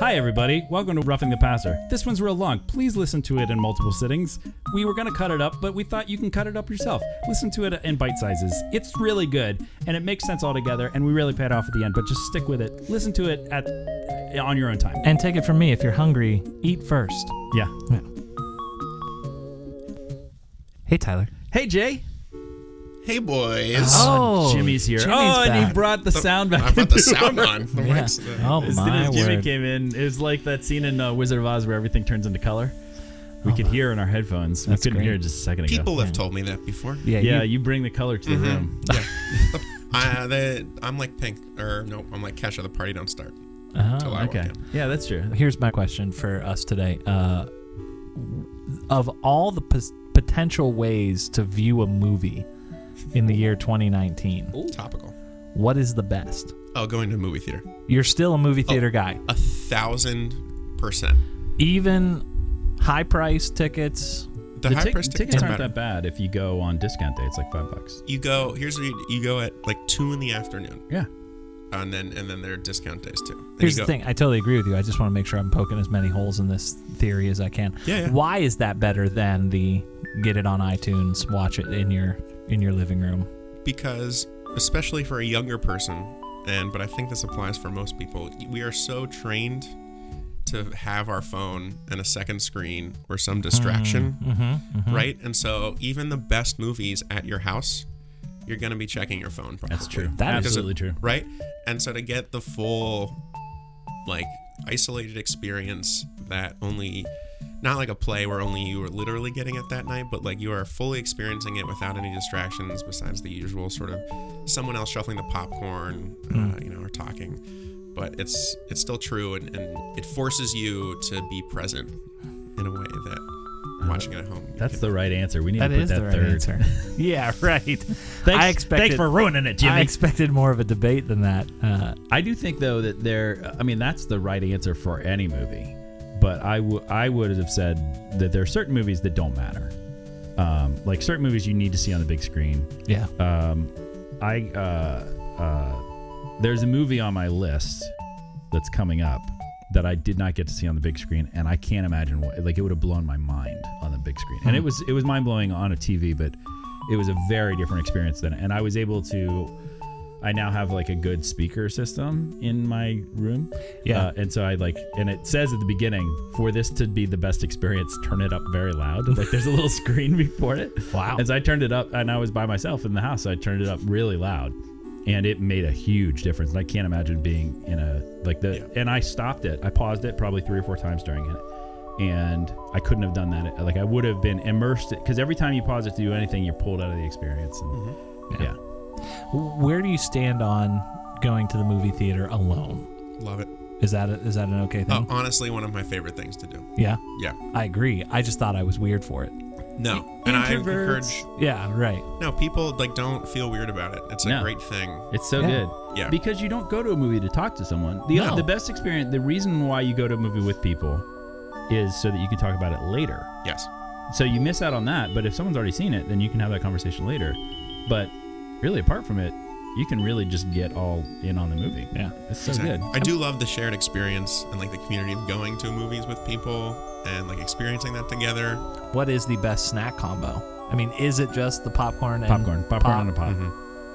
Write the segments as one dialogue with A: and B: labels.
A: Hi, everybody. Welcome to Roughing the Passer. This one's real long. Please listen to it in multiple sittings. We were going to cut it up, but we thought you can cut it up yourself. Listen to it in bite sizes. It's really good, and it makes sense altogether, and we really paid off at the end, but just stick with it. Listen to it at on your own time.
B: And take it from me, if you're hungry, eat first.
A: Yeah.
B: Yeah.
C: Hey, Tyler.
A: Hey, Jay.
D: Hey, boys.
B: Oh,
A: Jimmy's here.
B: Jimmy's
A: oh, and he
B: back.
A: brought the sound back.
D: I brought the
A: into
D: sound
A: work.
D: on. The
B: Yeah.
D: mic's- the-
B: Oh
A: As soon
B: my
A: as Jimmy
B: word.
A: came in, it was like that scene in uh, Wizard of Oz where everything turns into color. We
C: Oh,
A: could hear in our headphones.
B: That's
A: we couldn't
B: great.
A: hear just a second ago.
D: People have told me that before.
C: Yeah,
A: yeah,
C: you-
A: you, bring the color to the room.
D: Mm-hmm. I, the, I'm like pink, or no, I'm like Kesha. The party don't start. till Oh, I walk
A: Uh-huh, Okay.
D: in.
A: Yeah, that's true.
C: here's my question for us today. Uh, of all the pos- potential ways to view a movie in the year 2019,
D: Topical.
C: what is the best?
D: Oh, going to a movie theater.
C: You're still a movie theater guy.
D: A thousand percent.
C: Even high price tickets.
D: The, high
A: tic-
D: price tickets
A: tickets
D: don't
A: aren't
D: matter.
A: that bad if you go on discount day. It's like five bucks.
D: You go. Here's what you, you go at like two in the afternoon,
A: Yeah.
D: and then and then there are discount days too. Then
C: Here's
D: you
C: the
D: go-
C: thing. I totally agree with you. I just want to make sure I'm poking as many holes in this theory as I can.
D: Yeah, yeah.
C: Why is that better than the get it on iTunes, watch it in your in your living room?
D: because especially for a younger person and but i think this applies for most people we are so trained to have our phone and a second screen or some distraction right and so even the best movies at your house you're going to be checking your phone probably.
A: That's true.
C: That is-
A: Absolutely true.
D: right and so to get the full like isolated experience that only not like a play where only you were literally getting it that night but like you are fully experiencing it without any distractions besides the usual sort of someone else shuffling the popcorn uh, you know or talking but it's it's still true and, and it forces you to be present in a way that watching it at home you
A: That's
D: can't.
A: the right answer. We need
C: That
A: to put
C: is
A: that
C: the right
A: third.
C: answer. yeah, right.
A: Thanks,
C: I expected,
A: thanks for ruining it, Jimmy.
C: I expected more of a debate than that. Uh,
A: I do think though that there. I mean, that's the right answer for any movie. But I wou- I would have said that there are certain movies that don't matter. Um, like certain movies you need to see on the big screen.
C: yeah.
A: Um, I uh, uh, there's a movie on my list that's coming up that I did not get to see on the big screen, and I can't imagine what like it would have blown my mind on the big screen. And it was it was mind blowing on a TV, but it was a very different experience then. And I was able to. I now have like a good speaker system in my room.
C: Yeah.
A: Uh, and so I like, and it says at the beginning, for this to be the best experience, turn it up very loud. Like there's a little screen before it.
C: Wow.
A: And so I turned it up, and I was by myself in the house. So I turned it up really loud, and it made a huge difference. And I can't imagine being in a like the.
D: Yeah.
A: And I stopped it. I paused it probably three or four times during it, and I couldn't have done that. Like I would have been immersed because every time you pause it to do anything, you're pulled out of the experience. And yeah.
C: Where do you stand on going to the movie theater alone?
D: love it
C: Is that a, is that an okay
D: oh,
C: thing?
D: honestly one of my favorite things to do
C: Yeah,
D: Oh. yeah
C: I agree. I just thought I was weird for it.
D: no and i encourage
C: Yeah, right.
D: No, people like don't feel weird about it. It's a
A: No.
D: great thing.
A: It's so
C: Yeah.
A: good.
D: Yeah.
A: Because you don't go to a movie to talk to someone. The,
C: No.
A: the best experience, the reason why you go to a movie with people is so that you can talk about it later.
D: Yes.
A: So you miss out on that, but if someone's already seen it, then you can have that conversation later. But really, apart from it, you can really just get all in on the movie.
C: Yeah.
A: It's so
D: Exactly.
A: good.
D: I do love the shared experience and like the community of going to movies with people and like experiencing that together.
C: What is the best snack combo? I mean, is it just the popcorn and
A: Popcorn, popcorn
C: pop?
A: on a pop.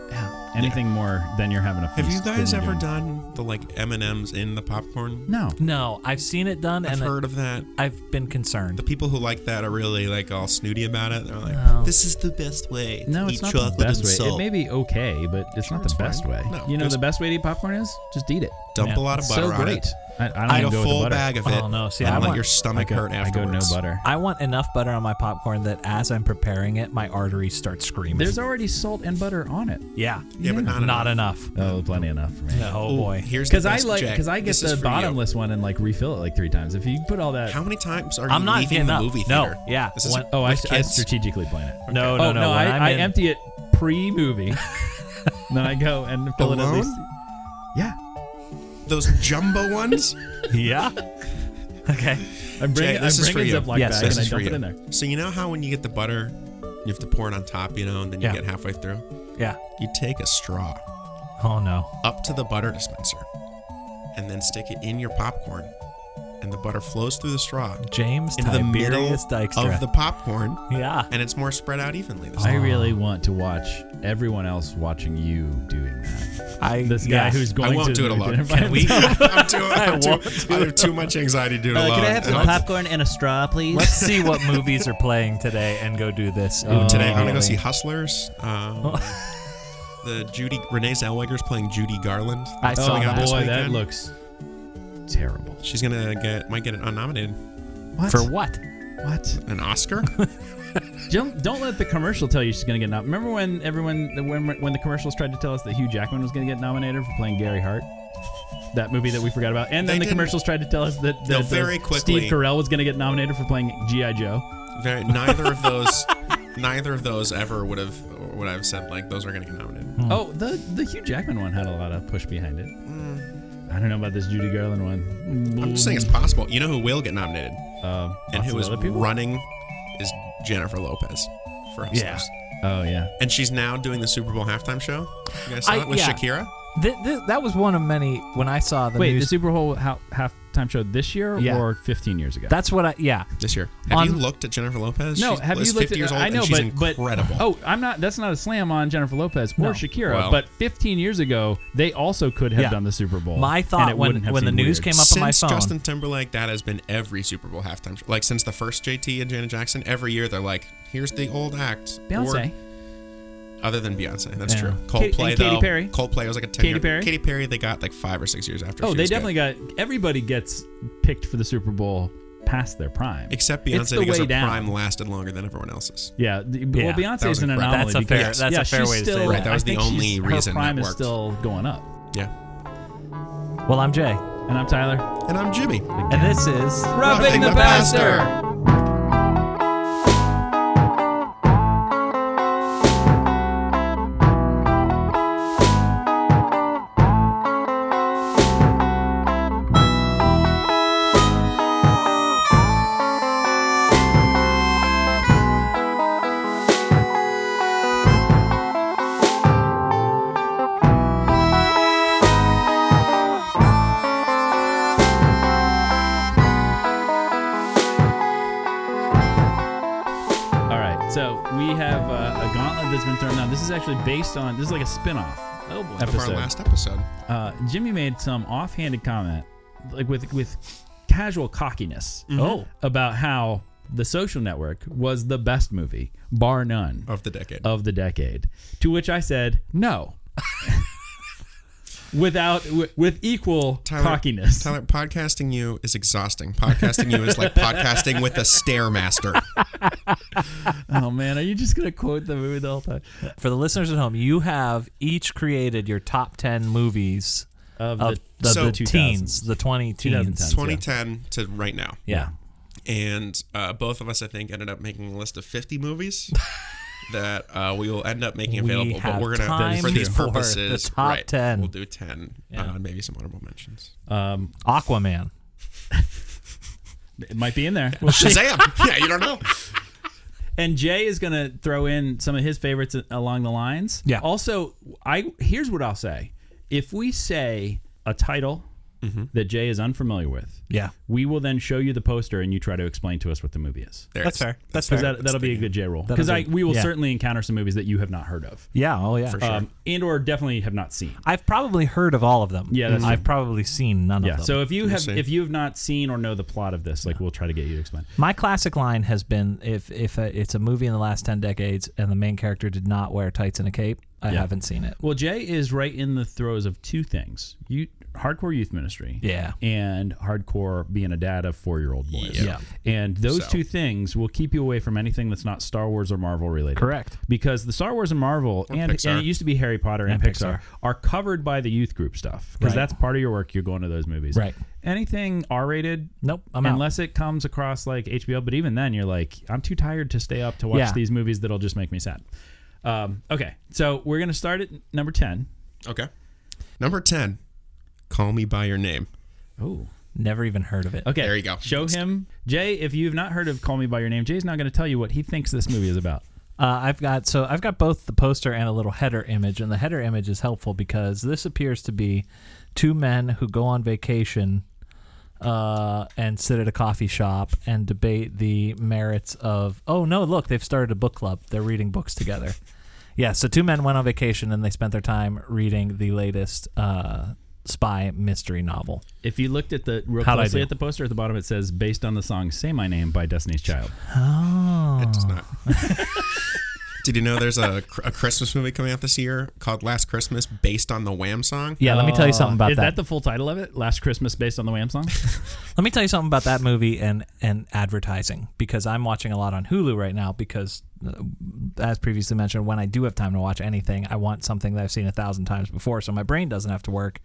C: Yeah.
A: Anything more than you're having a feast.
D: Mm-hmm. Have you guys
A: than you're
D: ever
A: doing-
D: done the like M and M's in the popcorn?
A: No.
C: No, I've seen it done
D: I've
C: and
D: heard of that.
C: I've been concerned.
D: The people who like that are really like all snooty about it. They're like,
C: No.
D: "This is the best way to
A: No,
D: eat
A: it's not the
D: chocolate
A: best
D: and
A: way.
D: salt."
A: It may be okay, but it's not the
D: it's
A: best
D: fine.
A: way.
D: No,
A: you know,
D: there's-
A: the best way to eat popcorn is just eat it.
D: Dump
C: Yeah,
D: a lot of
A: It's
D: butter
A: so
D: on
A: great.
D: it.
A: I, I don't
D: Eat
A: even
D: a
A: go with
D: full
A: the butter.
D: bag of it.
C: Oh, no, see,
D: and
C: I
D: let
C: want-
D: your stomach
A: I go,
D: hurt
A: I go
D: afterwards.
A: no butter.
C: I want enough butter on my popcorn that as I'm preparing it, my arteries start screaming.
A: There's already salt and butter on it.
C: yeah,
D: Yeah, but not,
C: not enough.
A: Oh, plenty enough for me.
C: Oh boy.
D: Here's the
A: Because I
D: best,
A: like,
D: Jack.
A: because I get
D: This is
A: the
D: for you.
A: bottomless one and like refill it like three times. If you put all that,
D: How many times are
C: I'm
D: you
C: not
D: leaving
C: getting
D: the
C: up.
D: movie
C: No,
D: theater?
C: yeah.
D: This is
C: One-
A: oh, I,
D: with
A: I
D: kids.
A: strategally plan it.
C: No, no,
A: oh
C: no.
A: no,
C: when
A: I,
C: I'm
A: I
C: in-
A: empty it pre-movie, then I go and fill it at
D: Alone?
A: least. Yeah,
D: Those jumbo ones.
C: Yeah. okay.
A: I'm bringing,
D: Jay, this
A: I'm
D: is for
A: bringing
D: you.
A: Ziploc
C: Yes,
A: bag
C: this
A: and I
D: is for
A: dump it
D: you.
A: in there.
D: So you know how when you get the butter, you have to pour it on top, you know, and then you
C: Yeah.
D: get halfway through.
C: Yeah.
D: You take a straw
C: Oh no.
D: up to the butter dispenser, and then stick it in your popcorn, and the butter flows through the straw
C: James
D: into the middle
C: Tiberius Dykstra.
D: of the popcorn,
C: yeah.
D: and it's more spread out evenly. This
A: I
D: time.
C: Ah.
A: really want to watch everyone else watching you doing that.
C: I
A: This guy
C: yeah.
A: who's going
D: I won't
A: to
D: do it
A: the
D: alone.
A: dinner party.
D: Can we? I'm too, I'm too,
C: won't
D: I have too much anxiety to do it
E: Uh,
D: alone.
E: can I have
D: And
E: some
D: I'll-
E: popcorn and a straw, please?
C: Let's see what movies are playing today and go do this.
A: Oh,
D: Today I'm gonna go
C: immediately.
D: see Hustlers. Um,
C: Oh.
D: the Judy Renee Zellweger's playing Judy Garland.
C: I
D: That's
A: Oh
C: saw
D: coming out
C: that.
D: this
A: boy, that
D: weekend.
A: looks terrible.
D: She's gonna get might get an unnominated
A: What?
C: For what?
A: what?
D: an Oscar.
A: Don't, don't let the commercial tell you she's gonna get nominated. Remember when everyone when when the commercials tried to tell us that Hugh Jackman was gonna get nominated for playing Gary Hart? That movie that we forgot about, and
D: They
A: then the
D: didn't-
A: commercials tried to tell us that,
D: No,
A: that
D: very
A: uh,
D: quickly.
A: Steve Carell was going to get nominated for playing GI Joe.
D: Very, neither of those, neither of those ever would have would I have said like those are gonna get nominated.
C: Hmm.
A: Oh, the the Hugh Jackman one had a lot of push behind it. I don't know about this Judy Garland one.
D: Mm. I'm just saying it's possible. You know who will get nominated
A: Uh,
D: and
A: lots
D: who
A: of
D: is
A: other people?
D: running is Jennifer Lopez for Hustlers.
C: Yeah.
A: Oh yeah.
D: And she's now doing the Super Bowl halftime show. You guys saw
C: I-
D: it with
C: yeah.
D: Shakira.
C: Th- th- that was one of many when I saw the
A: Wait,
C: news.
A: the Super Bowl ha- halftime show this year
C: Yeah.
A: or 15 years ago?
C: that's what I yeah.
D: this year. Have you
C: On-
D: looked at Jennifer Lopez?
A: no,
D: She's-
A: have
D: is
A: you looked
D: 50
A: at?
D: years old
A: I know,
D: and she's
A: but but
D: incredible.
A: oh, I'm not. That's not a slam on Jennifer Lopez or
C: No.
A: Shakira.
D: Well.
A: but 15 years ago, they also could have
C: Yeah.
A: done the Super Bowl.
C: My
A: and
C: thought
A: it
C: when-
A: wouldn't have
C: when the
A: seemed
C: news
A: weird.
C: came up- on my
D: Since
C: phone.
D: Justin Timberlake, that has been every Super Bowl halftime show. Like since the first JT and Janet Jackson, every year they're like, "Here's the old act." Or-
A: Beyonce.
D: other than Beyonce, that's
C: Yeah.
D: true.
A: Katy- and
D: Coldplay
A: Katy
D: though.
A: Perry.
D: Coldplay was like a ten.
A: Katy
D: year,
A: Perry.
D: Katy Perry, they got like five or six years after.
A: Oh,
D: she
A: they
D: was good.
A: definitely got. Everybody gets picked for the Super Bowl past their prime.
D: Except
A: It's
D: Beyonce
A: the
D: because
A: way
D: her
A: down.
D: prime lasted longer than everyone else's.
A: Yeah, the,
C: Yeah,
A: well,
D: that was
A: Beyonce's an
D: incredible.
C: That's
A: anomaly.
C: a
A: because-
C: fair- that's a
A: yeah,
C: fair
A: she's
C: way to say
A: still,
C: that. Right,
D: that was
A: I
D: the
A: think
D: only
A: she's-
D: reason
A: her prime
D: that
A: is
D: worked.
A: still going up.
D: Yeah,
C: Well, I'm Jay,
A: And I'm Tyler.
D: and I'm Jimmy.
C: and this is
D: Roughing the the passer. passer.
A: All right, so we have uh, a gauntlet that's been thrown down. This is actually based on. This is like a spin-off
C: Oh boy.
D: Of our
A: episode.
D: last episode,
A: Uh, Jimmy made some offhanded comment, like with with casual cockiness,
C: Oh.
A: about how The Social Network was the best movie, bar none,
D: of the decade.
A: of the decade. To which I said no. Without wi- with equal
D: Tyler-
A: cockiness.
D: Tyler, podcasting you is exhausting. Podcasting you is like podcasting with a stairmaster.
A: Oh man, are you just gonna quote the movie the whole time?
C: For the listeners at home, you have each created your top 10 movies
A: Of
C: of the,
D: So-
C: the teens, the 20 teens.
A: 2010s.
D: 2010 to right now.
C: Yeah.
D: and uh, both of us, I think, ended up making a list of 50 movies that uh, we will end up making
C: We
D: available.
C: have
D: But we're gonna,
C: time
D: for these
C: for the
D: purposes,
C: top
D: right,
C: 10.
D: We'll do 10, uh, maybe some honorable mentions.
A: Um,
C: Aquaman.
A: it might be in there.
D: Shazam! yeah, you don't know.
A: And Jay is going to throw in some of his favorites along the lines.
C: Yeah.
A: Also, I here's what I'll say: if we say a title that Jay is unfamiliar with,
C: Yeah.
A: we will then show you the poster and you try to explain to us what the movie is.
D: There
C: That's
D: it is.
C: fair. That's
A: Because
C: fair.
A: that, that'll be a good J rule.
C: That'll
A: Because
C: be-
A: I we will
C: yeah.
A: certainly encounter some movies that you have not heard of,
C: yeah. Oh, yeah.
D: For sure.
A: um, and or definitely have not seen.
C: I've probably heard of all of them.
A: Yeah, that's
C: I've probably seen none
A: Yeah.
C: of them.
A: So if you have
D: see.
A: if you have not seen or know the plot of this, like we'll try to get you to explain.
C: My classic line has been if if uh it's a movie in the last 10 decades and the main character did not wear tights and a cape, I
A: Yeah.
C: haven't seen it.
A: Well, Jay is right in the throes of two things: you hardcore youth ministry,
C: Yeah.
A: and hardcore being a dad of four-year-old boys.
D: Yeah.
C: Yeah.
A: And those
D: So-
A: two things will keep you away from anything that's not Star Wars or Marvel related.
C: Correct.
A: Because the Star Wars and Marvel and,
D: Pixar.
A: and it used to be Harry Potter and,
C: And
A: Pixar,
C: Pixar.
A: are covered by the youth group stuff because
C: Right.
A: that's part of your work. You're going to those movies.
C: Right.
A: Anything R-rated.
C: Nope, I'm out.
A: unless it comes across like HBO, but even then, you're like, I'm too tired to stay up to watch
C: Yeah.
A: these movies that'll just make me sad. Um, okay, so we're gonna start at number ten.
D: Okay. Number 10, Call Me By Your Name.
A: Oh,
C: Never even heard of it.
A: okay.
D: There you go.
A: Show him, Jay. If you've not heard of Call Me by Your Name, Jay's not gonna tell you what he thinks this movie is about.
C: Uh, I've got so I've got both the poster and a little header image, and the header image is helpful because this appears to be two men who go on vacation uh, and sit at a coffee shop and debate the merits of. Oh no! Look, they've started a book club. They're reading books together. yeah. So two men went on vacation and they spent their time reading the latest uh, spy mystery novel.
A: If you looked at the real
C: How'd I
A: closely
C: do?
A: at the poster at the bottom, it says based on the song "Say My Name" by Destiny's Child.
C: Oh.
D: It does not. Did you know there's a, cr- a Christmas movie coming out this year called Last Christmas based on the Wham song?
C: Yeah, let me tell you something about
A: Is that the full title of it? Last Christmas, based on the Wham song.
C: Let me tell you something about that movie and and advertising because I'm watching a lot on Hulu right now because uh, as previously mentioned, when I do have time to watch anything, I want something that I've seen a thousand times before, so my brain doesn't have to work.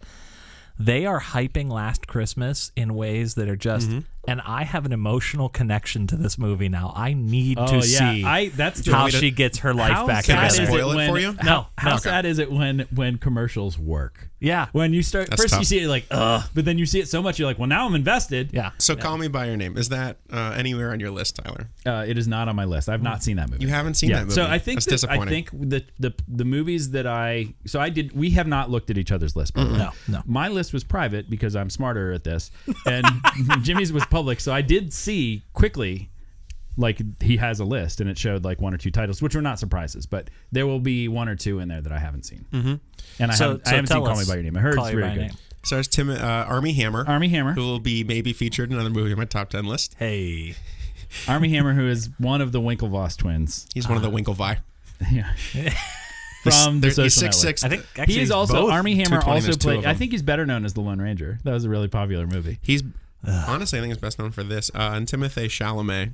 C: They are hyping Last Christmas in ways that are just,
A: Mm-hmm.
C: and I have an emotional connection to this movie now. I need to
A: oh yeah,
C: see
A: I that's the-
C: how
D: me to-
C: she gets her life
A: how
C: back
A: sad
D: I
A: is
C: together.
D: spoil it
A: when,
D: for you?
A: How,
C: No,
A: how
C: no.
A: sad is it when when commercials work?
C: yeah,
A: When you start
D: That's
A: first, you
D: tough.
A: see it you're like ugh, but then you see it so much, you're like, well, now I'm invested.
C: yeah.
D: So call me by your name. Is that uh, anywhere on your list, Tyler?
A: Uh, it is not on my list. I've
D: Mm.
A: not seen that movie.
D: You haven't seen that movie.
A: So I think
D: that's
A: that, I
D: disappointing.
A: think the, the the movies that I so I did we have not looked at each other's list. By the way.
C: No, no.
A: My list was private because I'm smarter at this, and Jimmy's was public. So I did see quickly, like he has a list, and it showed like one or two titles, which were not surprises, but there will be one or two in there that I haven't seen. Mm-hmm. And I
C: So-
A: haven't,
C: so
A: I haven't
C: tell
A: seen Call Me
C: us
A: by Your Name. I heard
C: Call
A: it's
C: You
A: really
C: By
A: good.
C: Your Name.
D: Stars Tim uh, Army Hammer.
A: Army Hammer.
D: who will be maybe featured in another movie on my top ten list.
C: Hey,
A: Army Hammer, who is one of the Winklevoss twins
D: He's one of the Winklevi.
A: Yeah. from the
D: There- he's
A: Social
D: six
A: Network.
D: six.
C: I think actually
A: he is
C: he's
A: also
C: both.
A: Army Hammer.
D: 220,
A: Also
D: there's two
A: played.
D: of
A: I
D: them.
A: think he's better known as the Lone Ranger. That was a really popular movie.
D: He's honestly, I think he's best known for this. Uh, and Timothy Chalamet.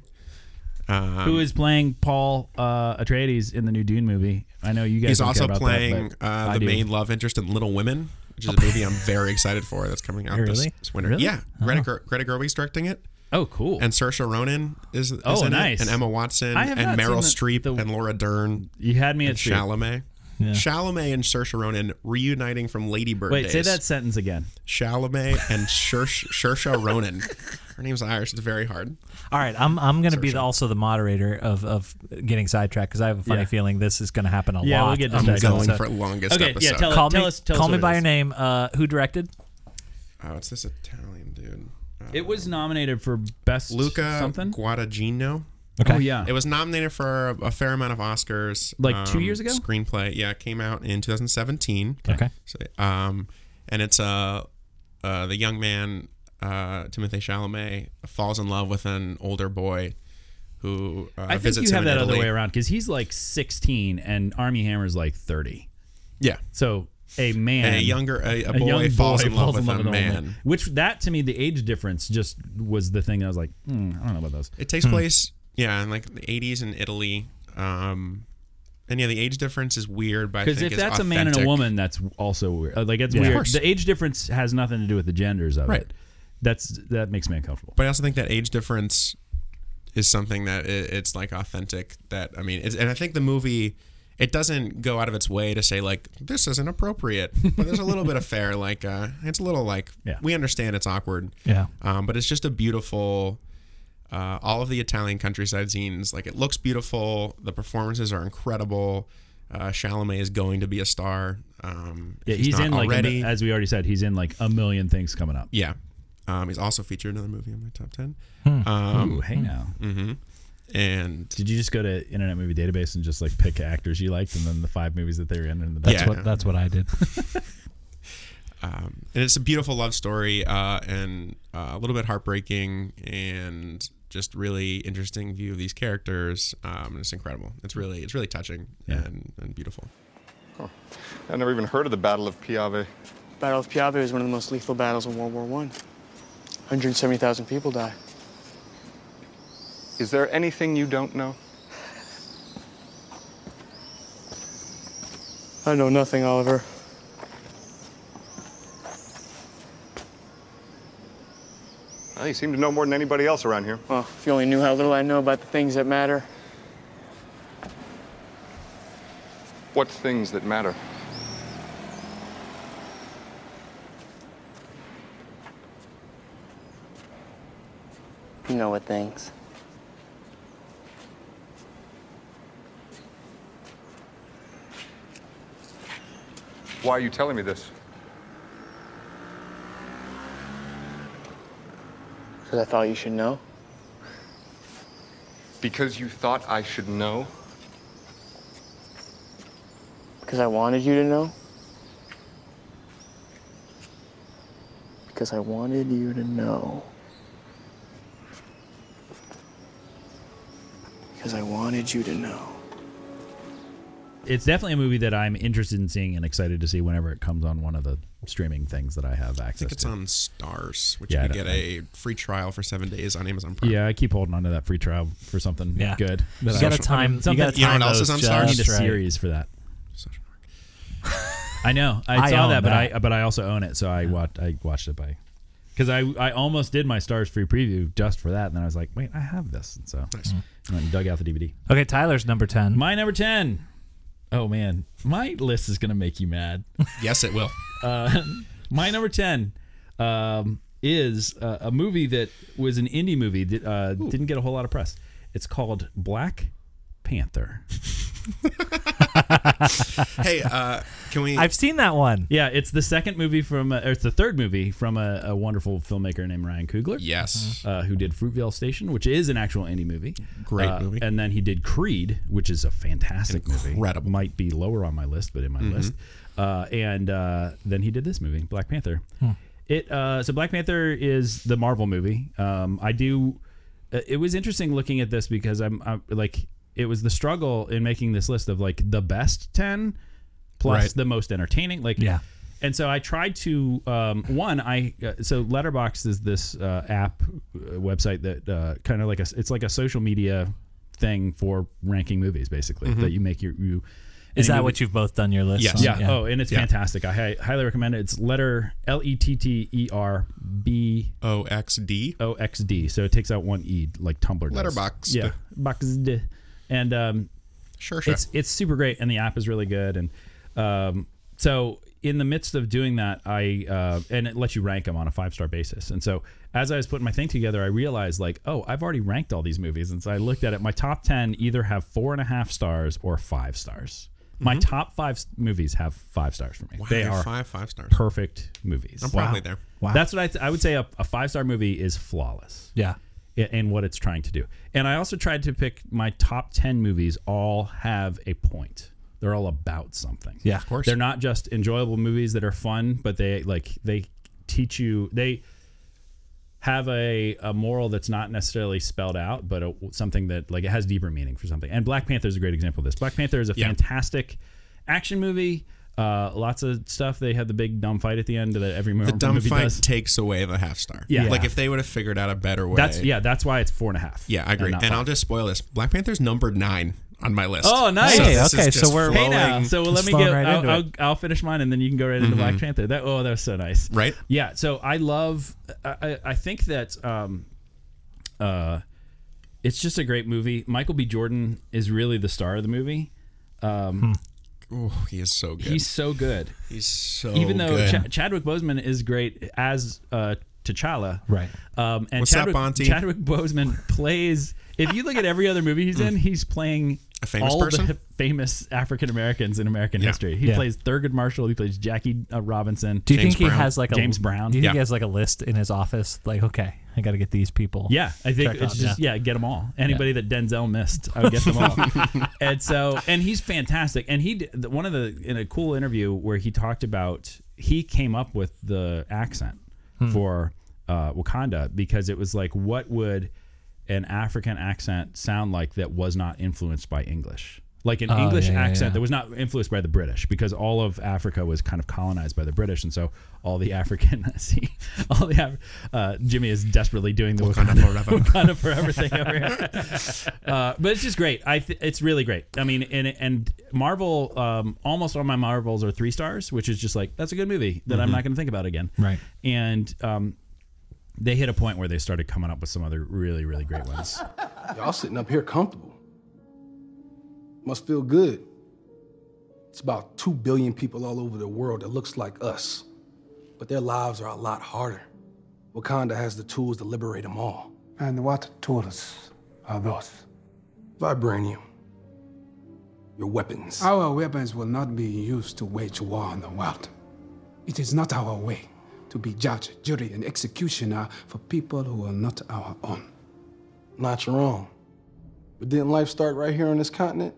D: Um,
A: Who is playing Paul uh, Atreides in the new Dune movie? I know you guys.
D: He's
A: don't care
D: also
A: about that,
D: playing
A: but
D: uh,
A: I
D: the
A: do.
D: main love interest in Little Women, which is a movie I'm very excited for that's coming out this,
C: Really?
D: this winter.
C: Really?
D: Yeah, Greta, Ger- Greta Gerwig's directing it,
A: Oh, cool.
D: and Saoirse Ronan is, is
A: Oh,
D: in
A: nice.
D: it, and Emma Watson,
A: I have
D: and
A: not
D: Meryl
A: seen
D: Streep,
A: the- the-
D: and Laura Dern,
A: you had me
D: and
A: at three.
D: Chalamet. Chalamet and Saoirse Ronan reuniting from Lady Bird
A: Wait,
D: days.
A: say that sentence again.
D: Chalamet and Saoirse Saoirse Ronan. Her name's Irish. It's very hard.
C: All right, I'm I'm going to be the, also the moderator of of getting sidetracked because I have a funny
A: Yeah.
C: feeling this is going to happen a
A: Yeah, we'll
C: lot.
A: get
C: on
D: I'm
A: distracted.
C: this
D: going
C: episode.
D: for longest
A: Okay, yeah,
D: episode.
A: tell it.
C: Call me,
A: us- tell us
C: call
A: what
C: me
A: it
C: by
A: is.
C: your name. Uh, who directed?
D: oh, it's this Italian dude. Uh,
A: It was nominated for best
D: Luca
A: something.
D: uh, Guadagnino.
A: Oh yeah.
D: It was nominated for a, a fair amount of Oscars. um,
A: Like two years ago?
D: Screenplay. Yeah, it came out in 2017.
C: Okay.
D: So, um, and it's uh, uh, the young man, uh, Timothy Chalamet, falls in love with an older boy who uh,
A: I think
D: visits
A: you have
D: him in
A: that
D: Italy.
A: other way around because he's like 16 and Army Hammer's like 30.
D: Yeah.
A: So a man,
D: And a younger, a, a boy,
A: young
D: falls,
A: boy
D: in love
A: falls
D: with a
A: an old
D: man.
A: Which that to me, the age difference just was the thing that I was like, hmm, I don't know about those.
D: It takes place, yeah, in like the 80s in Italy. Um, and yeah, the age difference is weird, but I think
A: Because if
D: it's
A: that's a man and a
D: authentic.
A: woman, that's also weird. Uh, Like it's
C: Yeah. Of
A: weird.
D: course.
A: The age difference has nothing to do with the genders of
D: Right.
A: it. That's that makes me uncomfortable.
D: but I also think that age difference is something that it, it's like authentic. That I mean, it's, and I think the movie it doesn't go out of its way to say like this isn't appropriate, but there's a little bit of fair. Like uh, it's a little like
A: Yeah.
D: we understand it's awkward,
C: Yeah.
D: um, but it's just a beautiful. Uh, all of the Italian countryside scenes, like it looks beautiful. The performances are incredible. Uh, Chalamet is going to be a star. Um, if
A: Yeah, he's,
D: not
A: in e- like a mi- as we already said, he's in like a million things coming up.
D: yeah. Um, he's also featured in another movie in my top ten.
A: Hmm.
D: Um,
A: Ooh, hey now.
D: And
A: Did you just go to Internet Movie Database and just like pick actors you liked and then the five movies that they were in and the best
D: Yeah.
C: That's what that's what I did.
D: um, and it's a beautiful love story uh, and uh, a little bit heartbreaking and just really interesting view of these characters um, and it's incredible it's really it's really touching and, and beautiful
E: I never even heard of the Battle of Piave.
F: Battle of Piave was one of the most lethal battles in World War One. 170,000 people die.
E: Is there anything you don't know?
F: I know nothing, Oliver.
E: Well, you seem to know more than anybody else around here.
F: Well, if you only knew how little I know about the things that matter.
E: What things that matter?
F: You know what things.
E: Why are you telling me this?
F: Because I thought you should know.
E: Because you thought I should know?
F: Because I wanted you to know. Because I wanted you to know. Because I wanted you to know.
A: It's definitely a movie that I'm interested in seeing and excited to see whenever it comes on one of the streaming things that I have access
D: I think it's
A: to.
D: on Stars, which
A: Yeah, I
D: you
A: don't
D: can get a free trial for seven days on Amazon Prime.
A: Yeah, I keep holding on to that free trial for something
C: Yeah.
A: good. that
C: You
A: I-
C: gotta time. You
A: something-
C: gotta time
D: You know what else
C: those
D: is on
C: just
A: I
D: Stars?
A: need a
C: right.
A: series for that.
D: Social work.
A: I know. I,
C: I
A: saw
C: own
A: that, but
C: that.
A: I but I also own it, so I watched I watched it by because I I almost did my stars free preview just for that, and then I was like, wait, I have this, and so I went and dug out the DVD.
C: Okay, Tyler's number ten.
A: My number ten. Oh man, my list is gonna make you mad. Uh,
D: Yes, it will.
A: my number ten um, is uh, a movie that was an indie movie that uh, didn't get a whole lot of press. It's called Black Panther.
D: hey, uh, can we?
C: I've seen that one.
A: Yeah, it's the second movie from, uh, or it's the third movie from a, a wonderful filmmaker named Ryan Coogler.
D: yes.
A: uh, who did Fruitvale Station, which is an actual indie movie.
D: Great
A: Uh,
D: movie.
A: And then he did Creed, which is a fantastic movie.
D: Incredible.
A: Might be lower on my list, but in my list. Uh, and uh, then he did this movie, Black Panther. It uh, so Black Panther is the Marvel movie. Um, I do. uh, It was interesting looking at this because I'm, I'm like it was the struggle in making this list of like the best ten plus
D: Right.
A: the most entertaining. Like
C: Yeah.
A: and so I tried to um, one I uh, so Letterbox is this uh, app uh, website that uh, kind of like a it's like a social media thing for ranking movies basically
D: Mm-hmm.
A: that you make your you
C: Is that
A: any movie-
C: what you've both done your list?
D: Yes.
C: on?
A: yeah. Oh, and it's fantastic. I hi- highly recommend it. It's letter L E T T E R B
D: O X D.
A: O X D. So it takes out one E like Tumblr does.
D: Letterboxd.
A: Yeah. Boxed. And um,
D: Sure, sure.
A: it's it's super great, and the app is really good. And um, so, in the midst of doing that, I uh, and it lets you rank them on a five star basis. And so, as I was putting my thing together, I realized like, oh, I've already ranked all these movies. And so I looked at it. My top ten either have four and a half stars or five stars. My top five s- movies have five stars for me.
D: Mm-hmm. Wow,
A: they
D: you're
A: are
D: five five stars.
A: perfect movies.
D: I'm probably there.
C: Wow.
A: That's what I, I would say. A, a five star movie is flawless
C: Yeah.
A: i- and what it's trying to do. And I also tried to pick my top 10 movies all have a point. They're all about something.
C: Yeah. Of course.
A: They're not just enjoyable movies that are fun, but they like they teach you they have a, a moral that's not necessarily spelled out, but a, something that like it has deeper meaning for something. And Black Panther is a great example of this. Black Panther is a
D: Yeah.
A: fantastic action movie. Uh, lots of stuff. They have the big dumb fight at the end that every mo-
D: The dumb
A: movie
D: fight
A: does.
D: takes away the half star.
A: Yeah.
D: Like if they would have figured out a better way.
A: that's yeah. That's why it's four and a half.
D: Yeah, I agree.
A: not
D: And, I'll just spoil this. Black Panther's number nine on my list.
A: Oh, nice. Hey,
D: this is
C: okay,
D: just
C: so we're-
A: Hey now,
D: flowing-
A: so well, let
C: Just
A: me
C: flowing
A: get.
C: right
A: I'll,
C: into
A: I'll, I'll finish mine, and then you can go right into Black Panther. That oh, that was so nice.
D: Mm-hmm. Right?
A: Yeah. So I love. I, I- I think that um, uh, it's just a great movie. Michael B. Jordan is really the star of the movie. Um,
D: Hmm. Ooh, he is so good.
A: He's
D: He's,
A: so good.
D: so
A: Even though
D: good.
A: Ch- Chadwick Boseman is great as uh, T'Challa,
C: Right.
A: Um, and
D: What's up,
A: Chadwick,
D: Auntie?
A: Chadwick Boseman plays. If you look at every other movie he's in, he's playing
D: Mm. A famous
A: all the
D: person?
A: famous African Americans in American
D: Yeah.
A: history. He
C: Yeah.
A: plays Thurgood Marshall. He plays Jackie uh, Robinson.
C: Do you
D: James
C: think
D: Brown.
C: he has like a
A: James Brown.
C: Do you think he
D: Yeah.
C: has like a list in his office? Like, okay, I got to get these people.
A: Yeah, I think
C: Check
A: it's
C: off,
A: just yeah. get them all. Anybody that Denzel missed, I would get them all. and so, and he's fantastic. And he did- one of the in a cool interview where he talked about he came up with the accent
C: Hmm.
A: for uh, Wakanda because it was like what would an African accent sound like that was not influenced by English. Like an English
C: Oh, yeah, yeah,
A: accent
C: yeah.
A: that was not influenced by the British, because all of Africa was kind of colonized by the British, and so all the African, see, all the Af- uh, Jimmy is desperately doing the
D: Wakanda forever.
A: kind of for everything over here. Uh, but it's just great. I th- it's really great. I mean, and and Marvel, um, almost all my Marvels are three stars, which is just like that's a good movie that I'm not going to think about again.
C: Mm-hmm. Right.
A: And um, they hit a point where they started coming up with some other really really great ones.
G: Y'all sitting up here comfortable. Must feel good. It's about 2 billion people all over the world that looks like us, but their lives are a lot harder. Wakanda has the tools to liberate them all
H: And what tools are those?
G: vibranium, your weapons.
H: Our weapons will not be used to wage war on the world. It is not our way
G: to be judge, jury, and executioner for people who are not our own.
H: Not wrong.
G: But didn't life start right here on this continent?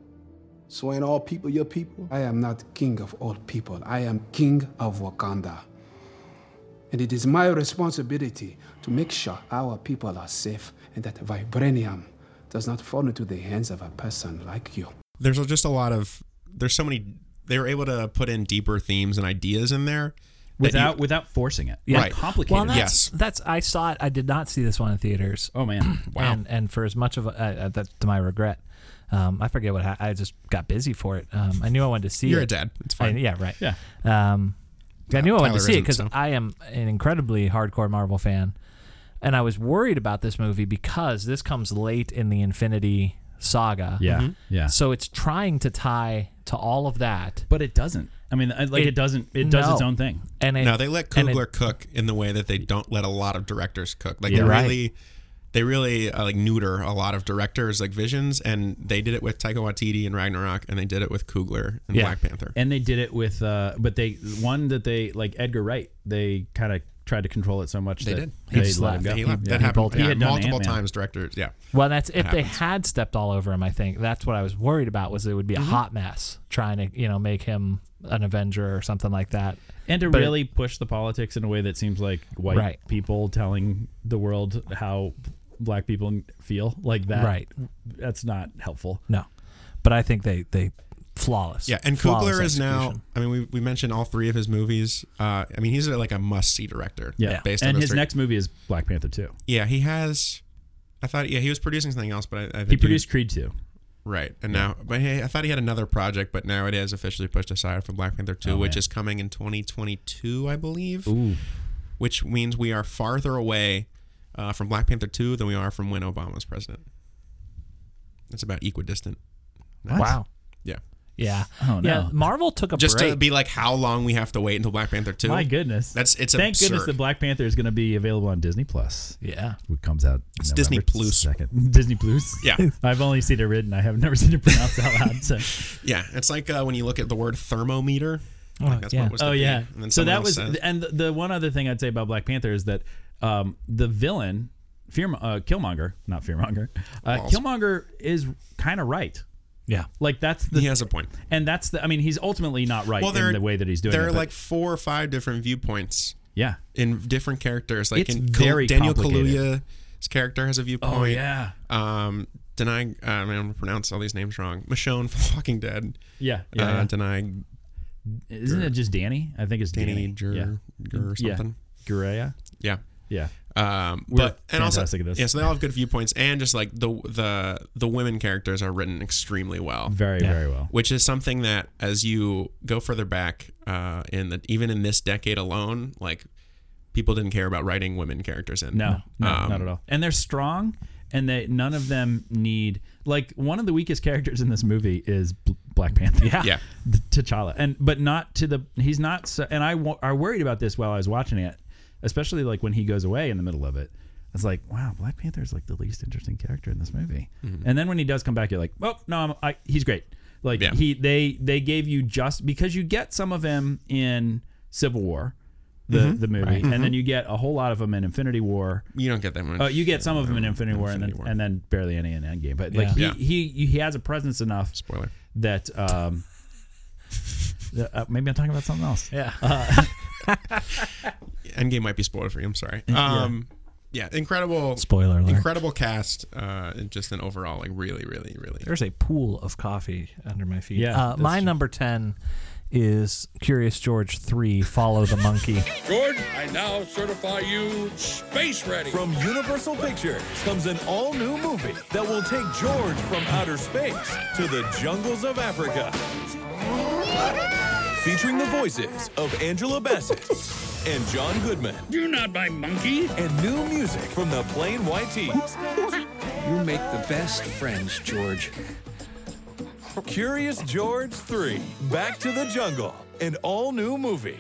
G: So ain't all people your people? I am not king of all people. I am king of Wakanda. And it is my responsibility to make sure our people are safe and that vibranium does not fall into the hands of a person like you.
D: there's just a lot of there's so many they were able to put in deeper themes and ideas in there that
A: without
D: you-
A: without forcing it.
D: Yeah.
A: Yeah,
D: Right.
A: complicated.
C: Well,
A: it.
D: Yeah.
C: that's,
D: Yes.
C: that's I saw it. I did not see this one in theaters.
A: Oh man, wow.
C: And, and for as much of uh, uh, that's to my regret, um, I forget what ha- I just got busy for it. Um, I knew I wanted to see
D: you're
C: it.
D: a dad it's
C: I-
D: fine
C: yeah, right.
A: Yeah.
C: Um, I knew I wanted to
D: Tyler
C: see it
D: isn't,
C: because
D: so.
C: I am an incredibly hardcore Marvel fan, and I was worried about this movie because this comes late in the Infinity Saga.
A: yeah, yeah.
C: So it's trying to tie to all of that,
A: but it doesn't. I mean, I- like it,
C: It-
A: doesn't. It does its
C: no.
A: own thing.
C: and it,
D: no they let
C: and it-
D: kugler cook in the way that they don't let a lot of directors cook like
A: Yeah.
D: they
A: Right.
D: really they really uh, like neuter a lot of directors like visions and they did it with taika waititi and ragnarok and they did it with kugler and
C: Yeah.
D: black panther
A: And they did it with, uh, but they one that they like Edgar Wright. They kind of tried to control it so much
D: They
A: that
D: did.
A: they
C: He just
A: let
C: left.
A: him go.
D: he left,
A: Yeah.
D: that happened
A: He
D: yeah,
A: had done
D: multiple
A: Ant-Man.
D: times directors yeah
C: Well, that's if they
D: happens.
C: had stepped all over him. I think that's what I was worried about was it would
D: Mm-hmm.
C: be a hot mess trying to you know make him an Avenger or something like that.
A: and to
C: But it-
A: really push the politics in a way that seems like white
C: Right.
A: people telling the world how black people feel like that.
C: Right.
A: That's not helpful.
C: No, but I think they they flawless.
D: Yeah, and
C: flawless
D: Kugler is now.
C: execution.
D: I mean, we, we mentioned all three of his movies. Uh, I mean, he's like a must see director.
A: Yeah.
D: based
A: and
D: on
A: his
D: three-
A: next movie is Black Panther 2.
D: Yeah, he has. I thought. Yeah, he was producing something else, but I, I think
A: He produced Creed 2.
D: right. And now, but hey, I thought he had another project, but now it is officially pushed aside for Black Panther Two, which is coming in 2022, I believe.
A: Oh, Ooh.
D: Which means we are farther away uh, from Black Panther Two than we are from when Obama was president. That's about equidistant.
C: wow.
D: Yeah.
C: Yeah.
A: Oh, no.
C: Yeah. Marvel took a
D: Just
C: break.
D: to be like, how long we have to wait until Black Panther Two?
A: My goodness.
D: That's- it's
A: Thank goodness
D: absurd.
A: the Black Panther is going to be available on Disney Plus.
C: yeah.
A: It comes out. It's
D: Disney Plus.
A: Second. Disney Plus.
D: Yeah.
A: I've only seen it written. I have never seen it pronounced out loud. So.
D: Yeah, it's like uh, when you look at the word thermometer. like that's
C: yeah.
D: what it was to
A: Oh
D: be,
A: yeah.
D: And then
A: so
D: someone
A: that
D: else
A: was,
D: says-
A: and the- the one other thing I'd say about Black Panther is that um, the villain, Fear, uh, Killmonger, not Fearmonger, uh,
D: Balls.
A: Killmonger is kind of right.
C: Yeah.
A: Like that's the,
D: he has a point.
A: and that's the. I mean, he's ultimately not right
D: Well, there
A: in the way that he's doing
D: There
A: it.
D: are
A: but-
D: like four or five different viewpoints
A: yeah.
D: in different characters. Like
A: It's
D: in
A: very
D: Daniel
A: complicated.
D: Kaluuya's character has a viewpoint.
A: Oh yeah.
D: Um, denying. Uh, I mean, I'm gonna pronounce all these names wrong. Michonne from Walking Dead.
A: Yeah.
D: uh,
A: Yeah.
D: Denying
A: Isn't it just Danny? I think it's
D: Danny
A: Danny.
D: Ger, Ger or
A: yeah.
D: something.
A: Yeah. Gurea.
D: Yeah.
A: Yeah.
D: Um,
A: We're
D: but and also
A: fantastic at this.
D: yeah, so they all have good viewpoints, and just like the the the women characters are written extremely well.
A: Very very well.
D: which is something that as you go further back uh, in the even in this decade alone like people didn't care about writing women characters in
A: No, no,
D: Um,
A: not at all. And they're strong, and they none of them need like one of the weakest characters in this movie is B- Black Panther. Yeah,
D: Yeah.
A: T'Challa, and but not to the he's not. So, and I wo- I worried about this while I was watching it, especially like when he goes away in the middle of it. I was like, wow, Black Panther is like the least interesting character in this movie.
D: Mm-hmm.
A: And then when he does come back, you're like, oh no, I'm, I, he's great. Like
D: Yeah.
A: he they they gave you just because you get some of him in Civil War. The, the movie, and then you get a whole lot of him in Infinity War,
D: you don't get that much
A: Oh, you get some of them in Infinity War, and
D: Infinity
A: then
D: War.
A: and then barely any in Endgame. But like
D: Yeah.
A: he, he he has a presence enough
D: spoiler
A: that um, that, uh, maybe I'm talking about something else.
C: Yeah.
D: endgame might be spoiler for you i'm sorry um yeah, incredible
C: Spoiler alert.
D: incredible cast uh and just an overall like really really really
C: There's a pool of coffee under my feet.
A: Yeah,
C: Uh,
A: that's
C: my
A: true.
C: number ten is Curious George three. Follow the monkey.
I: George, I now certify you space ready.
J: From Universal Pictures comes an all new movie that will take George from outer space to the jungles of Africa. Featuring the voices of Angela Bassett and John Goodman,
I: You're not my monkey.
J: and new music from the Plain White Tees.
I: You make the best friends, George.
J: Curious George 3 Back to the Jungle, an all new movie.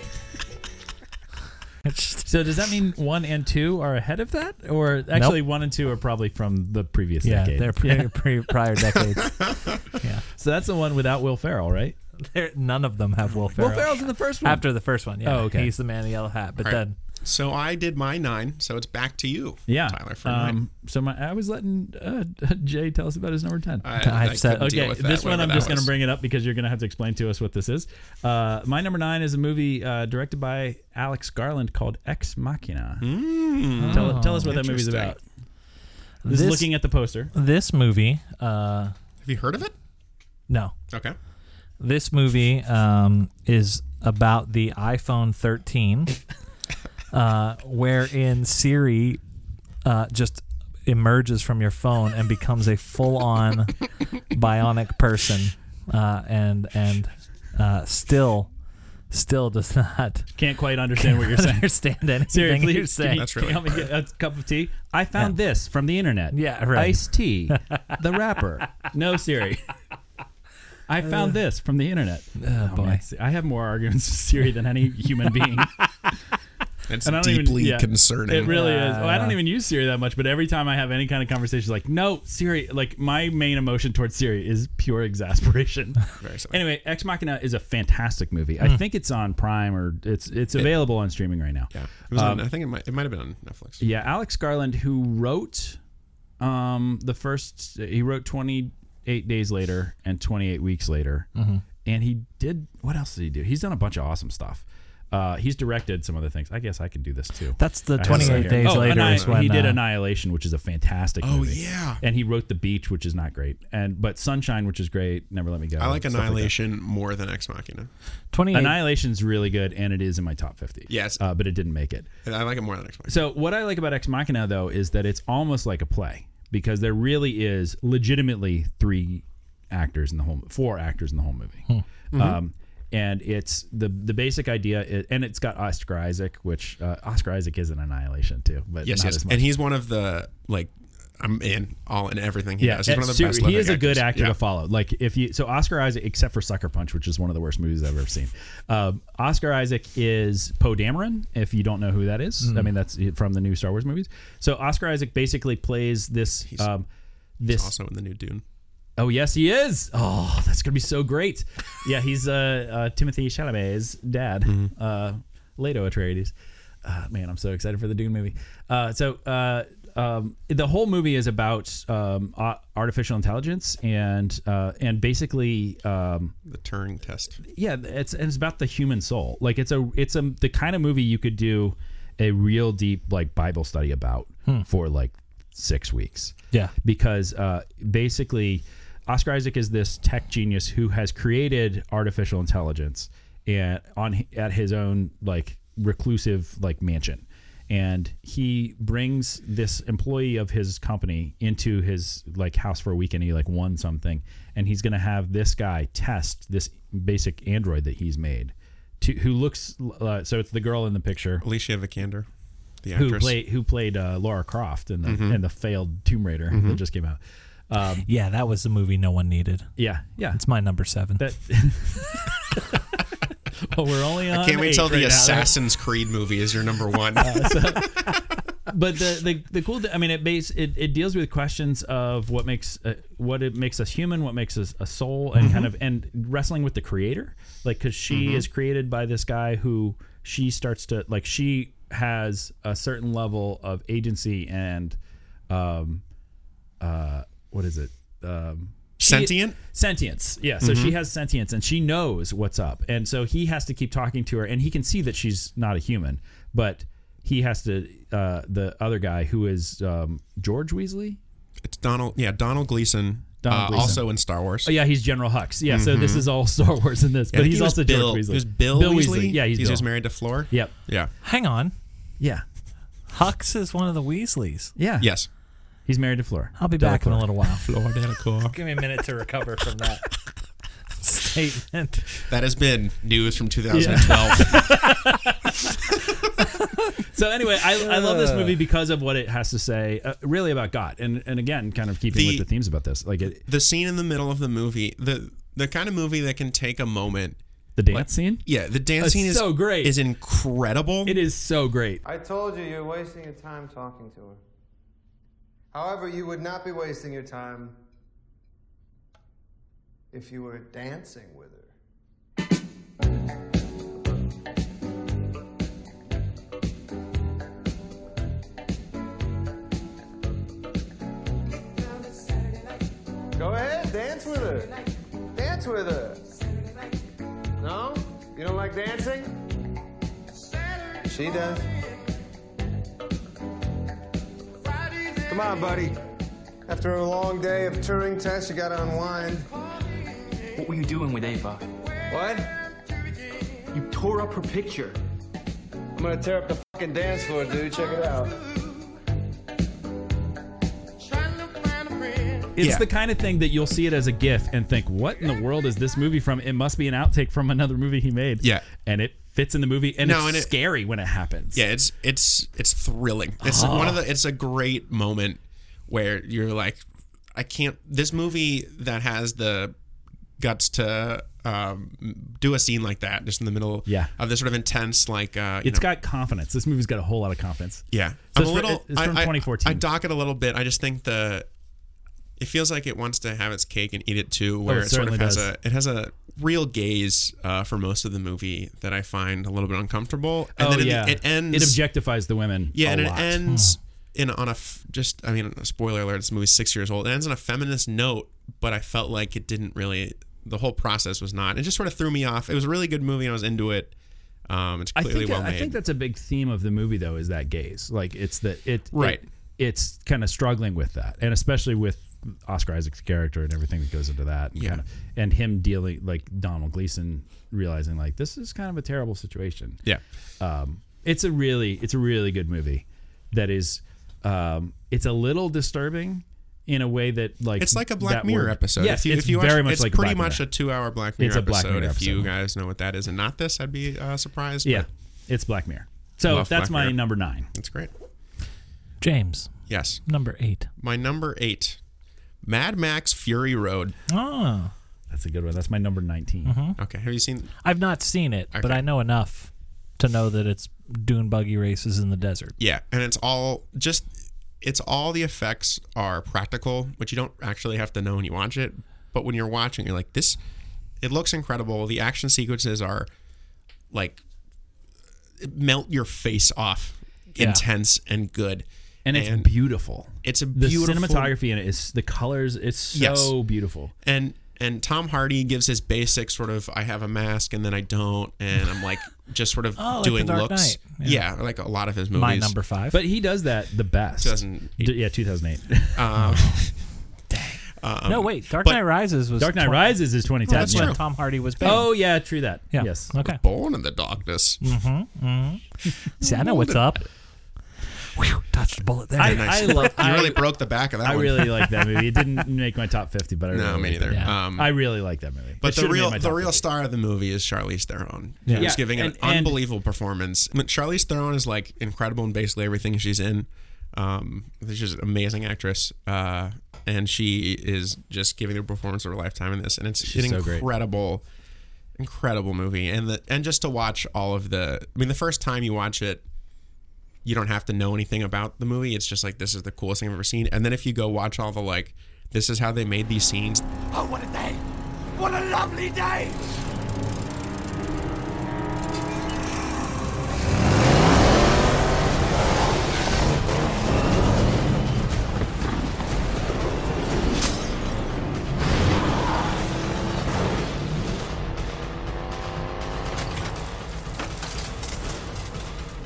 A: So does that mean one and two are ahead of that, or actually one and two are probably from the previous
C: yeah,
A: decade?
C: they're pre- pre- prior decades.
A: so that's the one without Will Ferrell, right?
C: They're, none of them have Will Ferrell.
A: Will Ferrell's in the first one.
C: after the first one. Yeah.
A: Oh, okay.
C: He's the man in the yellow hat, but
D: All right.
C: then
D: So I did my nine. So it's back to you.
A: Yeah,
D: Tyler for nine.
A: Um, So my, I was letting uh, Jay tell us about his number ten.
D: I- I
C: I've said-
D: couldn't deal
A: okay,
D: with that,
A: this one
D: whatever
A: I'm
D: that
A: just going to
D: was.
A: bring it up because you're going to have to explain to us what this is. Uh, my number nine is a movie uh, directed by Alex Garland called Ex Machina. Tell, tell us what that movie's
D: Hmm. Interesting.
A: about. This, is
C: This-
A: looking at the poster.
C: This movie, uh,
D: Have you heard of it?
C: no,
D: Okay.
C: this movie um, is about the iPhone 13, uh, wherein Siri uh, just emerges from your phone and becomes a full-on bionic person, uh, and and uh, still, still does not
A: Can't quite understand what you're saying.
C: understand anything
A: Seriously, can
C: you're
A: you-
C: saying.
D: That's
A: can you
D: really
A: help me get a cup of tea. I found this from the internet.
C: Yeah, right.
A: Iced tea, the wrapper. No Siri. I found this from the internet. Oh,
C: boy.
A: man, I have more arguments with Siri than any human being.
D: It's
A: And I don't even-
D: deeply
A: yeah.
D: concerning.
A: It really is. Well, I don't even use Siri that much, but every time I have any kind of conversation, like, no, Siri, like my main emotion towards Siri is pure exasperation.
D: Very silly.
A: anyway, Ex Machina is a fantastic movie. I think it's on Prime or it's it's available on streaming right now.
D: Yeah. It was
A: Um,
D: on, I think it might, it might have been on Netflix.
A: Yeah, Alex Garland, who wrote um, the first, he wrote 28 Days Later and 28 Weeks Later.
D: Mm-hmm.
A: And he did, what else did he do? He's done a bunch of awesome stuff. Uh, he's directed some other things. I guess I could do this too.
C: That's the
A: I have it
C: 28
A: right here.
C: days
A: Oh,
C: later
A: Anni-
C: is when
A: he did
C: uh,
A: Annihilation, which is a fantastic
D: Oh,
A: movie.
D: yeah.
A: And he wrote The Beach, which is not great. And but Sunshine, which is great. Never Let Me Go.
D: I like
A: and stuff that.
D: Annihilation more than Ex Machina.
C: 28
A: Annihilation's really good, and it is in my top 50.
D: Yes.
A: Uh, but it didn't make it.
D: I like it more than Ex Machina.
A: So what I like about Ex Machina though is that it's almost like a play because there really is legitimately three actors in the whole, four actors in the whole movie.
D: Hmm.
A: Um,
D: Mm-hmm.
A: and it's the the basic idea, is, and it's got Oscar Isaac, which uh, Oscar Isaac is an Annihilation too, but
D: Yes,
A: not
D: yes.
A: as much.
D: And he's one of the, like, I'm in all in everything he
A: yeah,
D: does. He's one of the
A: ser-
D: best
A: he
D: living
A: is a good
D: actors.
A: actor
D: Yeah.
A: to follow. Like if you so Oscar Isaac, except for Sucker Punch, which is one of the worst movies I've ever seen. Um, Oscar Isaac is Poe Dameron. If you don't know who that is,
D: Hmm.
A: I mean that's from the new Star Wars movies. So Oscar Isaac basically plays this um, this
D: Also in the new Dune.
A: Oh yes, he is. Oh, that's gonna be so great. Yeah, he's uh, uh Timothy Chalamet's dad,
D: Mm-hmm.
A: uh, Leto Atreides. Uh, man, I'm so excited for the Dune movie. Uh, so uh, um, the whole movie is about um, a- artificial intelligence and uh, and basically um,
D: The Turing test.
A: yeah, it's and it's about the human soul. Like it's a it's a the kind of movie you could do a real deep like Bible study about for like six weeks.
C: Yeah.
A: because uh, basically, Oscar Isaac is this tech genius who has created artificial intelligence and on at his own like reclusive like mansion. And he brings this employee of his company into his like house for a weekend. He like won something, and he's gonna have this guy test this basic android that he's made, to who looks uh, so it's the girl in the picture
D: Alicia Vikander, the
A: who
D: actress. Mm-hmm.
A: played who played uh, Laura Croft in the in the failed Tomb Raider that just came out. Um,
C: Yeah, that was the movie no one needed.
A: yeah, yeah.
C: It's my number seven.
A: that. well, we're only on.
D: Can't wait
A: eight
D: till the
A: right now.
D: Assassin's Creed movie is your number one.
A: But the, the the cool. I mean, it base it, it deals with questions of what makes uh, what it makes us human, what makes us a soul, and kind of and wrestling with the creator, like because she is created by this guy who she starts to like she has a certain level of agency and um uh what is it um
D: Sentient?
A: sentience. Yeah. So
D: Mm-hmm.
A: she has sentience and she knows what's up. And so he has to keep talking to her and he can see that she's not a human, but he has to, uh, the other guy who is um, George Weasley.
D: It's Donald. Yeah, Donald Gleason.
A: Donald
D: uh,
A: Gleason.
D: Also in Star Wars.
A: Oh, yeah. He's General Hux. Yeah. So this is all Star Wars in this,
D: Mm-hmm. Yeah, I
A: but
D: think
A: he's
D: he was
A: also
D: Bill,
A: George Weasley.
D: It was Bill, Weasley.
A: Yeah. He's,
D: he's
A: Bill.
D: just married to Fleur.
A: Yep.
D: Yeah.
C: Hang on.
A: Yeah.
C: Hux is one of the Weasleys.
A: Yeah.
D: Yes.
A: He's married to Fleur.
C: I'll be back in a little while.
D: Fleur Delacour.
C: Give me a minute to recover from that statement.
D: That has been news from 2012.
A: So anyway, I, I love
D: Uh.
A: this movie because of what it has to say, uh, really about God, and and again, kind of keeping with
D: The-
A: the themes about this, like it,
D: the scene in the middle of the movie, the the kind of movie that can take a moment.
A: the dance scene.
D: Yeah, the dance
A: It's
D: scene is
A: so great.
D: Is incredible.
A: It is so great.
K: I told you you're wasting your time talking to her. However, you would not be wasting your time if you were dancing with her. Go ahead, dance with her. Dance with her. No? You don't like dancing? She does. Come on, buddy. After a long day of Turing tests, you gotta unwind.
L: What were you doing with Ava?
K: What?
L: You tore up her picture.
K: I'm gonna tear up the fucking dance floor, dude. Check it out.
A: It's
C: Yeah.
A: the kind of thing that you'll see it as a GIF and think, "What in the world is this movie from? It must be an outtake from another movie he made."
D: Yeah.
A: and it fits in the movie, and
D: No,
A: it's
D: and it-
A: scary when it happens.
D: Yeah, it's it's it's thrilling. It's
A: Ah.
D: one of the. It's a great moment where you're like, I can't. This movie that has the guts to um, do a scene like that, just in the middle
A: Yeah.
D: of this sort of intense, like uh, you
A: It's
D: know-
A: got confidence. This movie's got a whole lot of confidence.
D: Yeah,
A: so
D: I'm
A: it's
D: a
A: fr-
D: little.
A: it's from
D: I, I-
A: 2014.
D: I dock it a little bit. I just think the. It feels like it wants to have its cake and eat it too, where
A: Oh, it
D: it, sort of
A: certainly
D: has
A: does.
D: a it has a real gaze uh, for most of the movie that I find a little bit uncomfortable, and
A: oh
D: then in the-
A: yeah,
D: it ends.
A: It objectifies the women.
D: Yeah,
A: a
D: and
A: lot.
D: it ends in on a f- just I mean spoiler alert this movie's six years old. It ends on a feminist note, but I felt like it didn't really. The whole process was not. It just sort of threw me off. It was a really good movie, and I was into it. Um, it's
A: I
D: clearly
A: think
D: well
A: that-
D: made.
A: I think that's a big theme of the movie though is that gaze. Like it's that it
D: Right.
A: it- it's kind of struggling with that, and especially with Oscar Isaac's character and everything that goes into that. and
D: Yeah.
A: kinda- and him dealing like Donald Gleason realizing like this is kind of a terrible situation.
D: Yeah.
A: Um, it's a really it's a really good movie that is um, it's a little disturbing in a way that like
D: it's like a Black
A: that
D: Mirror
A: worked.
D: episode.
A: Yes,
D: if you,
A: it's
D: if you watch,
A: very much
D: it's
A: like a
D: pretty
A: Black
D: much
A: Mirror.
D: a two-hour Black Mirror
A: It's a Black
D: episode.
A: Mirror
D: if you
A: episode.
D: guys know what that is and not this, I'd be uh, surprised.
A: Yeah,
D: but
A: it's Black Mirror. So
D: Love Black
A: that's my
D: Mirror.
A: number nine.
D: that's great.
C: James,
D: Yes,
C: number eight.
D: my number eight, Mad Max Fury Road.
C: Oh, Mm-hmm.
A: That's a good one. That's my number 19
D: Okay, have you seen?
C: I've not seen it, but
D: Okay.
C: I know enough to know that it's dune buggy races in the desert.
D: Yeah, and it's all just it's all the effects are practical, which you don't actually have to know when you watch it, but when you're watching you're like this it looks incredible. The action sequences are like melt your face off.
A: Yeah.
D: Intense and good.
A: and it's beautiful.
D: it's a
A: the
D: beautiful
A: cinematography in it is the colors. It's so
D: Yes.
A: beautiful.
D: and and Tom Hardy gives his basic sort of I have a mask and then I don't and I'm like just sort of
C: Oh, like The
D: doing
C: Dark
D: looks.
C: Knight. Yeah.
D: Yeah. like a lot of his movies.
C: My number five.
A: But he does that the best.
D: 2008.
A: D- yeah, 2008.
D: Um,
C: no, wait. Dark
D: but-
C: Knight Rises was
A: Um, Dark Knight
C: twen-
A: Rises is 2010.
D: that's
A: yeah.
C: when
D: true.
C: Tom Hardy was. Big.
A: Oh yeah, true that.
C: yeah.
A: Yes.
C: Okay.
D: born in the darkness.
C: See, I know Hmm, what's up. Whew, touched the bullet there.
A: I,
D: nice.
A: I love.
D: You
A: I,
D: really broke the back of that
A: I
D: one.
A: really like that movie. It didn't make my top 50, but I
D: no,
A: really
D: me
A: like
D: neither.
A: it.
C: Yeah.
D: Um,
A: I really like that movie. It
D: but the
A: should've made
D: real
A: my
D: the
A: top
D: real
A: 50.
D: star of the movie is Charlize Theron.
C: Yeah.
D: She's
A: Yeah,
D: giving
A: and-
D: an
A: and-
D: unbelievable performance. I mean, Charlize Theron is like incredible in basically everything she's in. Um, she's an amazing actress, uh, and she is just giving the performance of her lifetime in this, and it's an
A: so great.
D: incredible, incredible movie. And the and just to watch all of the, I mean, the first time you watch it, you don't have to know anything about the movie. It's just like this is the coolest thing I've ever seen. And then if you go watch all the like, this is how they made these scenes.
M: Oh, what a day! What a lovely day!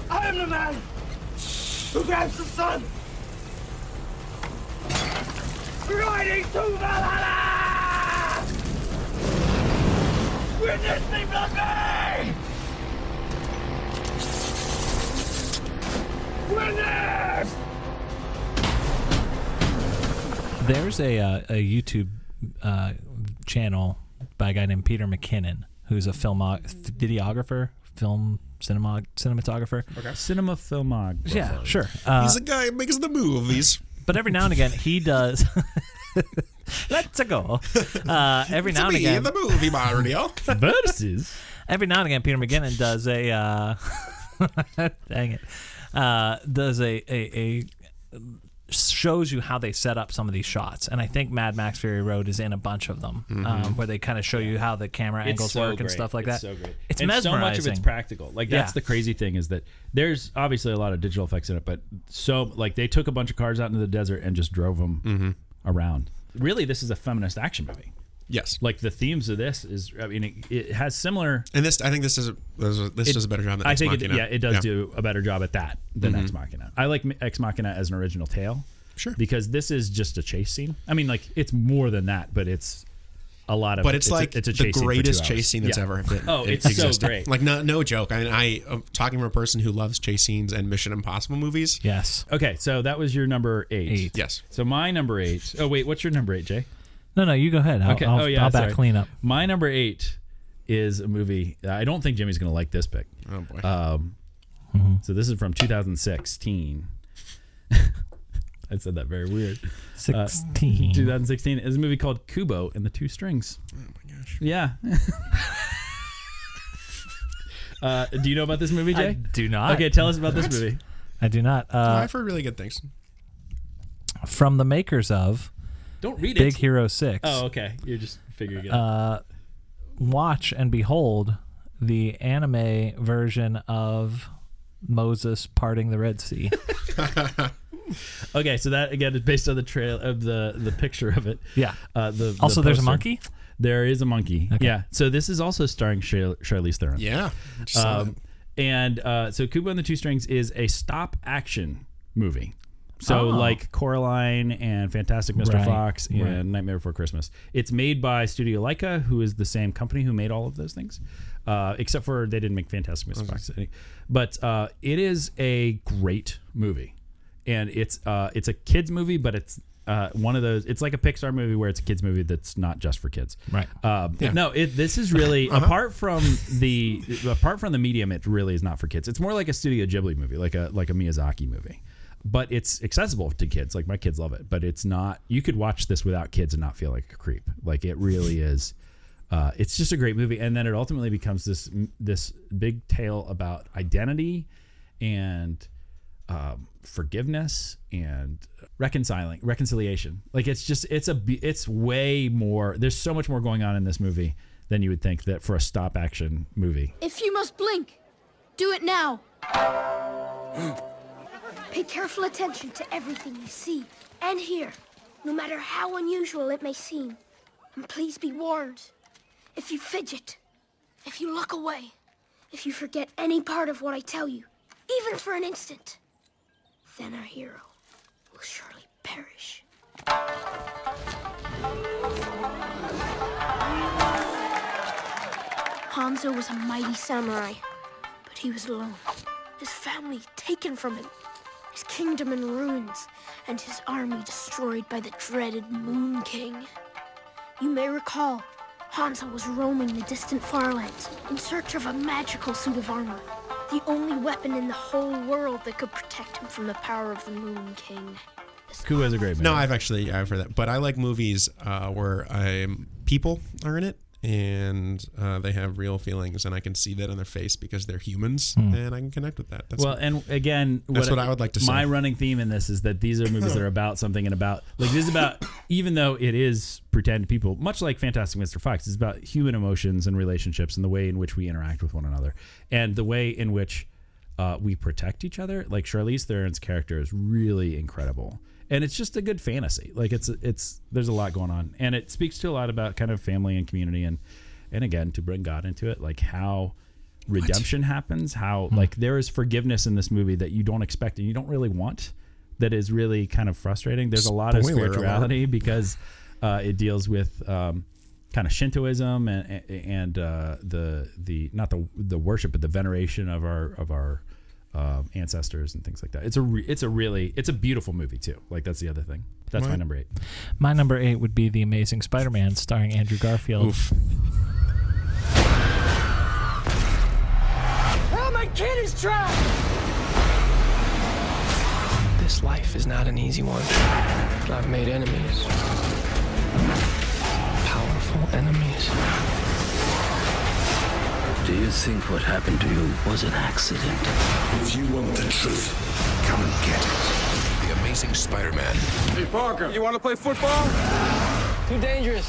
M: I am the man who grabs the sun, riding to Valhalla. Witness me, blood me! Witness!
C: There's a uh, a YouTube uh, channel by a guy named Peter McKinnon, who's a film videographer, film cinema cinematographer.
A: cinema filmography.
C: Yeah, sure. Uh,
D: He's the guy who makes the movies.
C: but every now and again, he does. Let's go. Uh, every now and
D: Me,
C: again,
D: the movie Mario.
A: Versus.
C: every now and again, Peter McGinnon does a uh, dang it, uh, does a, a a shows you how they set up some of these shots, and I think Mad Max Fury Road is in a bunch of them um, where they kind of show you how the camera angles work and stuff like
A: It's
C: that.
A: Mm-hmm. So great.
C: It's
A: and
C: mesmerizing.
A: so much of it's practical. Like that's
C: Yeah.
A: the crazy thing is that there's obviously a lot of
D: Mm-hmm.
A: digital effects in it, but so like they took a bunch of cars out into the desert and just drove them around. really this is a feminist action movie.
D: Yes.
A: Like the themes of this is, I mean, it, it has similar.
D: And this, I think this is a, this, is a- this
A: It-
D: does a better job. Than
A: I
D: Ex
A: think, it,
D: Machina. Mm-hmm.
A: yeah, it does do a better job at that than Ex Machina. I like Ex Machina as an original tale,
D: sure,
A: because this is just a chase scene. I mean, like it's more than that, but it's a lot of.
D: But it's,
A: a-
D: like
A: it's a
D: the
A: chase scene for two
D: greatest
A: hours.
D: chase scene that's
A: Yeah.
D: ever been.
A: Oh,
D: it
A: it's so
D: existed.
A: great.
D: Like no, no joke. I mean, I uh, talking from a person who loves chase scenes and Mission Impossible movies.
C: Yes.
A: Okay, so that was your number eight.
D: Yes.
A: So my number eight. Oh wait, what's your number eight, Jay? oh,
C: No, no, you go ahead. I'll, I'll, I'll back
A: sorry.
C: clean up.
A: My number eight is a movie. I don't think Jimmy's going to like this pick.
D: Oh boy.
A: Um,
C: Mm-hmm.
A: So this is from 2016. I said that very weird. Uh,
C: 16.
A: 2016 is a movie called Kubo and the Two Strings. Oh my gosh. Yeah. uh, do you know about this movie, Jay?
C: I do not.
A: Okay, tell us about this movie.
C: I do not. Uh,
D: I've heard really good things.
C: from the makers of
A: Don't read it.
C: Big Hero 6.
A: Oh, okay. You're just figuring it out.
C: uh, watch and behold the anime version of Moses parting the Red Sea.
A: Okay, so that again is based on the trail of the the picture of it.
C: Yeah.
A: Uh, the the
C: Also, there's a
A: poster.
C: monkey?
A: There is a monkey. Yeah. So this is also starring Shar- Charlize Theron.
D: Yeah, just saw
A: Um, and uh, so Kubo and the Two Strings is a stop action movie. So
C: Oh.
A: like Coraline and Fantastic Mr.
C: Right,
A: Fox and
C: right.
A: Nightmare Before Christmas. It's made by Studio Leica, who is the same company who made all of those things, uh, except for they didn't make Fantastic Mr. Fox. But uh, it is a great movie, and it's uh, it's a kids movie, but it's uh, one of those. It's like a Pixar movie where it's a kids movie that's not just for kids.
C: Right.
A: Um,
C: Yeah.
A: No, it, this is really
C: Uh-huh.
A: apart from the apart from the medium. It really is not for kids. It's more like a Studio Ghibli movie, like a like a Miyazaki movie. But it's accessible to kids. Like my kids love it. But it's not. You could watch this without kids and not feel like a creep. Like it really is. Uh, it's just a great movie, and then it ultimately becomes this this big tale about identity and um, forgiveness and reconciling reconciliation. Like it's just it's a be- it's way more. There's so much more going on in this movie than you would think that for a stop action movie.
N: If you must blink, do it now. Pay careful attention to everything you see and hear, no matter how unusual it may seem. And please be warned if you fidget, if you look away, if you forget any part of what I tell you, even for an instant, then our hero will surely perish. Hanzo was a mighty samurai, but he was alone. His family taken from him, his kingdom in ruins, and his army destroyed by the dreaded Moon King. You may recall, Hanzo was roaming the distant farlands in search of a magical suit of armor, the only weapon in the whole world that could protect him from the power of the Moon King.
A: Kubo is a great movie.
D: No, I've actually I've heard that, but I like movies uh, where um people are in it and uh, they have real feelings, and I can see that on their face because they're humans,
A: Hmm.
D: and I can connect with that. That's
A: well, and again,
D: that's what I would like to say.
A: My running theme in this is that these are movies that are about something and about like this is about even though it is pretend people, much like Fantastic Mr. Fox, it's about human emotions and relationships and the way in which we interact with one another and the way in which uh, we protect each other. Like Charlize Theron's character is really incredible. And it's just a good fantasy. Like it's it's there's a lot going on, and it speaks to a lot about kind of family and community, and and again to bring God into it, like how redemption happens how
D: Hmm.
A: like there is forgiveness in this movie that you don't expect and you don't really want that is really kind of frustrating there's a lot of
D: Spoiler alert.
A: spirituality because uh, it deals with um, kind of shintoism and and uh, the the not the the worship but the veneration of our of our um, ancestors and things like that it's a re- it's a really it's a beautiful movie too like that's the other thing that's my
C: Right.
A: number eight
C: My number eight would be The Amazing Spider Man starring Andrew Garfield.
M: Oh, my kid is trapped!
L: This life is not an easy one, but I've made enemies. Powerful enemies.
O: Do you think what happened to you was an accident? If you want the truth, come and get it. The Amazing Spider-Man.
M: Hey, Parker, you want to play football? Too dangerous.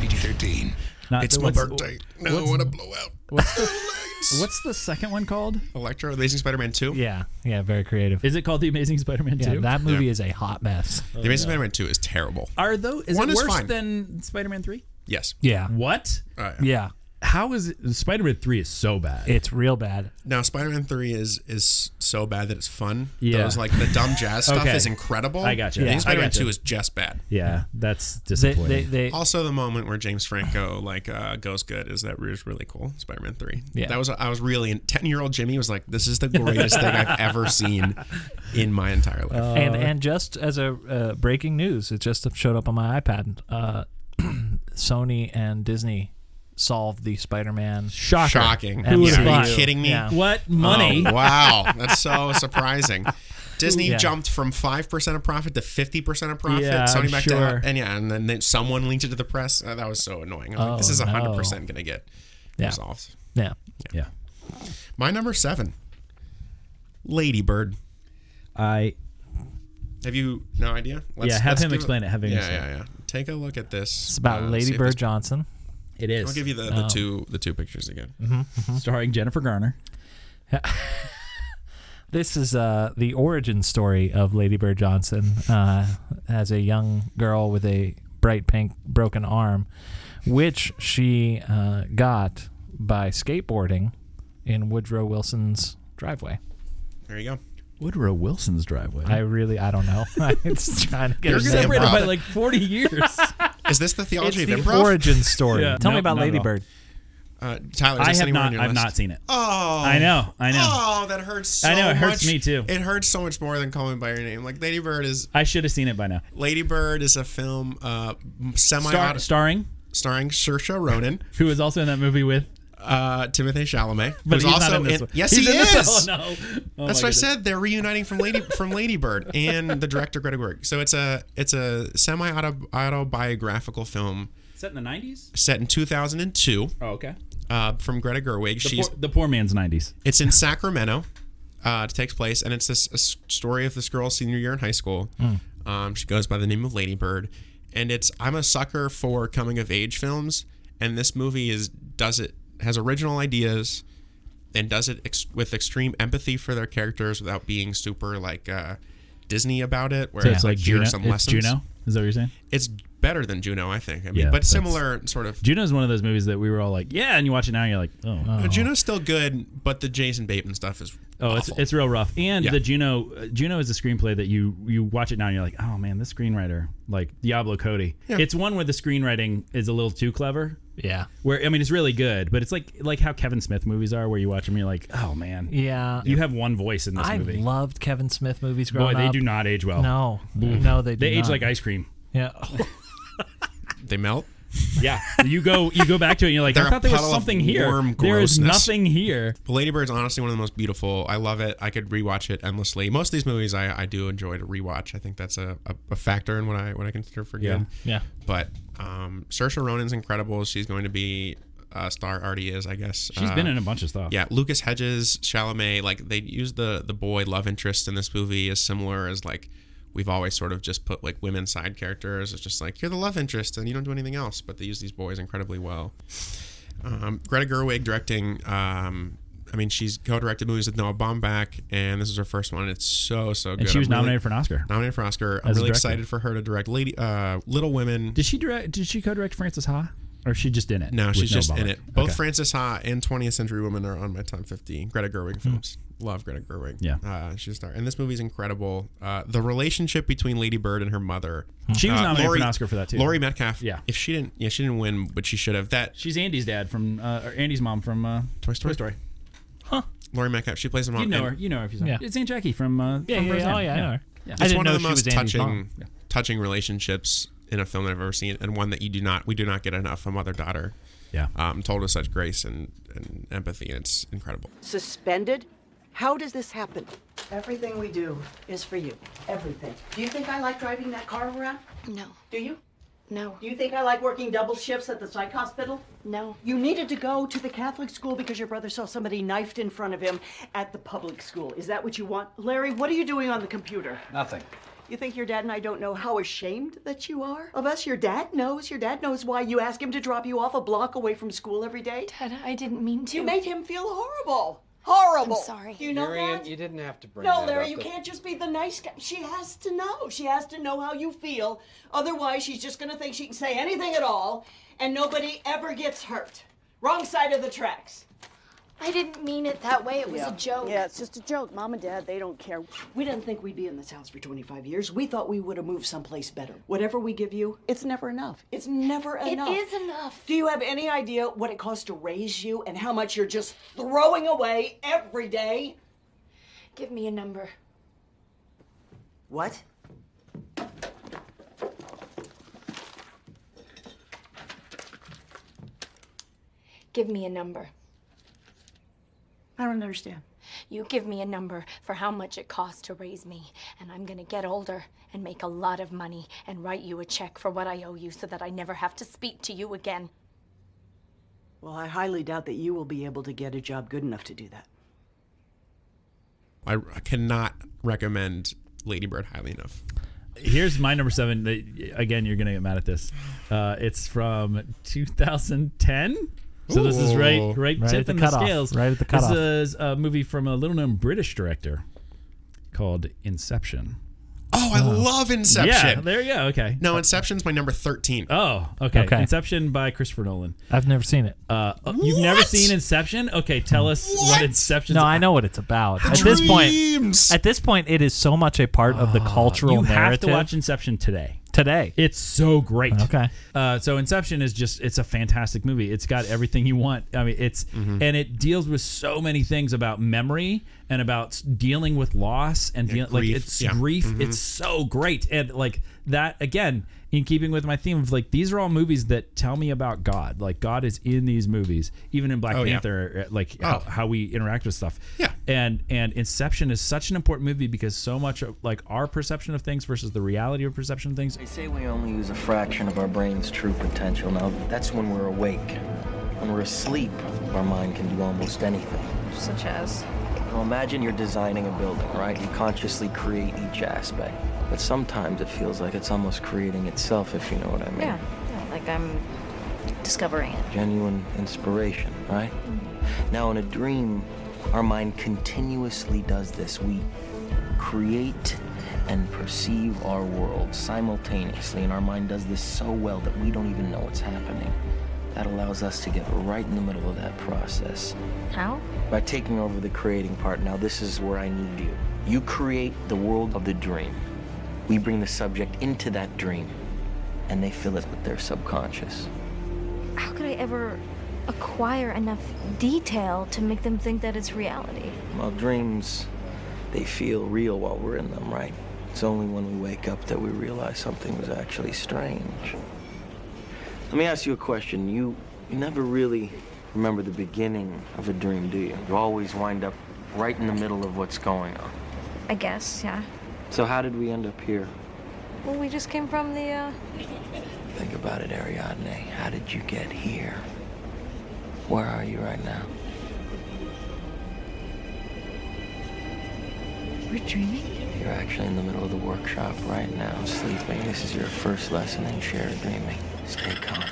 O: PG-13.
A: Not
O: It's
A: the-
O: my
A: what's-
O: birthday.
A: what's-
O: No, I want to blow out.
A: what's the,
D: Yes.
A: What's the second one called?
D: Electro Amazing Spider-Man Two.
C: Yeah, yeah, very creative.
A: Is it called The Amazing Spider-Man
C: Yeah,
A: Two?
C: that movie is a hot mess.
D: The Amazing Spider-Man Two is terrible.
A: Are though is
D: One
A: it
D: is
A: worse
D: fine.
A: than Spider-Man Three?
D: Yes.
C: Yeah.
A: What?
D: Uh,
C: Yeah.
A: How is it? Spider-Man Three is so bad.
C: It's real bad.
D: Now Spider-Man Three is is so bad that it's fun.
A: Yeah.
D: Those like the dumb jazz stuff
A: Okay.
D: is incredible.
A: I gotcha.
D: And
A: Yeah. I
D: Spider-Man
A: gotcha.
D: Two is just bad.
A: Yeah, that's disappointing.
D: also, the moment where James Franco like uh, goes good is that was really cool. Spider-Man Three.
C: Yeah.
D: That was I was really ten-year-old Jimmy was like, this is the greatest thing I've ever seen in my entire life.
C: and and just as a uh, breaking news, it just showed up on my iPad. Uh, Sony and Disney solved the Spider-Man.
A: Shocker.
D: Shocking.
C: Who would've
D: Yeah. Are
C: thought?
D: you kidding me?
C: Yeah.
A: What money?
D: Oh, wow. That's so surprising. Disney
A: Yeah.
D: jumped from 5% of profit to 50% of profit.
A: Yeah,
D: Sony
A: I'm
D: back
A: sure.
D: down. And yeah, and then they- someone linked it to the press. Uh, that was so annoying. I'm like,
C: Oh,
D: this is
C: no.
D: 100% going to get
C: Yeah.
D: resolved.
C: Yeah.
A: Yeah.
D: My number seven, Ladybird.
A: I
D: Have you no idea?
A: Yeah, have him
D: give
A: explain it. Have him
D: yeah,
A: explain
D: Yeah, yeah, Take a look at this.
C: It's about
D: Uh, see
C: Lady
D: if
C: Bird
D: this-
C: Johnson.
A: It is.
D: I'll give you the, the
C: Oh.
D: two the two pictures again.
A: Mm-hmm, starring Jennifer Garner.
C: This is uh, the origin story of Lady Bird Johnson uh, as a young girl with a bright pink broken arm, which she uh, got by skateboarding in Woodrow Wilson's driveway.
D: There you go.
A: Woodrow Wilson's driveway.
C: I really, I don't know. it's trying to get
A: They're
C: a name
A: separated
C: out.
A: by like 40 years.
D: Is this the theology
C: It's
D: of
C: the
D: improv?
C: origin story.
A: Yeah.
C: Tell me
A: Nope,
C: about
A: not at
C: Lady
A: all.
C: Bird.
D: Uh, Tyler,
A: I
D: is this
A: have
D: anywhere
A: not.
D: on your
A: I've
D: list?
A: not seen it.
D: Oh,
A: I know. I know.
D: Oh, that hurts. So
A: I know, it hurts
D: much.
A: me too.
D: It hurts so much more than calling by your name. Like Lady Bird is
A: I should have seen it by now.
D: Lady Bird is a film uh semi
A: Star- starring,
D: starring Saoirse Ronan,
A: who was also in that movie with.
D: uh Timothy Chalamet, who's
A: But he's
D: also
A: not in this one.
D: yes
A: He's
D: he
A: in
D: is.
A: this- oh, no. Oh, my
D: That's what I
A: goodness.
D: said. They're reuniting from Lady from Lady Bird and the director Greta Gerwig. So it's a it's a semi autobiographical film
A: Set in the 90s?
D: set in 2002
A: Oh, okay.
D: uh, from Greta Gerwig.
A: The,
D: She's
A: poor, the poor man's 90s.
D: It's in Sacramento. Uh, it takes place, and it's this a s- story of this girl senior year in high school.
A: Mm.
D: Um, she goes by the name of Ladybird, and it's I'm a sucker for coming of age films, and this movie is does it has original ideas, and does it ex- with extreme empathy for their characters without being super like uh, Disney about it. Where
A: So
D: it's like here
A: Juno.
D: are some
A: it's
D: lessons.
A: Juno. Is that what you're saying?
D: It's better than Juno, I think. I mean,
A: Yeah,
D: but
A: that's-
D: similar sort of.
A: Juno's one of those movies that we were all like, yeah, and you watch it now and you're like, oh.
D: Uh, Juno's still good, but the Jason Bateman stuff is
A: Oh, it's,
D: awful.
A: it's real rough. And
D: Yeah.
A: the Juno uh, Juno is a screenplay that you you watch it now and you're like, oh man, this screenwriter like Diablo Cody.
C: Yeah.
A: It's one where the screenwriting is a little too clever.
C: Yeah.
A: Where I mean, it's really good, but it's like like how Kevin Smith movies are, where you watch them, and you're like, oh man,
C: Yeah.
A: you have one voice in this
C: I
A: movie.
C: loved Kevin Smith movies
A: Boy,
C: growing
A: they
C: up.
A: do not age well.
C: No,
A: Oof.
C: no, they do
A: they age
C: not.
A: like ice cream.
C: Yeah.
D: they melt.
A: Yeah, you go you go back to it, and you're like,
D: They're
A: I
D: a
A: thought there was
D: puddle of
A: something here.
D: warm
A: there is
D: grossness.
A: nothing here.
D: But Ladybird's honestly one of the most beautiful. I love it. I could rewatch it endlessly. Most of these movies I, I do enjoy to rewatch. I think that's a, a, a factor in what I what I consider for
A: Yeah.
D: good.
C: Yeah.
D: But um Saoirse Ronan's incredible. She's going to be a star already is, I guess.
A: She's
D: Uh,
A: been in a bunch of stuff.
D: Yeah, Lucas Hedges, Chalamet, like they use the the boy love interest in this movie is similar as like we've always sort of just put like women side characters. It's just like you're the love interest and you don't do anything else, but they use these boys incredibly well. Um, Greta Gerwig directing. Um, I mean, she's co-directed movies with Noah Baumbach, and this is her first one. It's so so good.
A: and she was
D: I'm really-
A: nominated for an Oscar.
D: nominated for an Oscar. I'm
A: As a
D: really
A: director.
D: excited for her to direct Lady uh, Little Women.
A: Did she direct? Did she co-direct Frances Ha? Or is she just in it?
D: No,
A: with
D: she's just
A: Obama?
D: in it. Both
A: Okay.
D: Frances Ha and 20th Century Women are on my top 50 Greta Gerwig films. Love Greta Gerwig.
A: Hmm. Yeah.
D: uh, she's a star, and this movie's incredible. Uh, the relationship between Lady Bird and her mother.
A: Hmm. She was
D: Uh,
A: nominated
D: Laurie-
A: for an Oscar for that too.
D: Laurie Metcalf.
A: Yeah.
D: if she didn't, yeah, she didn't win, but she should have. That
A: She's Andy's dad from, uh, or Andy's mom from uh,
D: Toy Story.
A: Story.
D: Laurie Metcalf. She plays the mom.
A: You know
D: and-
A: her. You know her if you saw her.
C: Yeah.
A: It's Aunt Jackie from,
C: Yeah,
A: uh, from
C: yeah, yeah.
A: Roseanne.
C: Oh, yeah, I know her. I
D: It's
C: didn't
D: one
C: know
D: of the
C: she
D: most
C: was Andy's
D: touching,
C: mom.
D: touching relationships in a film that I've ever seen, and one that you do not, we do not get enough. A mother daughter,
A: Yeah.
D: um, told with such grace and, and empathy, and it's incredible.
P: Suspended? How does this happen?
Q: Everything we do is for you. Everything. Do you think I like driving that car around?
N: No,
Q: Do you?
N: no,
Q: Do you think I like working double shifts at the psych hospital?
N: no.
Q: You needed to go to the Catholic school because your brother saw somebody knifed in front of him at the public school. Is that what you want? Larry, what are you doing on the computer?
R: Nothing.
P: You think your dad and I don't know how ashamed that you are of us? Your dad knows. Your dad knows why you ask him to drop you off a block away from school every day.
N: Dad, I didn't mean to.
P: You made him feel horrible. Horrible.
N: I'm sorry.
P: Do you know
R: Marianne,
P: that?
R: you didn't have to bring
P: No,
R: that
P: Larry,
R: up.
P: you
R: The-
P: can't just be the nice guy. She has to know. She has to know how you feel. Otherwise, she's just going to think she can say anything at all, and nobody ever gets hurt. Wrong side of the tracks.
N: I didn't mean it that way. It was a joke.
P: Yeah, it's just a joke. Mom and Dad, they don't care. We didn't think we'd be in this house for 25 years. We thought we would have moved someplace better. Whatever we give you, it's never enough. It's never enough.
N: It is enough.
P: Do you have any idea what it costs to raise you and how much you're just throwing away every day?
N: Give me a number.
P: What?
N: Give me a number.
P: I don't understand.
N: You give me a number for how much it costs to raise me, and I'm gonna get older and make a lot of money and write you a check for what I owe you so that I never have to speak to you again.
P: Well, I highly doubt that you will be able to get a job good enough to do that.
D: I I cannot recommend Ladybird highly enough.
A: Here's my number seven. that- Again, you're gonna get mad at this. Uh, it's from 2010. So this is right,
C: Ooh.
A: right,
C: Right at
A: tip
C: the
A: in
C: cutoff.
A: scales.
C: Right at the cutoff.
A: This is a movie from a little-known British director called Inception.
D: Oh, I love Inception.
A: Yeah, there you go. Okay.
D: No, Inception's my number 13.
A: Oh, Okay.
C: Okay.
A: Inception by Christopher Nolan.
C: I've never seen it.
A: Uh, oh, you've never
C: What?
A: seen Inception? Okay, tell us what, Inception.
C: No, I know what it's about. At this point, at this point, it is so much a part of the cultural
A: Ah. you have
C: narrative.
A: to watch Inception today.
C: Today,
A: it's so great.
C: Okay,
A: Uh, so Inception is just it's a fantastic movie. It's got everything you want. I mean, it's
D: Mm-hmm.
A: and it deals with so many things about memory and about s- dealing with loss and deal- like
D: grief.
A: it's
D: Yeah.
A: grief.
D: Mhm.
A: It's so great and like that again in keeping with my theme of like these are all movies that tell me about God. Like God is in these movies, even in Black
D: Oh, yeah.
A: Panther. uh, Like how, how we interact with stuff. Yeah. And and Inception is such an important movie because so much of like our perception of things versus the reality of perception of things
L: They say we only use a fraction of our brain's true potential. Now, that's when we're awake. When we're asleep, our mind can do almost anything.
S: Such as?
L: Now, imagine you're designing a building, right? You consciously create each aspect. But sometimes it feels like it's almost creating itself, if you know what I mean.
S: Yeah. yeah, like I'm discovering it.
L: Genuine inspiration, right? Now, in a dream, our mind continuously does this. We create and perceive our world simultaneously, and our mind does this so well that we don't even know what's happening. That allows us to get right in the middle of that process.
S: How?
L: By taking over the creating part, now this is where I need you. You create the world of the dream. We bring the subject into that dream, and they fill it with their subconscious.
S: How could I ever acquire enough detail to make them think that it's reality?
L: Well, dreams, they feel real while we're in them, right? It's only when we wake up that we realize something's actually strange. Let me ask you a question. You, you never really remember the beginning of a dream, do you? You always wind up right in the middle of what's going on.
S: I guess, yeah.
L: So, how did we end up here?
S: Well, we just came from the, uh,
L: Think about it, Ariadne. How did you get here? Where are you right now?
S: we're dreaming?
L: You're actually in the middle of the workshop right now, sleeping. This is your first lesson in shared dreaming. Stay calm.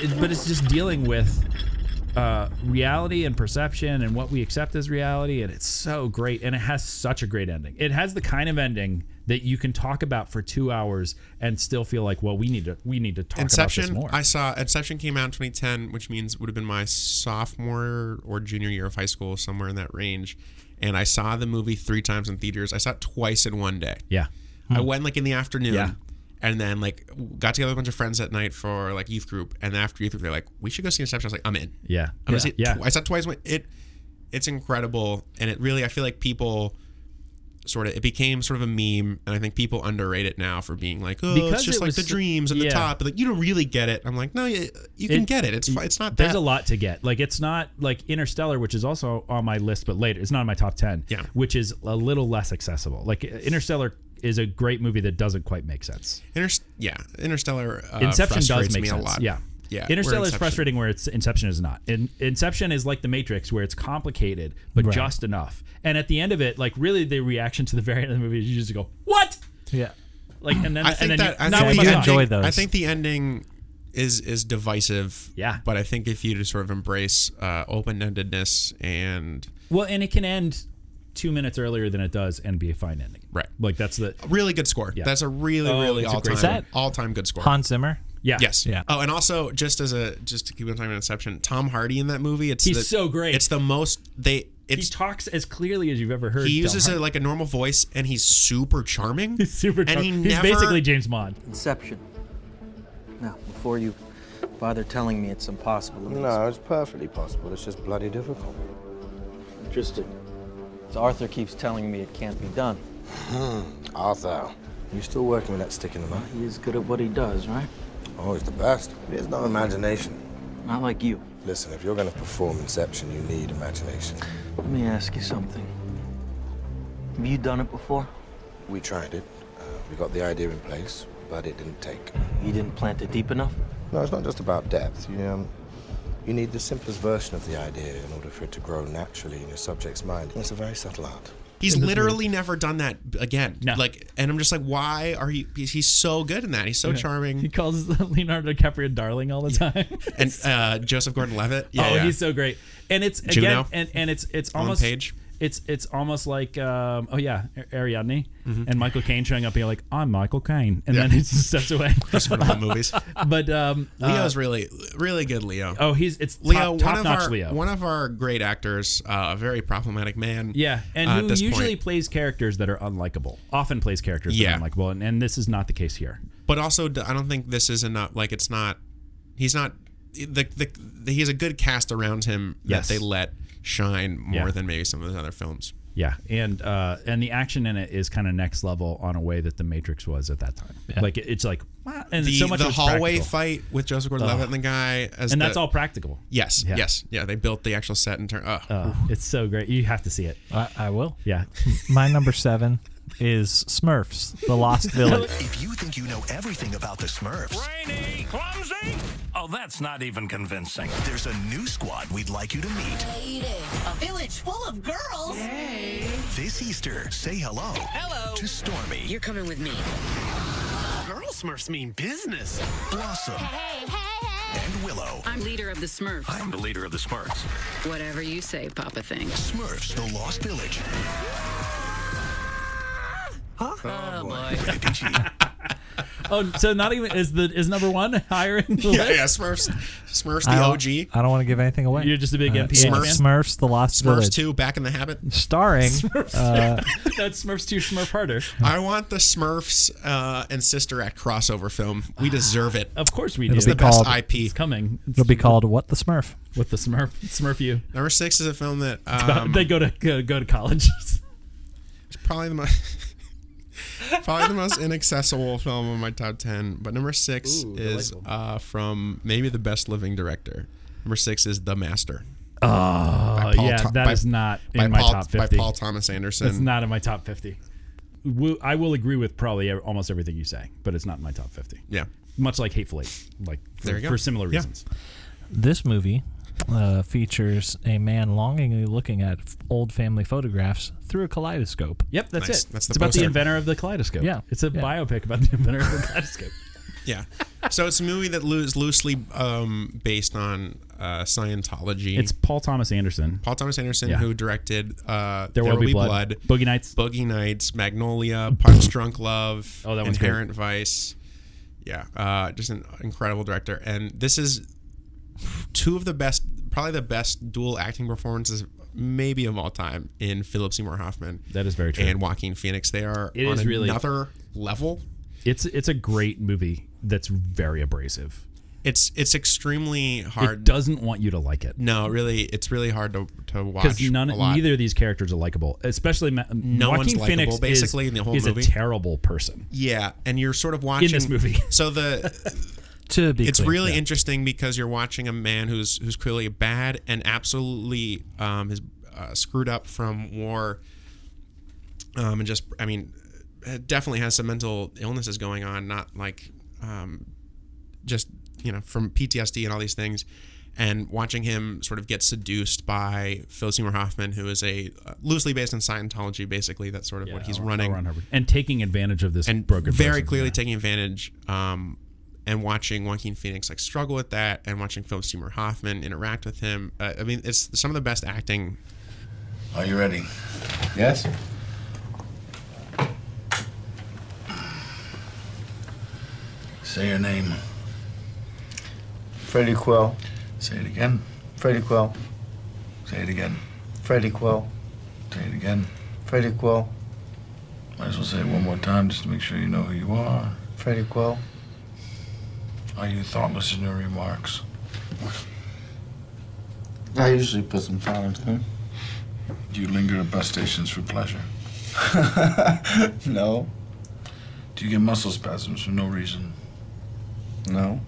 A: it, but it's just dealing with uh, reality and perception and what we accept as reality and it's so great and it has such a great ending it has the kind of ending that you can talk about for two hours and still feel like well we need to we need to talk about
D: Inception.
A: this more
D: I saw Inception came out in 2010, which means it would have been my sophomore or junior year of high school, somewhere in that range. And I saw the movie three times in theaters. I saw it twice in one day.
A: Yeah.
D: I
A: Hmm.
D: went like in the afternoon.
A: Yeah.
D: And then like w- got together with a bunch of friends at night for like youth group. And after youth group, they're like, "We should go see Inception." I was like, "I'm in."
A: Yeah.
D: I'm gonna
A: Yeah.
D: see it.
A: Yeah.
D: tw- I saw it twice. Went- It. It's incredible, and it really. I feel like people. Sort of, it became sort of a meme, and I think people underrate it now for being like, "Oh, it's
A: Because
D: just
A: it
D: like
A: was
D: the
A: so-
D: dreams at the
A: yeah.
D: top." But like, you don't really get it. I'm like, "No, you, you can get it. It's fi- it's not that."
A: There's a lot to get. Like it's not like Interstellar, which is also on my list, but later it's not in my top ten. Yeah, which is a little less accessible. Like Interstellar is a great movie that doesn't quite make sense.
D: Inter- yeah, Interstellar. Uh,
A: Inception does
D: frustrates
A: make
D: me
A: sense.
D: a lot.
A: Yeah.
D: yeah. we're
A: Interstellar is
D: Inception.
A: frustrating where it's Inception is not. In, Inception is like the Matrix where it's complicated but
C: Right.
A: just enough. And at the end of it, like really the reaction to the very end of the movie is you just go, "What?"
C: yeah.
A: Like and then
D: I think
A: and then
D: that
A: you,
D: I
A: now
D: think the
A: we must
D: ending-
A: enjoy those.
D: I think the ending is is divisive. Yeah. But I think if you just sort of embrace uh, open endedness and
A: Well, and it can end two minutes earlier than it does and be a fine ending.
D: Right.
A: Like that's the Oh,
D: really good score. That's a really really all time all time good score.
C: Hans Zimmer.
A: Yeah.
D: Yes. Oh, and also just as a just to keep on talking about Inception, Tom Hardy in that movie. It's
A: He's
D: the-
A: so great.
D: It's the most they. It's
A: he talks as clearly as you've ever heard.
D: he uses
A: Tom
D: a,
A: Hardy.
D: like a normal voice, and he's super charming.
A: He's super
D: And he
A: charming.
D: never,
A: He's basically James Bond.
L: Inception. Now, before you bother telling me it's impossible. it is.
R: No, it's perfectly possible. It's just bloody difficult.
L: Interesting. So Arthur keeps telling me it can't be done.
R: Hmm. Arthur, you still working with that stick in the mud?
L: He is good at what he does, right?
R: Oh, he's the best. He has no imagination.
L: Not like you.
R: Listen, if you're going to perform Inception, you need imagination.
L: Let me ask you something. Have you done it before?
R: We tried it. Uh, we got the idea in place, but it didn't take.
L: You didn't plant it deep enough?
R: No, it's not just about depth. You, um, you need the simplest version of the idea in order for it to grow naturally in your subject's mind. It's a very subtle art.
D: He's literally never done that again. Like, and I'm just like, why are you? He's, he's so good in that. He's so
A: Yeah.
D: charming.
A: He calls Leonardo DiCaprio darling all the time.
D: and uh, Joseph Gordon-Levitt. Yeah,
A: oh,
D: yeah.
A: he's so great. And it's again,
D: Juno.
A: and and it's it's
D: On
A: almost
D: page.
A: It's it's almost like um, oh yeah, A- Ariadne and Michael Caine showing up. and You're like, I'm Michael Caine,
D: Mm-hmm.
A: and
D: Yeah.
A: then he just steps away.
D: That's one of my movies.
A: But um,
D: Leo's
A: uh,
D: really, really good. Leo.
A: Oh, he's it's
D: Leo,
A: top,
D: one of
A: notch
D: our
A: Leo.
D: one of our great actors, uh, a very problematic man.
A: yeah, and
D: uh, at
A: who
D: this
A: usually
D: point.
A: plays characters that are unlikable. Often plays characters
D: Yeah.
A: that are unlikable, and, and this is not the case here.
D: but also d- I don't think this is enough. Like it's not, he's not the the, the he has a good cast around him
A: Yes.
D: that they let shine more
A: Yeah.
D: than maybe some of his other films.
A: Yeah, and uh, and the action in it is kind of next level on a way that the Matrix was at that time. Like it, it's like wow, and
D: the,
A: so much
D: the
A: was
D: hallway
A: practical.
D: fight with Joseph
A: Ugh.
D: Gordon-Levitt and the guy, as
A: and
D: the-
A: that's all practical.
D: Yes,
A: Yeah.
D: yes, yeah. They built the actual set and turn. Oh,
A: Uh, it's so great. You have to see it.
C: I, I will.
A: Yeah.
C: My number seven is Smurfs: The Lost Village.
T: If you think you know everything about the Smurfs, Rainy, clumsy. Oh, that's not even convincing. There's a new squad we'd like you to meet
M: A village full of girls.
T: this Easter. Say hello. Hello. To Stormy. You're coming with me. Girl Smurfs mean business. Blossom. Hey, hey, hey. And Willow.
U: I'm leader of the Smurfs.
T: I'm the leader of the Smurfs.
U: Whatever you say, Papa Thing.
T: Smurfs: The Lost Village.
U: Huh? Oh, boy.
A: Oh, so not even is the is number one higher in the
D: yeah,
A: list?
D: yeah. Smurfs, Smurfs
C: I
D: the
C: don't-
D: OG,
C: I don't want to give anything away.
A: You're just a big NPS
C: yeah,
A: fan?
C: Smurfs: The Lost
D: Smurfs
C: Village.
D: two, back in the habit.
C: Starring. uh,
A: That's Smurfs two, Smurf harder.
D: I want the Smurfs uh, and Sister Act crossover film. We deserve it.
A: Ah, Of course we
D: It's
A: do.
D: the best
C: called-
D: IP. It's
A: coming.
C: it'll be called What the Smurf.
A: With the Smurf Smurf you.
D: Number six is a film that
A: It's about-
D: um,
A: they go to go, go to college.
D: probably the most probably the most inaccessible film on my top ten. But number six
A: Ooh,
D: is
A: delightful.
D: uh, from maybe the best living director. Number six is The Master.
A: Oh,
D: By Paul
A: yeah,
D: Tho-
A: that
D: by-
A: is not
D: by
A: in my
D: Paul-
A: top
D: by
A: 50.
D: Paul Thomas Anderson.
A: That's not in my top 50. Wo- I will agree with probably ev- almost everything you say, but it's not in my top 50.
D: Yeah.
A: Much like Hateful Eight, like for,
D: There you go.
A: for similar
D: Yeah.
A: reasons.
C: This movie uh, features a man longingly looking at f- old family photographs through a kaleidoscope.
A: Yep, that's
D: Nice.
A: it.
D: That's the
A: it's about the
D: poster.
A: inventor of the kaleidoscope.
C: Yeah.
A: It's a
C: Yeah.
A: biopic about the inventor of the kaleidoscope.
D: Yeah. So it's a movie that lo- is loosely um, based on uh, Scientology.
A: It's Paul Thomas Anderson.
D: Paul Thomas Anderson,
A: Yeah.
D: who directed uh,
A: There Will Be Blood, Boogie Nights,
D: Boogie Nights, Magnolia, Punch Drunk Love,
A: Oh, that one's great.
D: Inherent Vice. Yeah, uh, just an incredible director. And this is two of the best, probably the best dual acting performances, maybe of all time, in Philip Seymour Hoffman.
A: That is very true.
D: And Joaquin Phoenix. They are
A: It
D: on
A: is really-
D: another level.
A: It's it's a great movie that's very abrasive.
D: It's it's extremely
A: It
D: hard.
A: doesn't want you to like it
D: no, really, it's really hard to, to watch.
A: because none
D: a lot.
A: neither of these characters are likable. Especially Ma-
D: No one's
A: Joaquin
D: likable,
A: Phoenix is-
D: basically, in the whole
A: is
D: movie.
A: a terrible person.
D: Yeah, and you're sort of watching
A: this movie.
D: So the
C: To be
D: it's
C: clear,
D: really
C: yeah.
D: interesting because you're watching a man who's who's clearly bad and absolutely um, is uh, screwed up from war, um, and just I mean, uh, definitely has some mental illnesses going on. Not like um, just you know from PTSD and all these things, and watching him sort of get seduced by Phil Seymour Hoffman, who is a uh, loosely based on Scientology, basically that's sort of what he's running,
A: Ron Hubbard. and taking advantage of this
D: and
A: broken
D: very
A: person.
D: clearly taking advantage. Um, and watching Joaquin Phoenix like struggle with that, and watching Phil Seymour Hoffman interact with him. Uh, I mean, it's some of the best acting
O: Are you ready? Yes? Say your name.
R: Freddie Quill.
O: Say it again.
R: Freddie Quill.
O: Say it again.
R: Freddie Quill.
O: Say it again.
R: Freddie Quill.
O: Might as well say it one more time just to make sure you know who you are.
R: Freddie Quill.
O: Are you thoughtless in your remarks?
R: I usually put some thought into them.
O: Do you linger at bus stations for pleasure?
R: No.
O: Do you get muscle spasms for no reason?
R: No.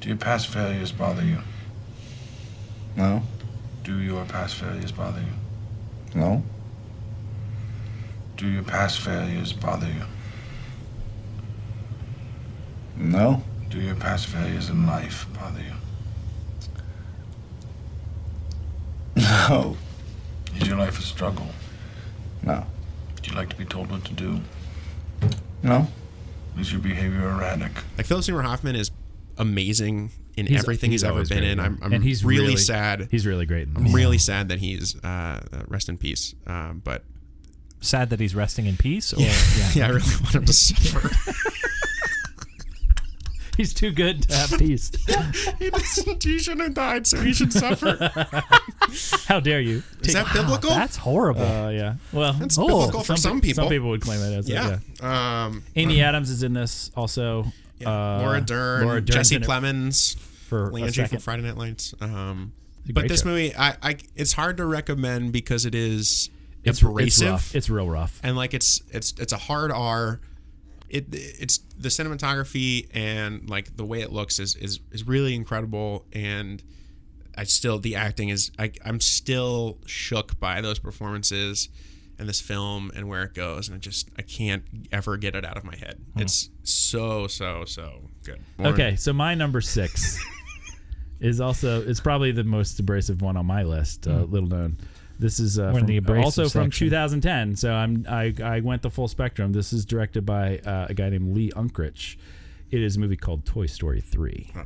O: Do your past failures bother you?
R: No.
O: Do your past failures bother you?
R: No.
O: Do your past failures bother you?
R: No.
O: Do your past failures in life bother you?
R: No.
O: Is your life a struggle?
R: No.
O: Do you like to be told what to do?
R: No.
O: Is your behavior erratic?
D: Like Philip Seymour Hoffman is amazing in
A: He's-
D: everything he's,
A: he's
D: ever
A: always
D: been
A: great,
D: in.
A: yeah.
D: I'm, I'm
A: And he's
D: really,
A: really-
D: sad.
A: he's really great in
D: I'm
A: this.
D: really sad that he's uh, uh, rest in peace. Um, but
C: Sad that he's resting in peace. Or,
D: yeah, yeah, I really want him to suffer.
C: He's too good to have peace.
D: he, doesn't, he shouldn't have died, so he should suffer.
A: How dare you?
D: Is that biblical?
C: That's horrible.
A: Uh, yeah. Well,
D: That's
C: oh,
D: biblical for
A: pe-
D: some people.
A: Some people would claim it as
D: yeah.
A: yeah.
D: Um,
A: Amy Adams is in this also. Uh,
D: Laura Dern,
A: Laura Dern's
D: Jesse
A: in it
D: Plemons,
A: for a
D: Landry from
A: second.
D: Friday Night Lights. Um,
A: It's a
D: but
A: great
D: this
A: show.
D: movie, I, I, it's hard to recommend because it is
A: It's, it's
D: abrasive.
A: rough. It's real rough.
D: and like it's it's it's a hard R. It it's the cinematography and like the way it looks is is is really incredible and. I still the acting is I, I'm still shook by those performances and this film and where it goes and I just I can't ever get it out of my head. It's so so so good. Warren,
A: Hmm. Okay, so my number six is also it's probably the most abrasive one on my list.
D: Hmm.
A: Uh, little known. This is uh,
C: We're in
A: from-
C: the abrasive
A: also from
C: section.
A: 2010. So I'm I, I went the full spectrum. This is directed by uh, a guy named Lee Unkrich. It is a movie called Toy Story 3.
D: Uh,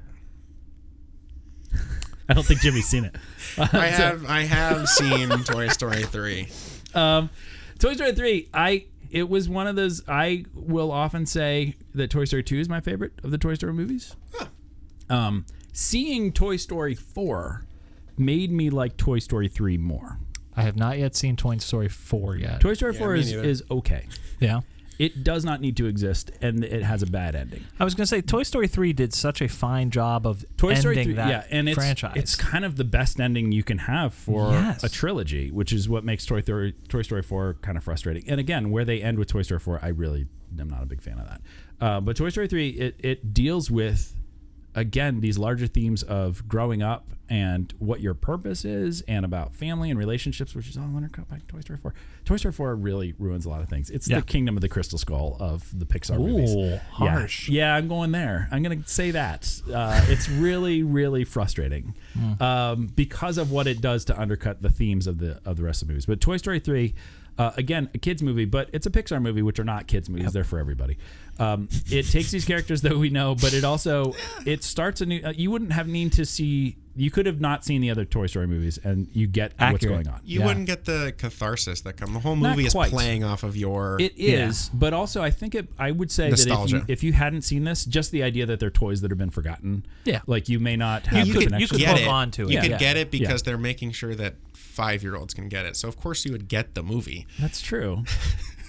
A: I don't think Jimmy's seen it.
D: I have I have seen Toy Story three.
A: Um, Toy Story 3, I it was one of those I will often say that Toy Story 2 is my favorite of the Toy Story movies. Um, seeing Toy Story 4 made me like Toy Story 3 more.
C: I have not yet seen Toy Story 4 yet.
A: Toy Story
D: Yeah,
A: 4
D: me
A: is,
D: neither.
A: is okay.
C: yeah.
A: It does not need to exist and it has a bad ending.
C: I was going to say Toy Story 3 did such a fine job of
A: Toy
C: ending
A: Story 3
C: that
A: yeah, and it's
C: franchise.
A: it's kind of the best ending you can have for
C: Yes.
A: a trilogy, which is what makes Toy Story Toy Story 4 kind of frustrating. And again, where they end with Toy Story 4, I really am not a big fan of that. Uh, but Toy Story 3 it it deals with again these larger themes of growing up and what your purpose is and about family and relationships which is all undercut by toy story 4 toy story 4 really ruins a lot of things it's
C: Yeah.
A: the kingdom of the crystal skull of the pixar
C: Ooh,
A: movies
C: harsh.
A: yeah. Yeah, I'm going there. I'm going to say that. Uh, it's really, really frustrating
C: Hmm.
A: um, because of what it does to undercut the themes of the of the rest of the movies. But Toy Story 3, uh, again, a kids movie, but it's a Pixar movie, which are not kids movies. They're for everybody. Um, it takes these characters that we know, but it also it starts a new. Uh, you wouldn't have need to see. You could have not seen the other Toy Story movies, and you get what's
C: Accurate.
A: going on.
D: You
C: Yeah.
D: wouldn't get the catharsis that come. The whole
A: Not
D: movie is
A: quite.
D: playing off of your
A: It is, but also I think it. I would say
D: Nostalgia.
A: that if you, if you hadn't seen this, just the idea that they're toys that have been forgotten,
C: Yeah.
A: like you may not have
C: you
A: the
C: could- you
A: connection.
C: could
D: get
C: hook
D: it.
C: on to
D: You
C: it.
D: can
C: Yeah.
D: get it
A: Yeah.
D: because they're making sure that five year olds can get it. So of course you would get the movie.
A: That's true.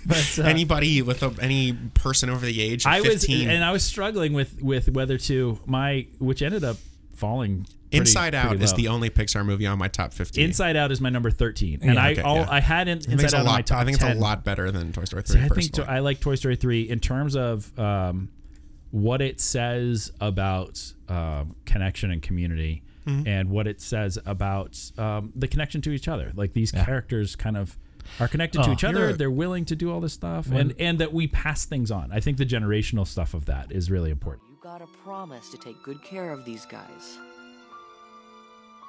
A: But uh,
D: Anybody with a, any person over the age of
A: I was,
D: fifteen,
A: and I was struggling with with whether to my, which ended up falling. pretty-
D: Inside Out
A: pretty
D: is
A: low.
D: the only Pixar movie on my top fifteen.
A: Inside Out is my number thirteen, and
D: Yeah,
A: I
D: okay,
A: all,
D: yeah.
A: I hadn't
D: I think
A: Inside
D: it's a
A: Out on my
D: lot.
A: top
D: I think it's
A: 10.
D: a lot better than Toy Story
A: See,
D: three.
A: I think to,
D: personally.
A: I like Toy Story three in terms of um, what it says about um, connection and community,
D: Mm-hmm.
A: and what it says about um, the connection to each other. Like these characters kind of are connected to
C: Oh,
A: each other.
D: you're-
A: They're willing to do all this stuff,
C: When-
A: and and that we pass things on. I think the generational stuff of that is really important.
B: You've got to promise to take good care of these guys.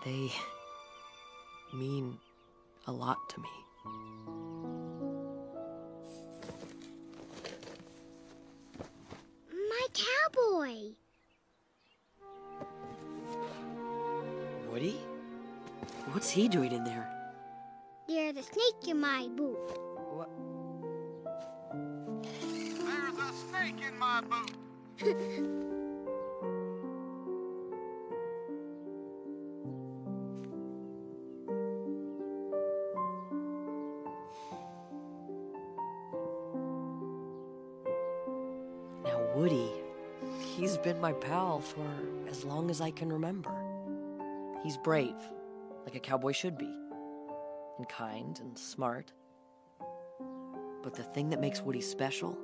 B: They mean a lot to me.
V: My cowboy.
B: Woody? What's he doing in there?
V: There's a snake in my boot.
M: There's a snake in my boot.
B: Now, Woody, he's been my pal for as long as I can remember. He's brave, like a cowboy should be, and kind and smart. But the thing that makes Woody special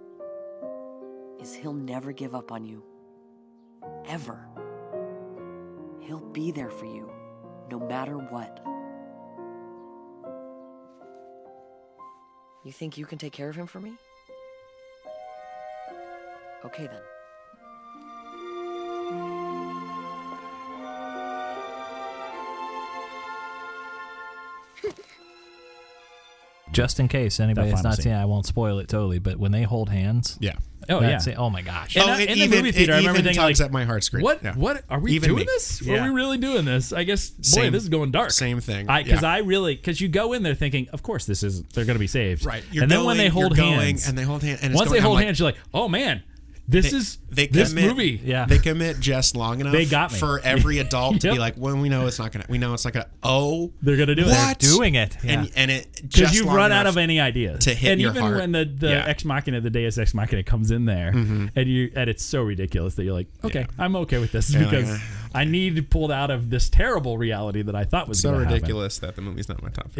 B: is he'll never give up on you. Ever. He'll be there for you, no matter what. You think you can take care of him for me? Okay then.
C: Just in case anybody has
A: final
C: not seen it, I won't spoil it totally. But when they hold hands,
D: yeah.
A: Oh,
C: that's
A: yeah.
C: It. Oh my gosh.
A: And
D: Oh,
A: I-
D: it
A: in
D: even-
A: the movie theater,
D: it
A: I remember
D: even
A: thinking
D: tugs
A: like,
D: at my heartstrings.
A: What?
D: Yeah.
A: What are we
D: Even
A: doing
D: me.
A: this?
D: Yeah.
A: Were we really doing this? I guess. boy,
D: Same-
A: this is going dark.
D: same thing.
A: Because
D: Yeah.
A: I really, because you go in there thinking, of course, this is they're going to be saved,
D: Right. You're
A: and then when
D: going-
A: they
D: you're
A: hold
D: going,
A: hands,
D: and they hold hand- and it's
A: once
D: going-
A: they hold
D: I'm like-
A: hands, you're like, oh man, this
D: They-
A: is
D: they
A: this
D: commit-
A: movie.
D: They commit just long enough.
A: They got me.
D: for every adult to be like, "When we know it's not gonna, we know it's not gonna." Oh,
A: They're gonna do it.
D: what?
A: They're doing
C: it,
D: and
A: yeah.
D: and it
A: because
D: just
A: you've
D: long
A: run out
D: enough
A: of any ideas
D: to hit
A: and
D: your
A: even
D: heart.
A: when the, the
D: Yeah. Mm-hmm.
A: ex machina the deus ex machina comes in there and you and it's so ridiculous that you're like okay i'm okay with this
D: Yeah, like,
A: because
D: uh,
A: i need pulled out of this terrible reality that i thought was
D: so
A: gonna happen.
D: ridiculous that the movie's not my top.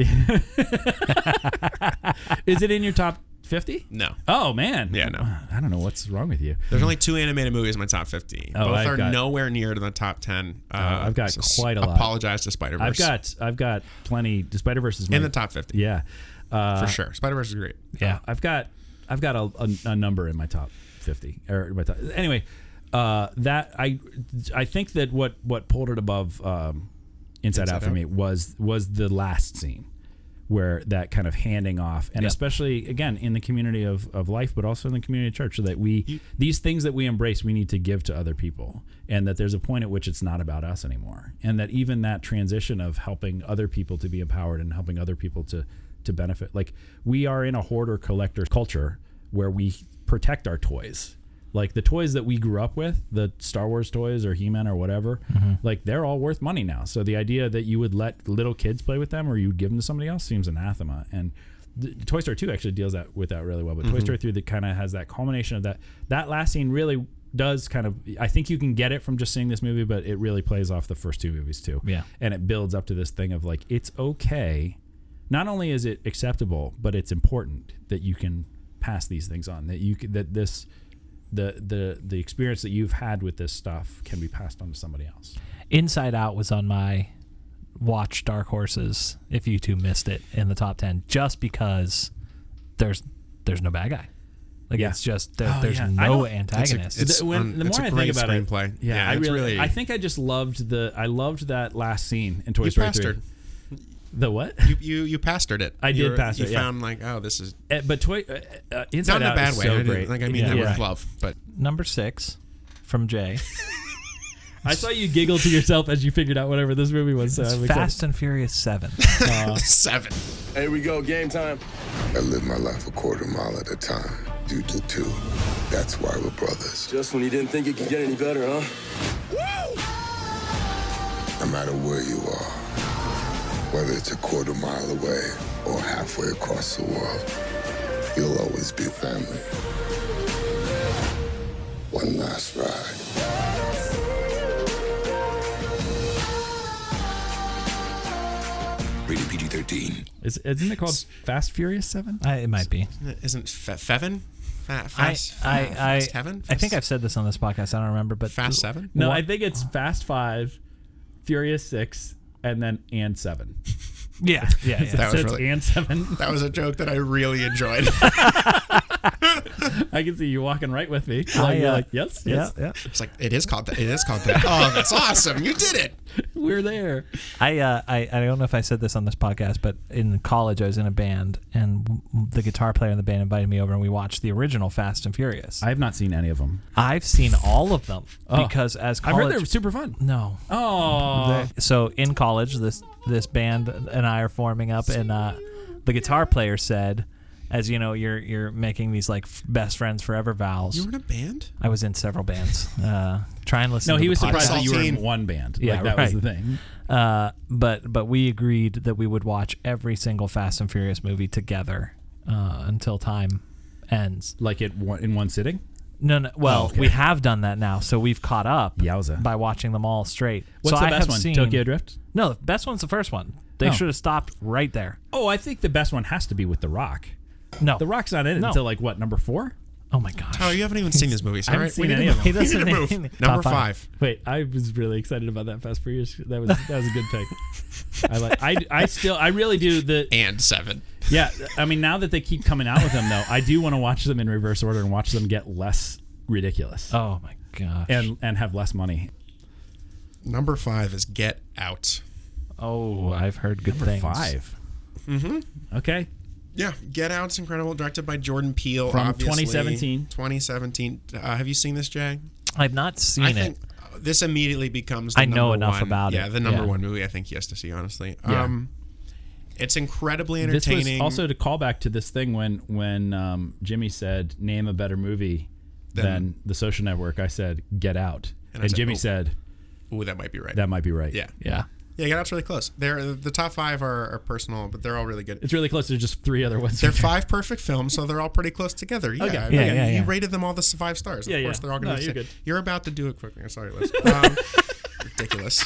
D: Five.
A: is it in your top 50
D: no,
A: oh man
D: Yeah, no.
A: i don't know what's wrong with you
D: there's only two animated movies in my top fifty.
A: Oh,
D: Both
A: I've
D: are
A: got- Oh,
D: nowhere near to the top ten. Uh,
A: I've got
D: so
A: quite a lot.
D: Apologize to Spider Verse.
A: i've got i've got plenty spider verse is
D: In
A: my-
D: the top 50.
A: yeah uh,
D: for sure. Spider Verse is great.
A: Yeah, I've got I've got a, a, a number in my top fifty or my top, anyway. Uh, that I I think that what what pulled it above um, Inside,
D: Inside
A: Out for
D: Out?
A: me was was the last scene where that kind of handing off and
D: Yeah.
A: especially again in the community of, of life but also in the community of church so that we these things that we embrace we need to give to other people and that there's a point at which it's not about us anymore and that even that transition of helping other people to be empowered and helping other people to to benefit like we are in a hoarder collector culture where we protect our toys like the toys that we grew up with the star wars toys or he-man or whatever like they're all worth money now so the idea that you would let little kids play with them or you would give them to somebody else seems anathema and the, toy story 2 actually deals that with that really well but toy
D: Mhm.
A: story 3 that kind of has that culmination of that that last scene really does kind of i think you can get it from just seeing this movie but it really plays off the first two movies too
C: Yeah.
A: and it builds up to this thing of like it's okay not only is it acceptable but it's important that you can pass these things on that you c- that this the the the experience that you've had with this stuff can be passed on to somebody else
C: Inside Out was on my watch Dark Horses. If you two missed it in the top ten, just because there's there's no bad guy. Like
A: Yeah.
C: it's just there,
A: Oh,
C: there's
A: yeah. I
C: no
A: don't-
C: antagonist.
A: The- when- the more I think about it, yeah, I
D: it's
A: really,
D: really-
A: I think I just loved the, I loved that last scene in Toy
D: You
A: Story
D: pastored.
A: Three. The what?
D: You you you pastored it.
A: I did
D: You were-
A: pastor
D: You
A: it, yeah.
D: found like, oh, this is
A: Eh, but Toy uh, uh, Inside
D: not in
A: Out
D: a bad
A: is
D: way.
A: so
D: I didn't-
A: great.
D: like I mean
A: Yeah.
D: that
A: Yeah.
D: with love, but
C: Number six from Jay.
A: I saw you giggle to yourself as you figured out whatever this movie was. So
C: It's
A: I'm excited.
C: Fast and Furious Seven.
D: seven.
W: Here we go, game time.
X: I live my life a quarter mile at a time. You do too. That's why we're brothers.
W: Just when you didn't think it could get any better, huh?
X: No matter where you are, whether it's a quarter mile away or halfway across the world, you'll always be family. One last ride. Rated PG 13.
A: Is, isn't it called Fast Furious Seven?
C: I, Uh, it might be.
D: Isn't fe- Fevin? Fa-
C: I
D: Fast,
C: I I,
D: fast heaven?
C: I think I've said this on this podcast. I don't remember, but
D: Fast Seven?
A: No, I think it's Fast Five, Furious Six, and then and Seven.
C: Yeah, yeah, yeah.
A: That was really, and Seven.
D: That was a joke that I really enjoyed.
A: I can see you walking right with me. Like, you're like, yes, yes.
D: It's like it is called that. It is called that. Oh, that's awesome! You did it.
A: We're there.
C: I, uh, I I don't know if I said this on this podcast, but in college I was in a band, and w- w- the guitar player in the band invited me over, and we watched the original Fast and Furious.
A: I have not seen any of them.
C: I've seen all of them
A: Oh.
C: because as
A: I've
C: college,
A: heard they're super fun.
C: No.
A: Oh.
C: They- So in college, this this band and I are forming up, and uh, the guitar player said, "As you know, you're you're making these like f- best friends forever vows."
D: You were in a band?
C: I was in several bands. Uh, try and listen.
A: No,
C: to
A: he
C: the
A: was surprised
C: podcast.
A: that you were in one band.
C: Yeah,
A: Like, that was
C: right.
A: the thing.
C: Uh, but but we agreed that we would watch every single Fast and Furious movie together uh, until time ends.
A: Like it in one sitting. Oh,
C: No, no. Well,
A: okay.
C: we have done that now, so we've caught up by watching them all straight.
A: What's
C: so
A: the
C: I
A: best
C: have
A: one?
C: Seen,
A: Tokyo Drift?
C: No, the best one's the first one. They
A: Oh.
C: should have stopped right there.
A: Oh, I think the best one has to be with The Rock.
C: No,
A: The Rock's not in it
C: No.
A: until like what number four?
C: Oh my gosh!
D: Tyler, you haven't even seen these movies.
A: I
D: All
A: haven't
D: right,
A: seen
D: we
A: any
D: need
A: of
D: to
A: them.
D: move. We need to move. Number five.
A: Wait, I was really excited about that Fast Furious. That was that was a good pick. I like. I I still I really do the
D: and seven.
A: Yeah, I mean now that they keep coming out with them though, I do want to watch them in reverse order and watch them get less ridiculous.
C: Oh my gosh!
A: And and have less money.
D: Number five is Get Out.
C: Oh, I've heard good
A: Number
C: things.
A: five.
D: Mm-hmm.
A: Okay.
D: Yeah, Get Out's incredible, directed by Jordan Peele.
A: From
D: obviously.
A: 2017.
D: 2017. Uh, have you seen this, Jag?
C: I've not seen
D: I
C: it.
D: think uh, this immediately becomes. The
C: I know
D: number
C: enough
D: one-
C: about it.
D: Yeah, the number
C: Yeah.
D: one movie I think he has to see. Honestly,
A: Yeah.
D: um, it's incredibly
A: This
D: entertaining.
A: was also to call back to this thing when when um, Jimmy said name a better movie
D: Then-
A: than The Social Network. I said Get Out,
D: And
A: and,
D: I said,
A: Jimmy
D: "Oh."
A: said,
D: Ooh, that might be right.
A: That might be right.
D: Yeah.
C: Yeah.
D: Yeah, Get Out's really close. They're the top five are, are personal, but they're all really good.
A: It's really close to just three other ones.
D: They're five perfect films, so they're all pretty close together. Yeah,
A: Okay.
D: I
A: Yeah,
D: mean,
A: yeah,
D: you
A: yeah.
D: rated them all the five stars. Of
A: Yeah,
D: course,
A: yeah.
D: they're all going
A: No,
D: to
A: you're
D: be. the
A: good.
D: same. You're about to do it quickly. Sorry, Liz. Um, ridiculous.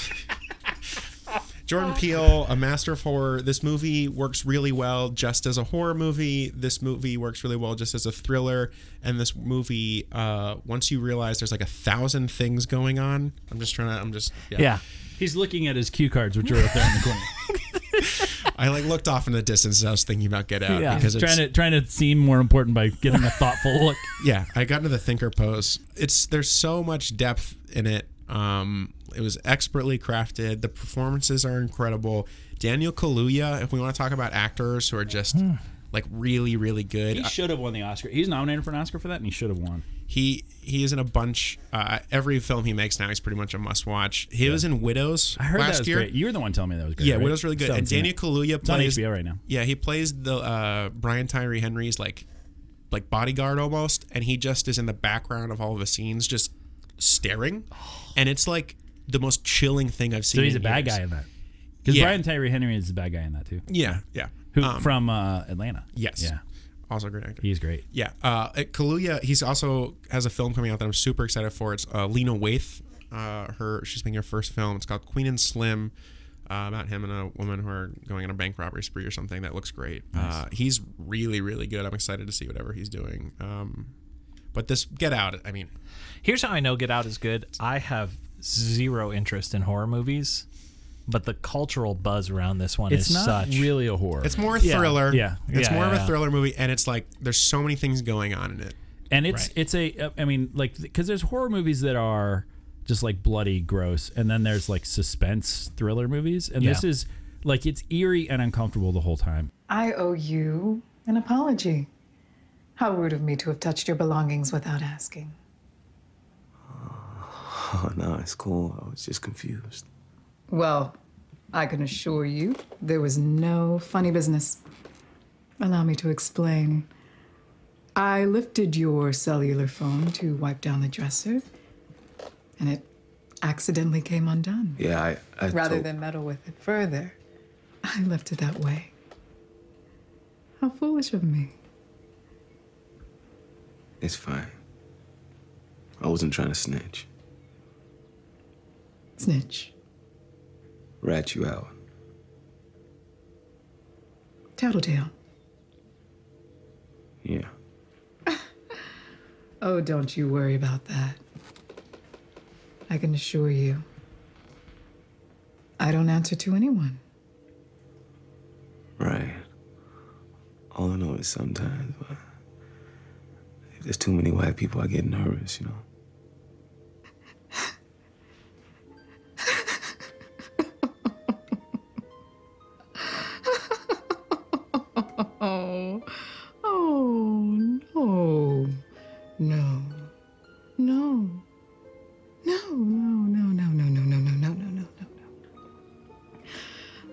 D: Jordan Peele, a master of horror. This movie works really well just as a horror movie. This movie works really well just as a thriller. And this movie, uh, once you realize there's like a thousand things going on, I'm just trying to. I'm just
A: He's looking at his cue cards, which are up there in the corner.
D: I like looked off in the distance. and I was thinking about Get Out
A: yeah,
D: because
A: because
D: it's,
A: trying to trying to seem more important by getting a thoughtful look.
D: yeah i got into the thinker pose it's there's so much depth in it um it was expertly crafted the performances are incredible daniel kaluuya if we want to talk about actors who are just like really really good
A: Hmm. He should have won the Oscar. He's nominated for an Oscar for that, and he should have won.
D: he he is in a bunch uh, every film he makes now he's pretty much a must watch he was in widows
A: I heard
D: last
A: that was
D: year
A: great. You were the one telling me that was great.
D: yeah,
A: right?
D: Widow's really good.
A: Still
D: And
A: haven't seen
D: Daniel
A: it.
D: Kaluuya
A: It's on
D: plays
A: HBO right now.
D: Yeah, he plays the uh, Brian Tyree Henry's like like bodyguard almost, and he just is in the background of all the scenes, just staring, and it's like the most chilling thing I've seen.
A: So he's a
D: in
A: bad
D: years.
A: guy in that. Because
D: Yeah.
A: Brian Tyree Henry is the bad guy in that too.
D: Yeah, yeah.
A: Who
D: Um,
A: from uh, Atlanta?
D: Yes.
A: Yeah.
D: Also a great actor.
A: He's great.
D: Yeah, uh, at Kaluuya. He's also has a film coming out that I'm super excited for. It's uh, Lena Waithe. Uh, her she's making her first film. It's called Queen and Slim, uh, about him and a woman who are going on a bank robbery spree or something. That looks great. Uh, he's really really good. I'm excited to see whatever he's doing. Um, but this Get Out. I mean,
C: Here's how I know Get Out is good. I have zero interest in horror movies, but the cultural buzz around this one
A: It's
C: is
A: not
C: such.
A: really a horror.
D: it's more a
C: Yeah.
D: thriller.
C: Yeah.
D: it's
C: Yeah,
D: more of
C: yeah.
D: a thriller movie, and it's like there's so many things going on in it.
A: and it's it's a uh, I mean like because there's horror movies that are just like bloody gross, and then there's like suspense thriller movies, and this
E: Yeah.
A: is like it's eerie and uncomfortable the whole time.
E: I owe you an apology. How rude of me to have touched your belongings without asking.
W: Oh, no, it's cool. I was just confused.
E: Well, I can assure you there was no funny business. Allow me to explain. I lifted your cellular phone to wipe down the dresser, and it accidentally came undone.
W: Yeah, I. I
E: Rather
W: told-
E: than meddle with it further, I left it that way. How foolish of me.
W: It's fine. I wasn't trying to snitch,
E: Snitch.
W: rat you out.
E: Tattletale.
W: Yeah.
E: Oh, don't you worry about that. I can assure you, I don't answer to anyone.
W: Right. All I know is sometimes uh, There's too many white people. I get nervous, you know.
E: Oh, oh, no. No. No. No, no, no, no, no, no, no, no, no, no, no, no.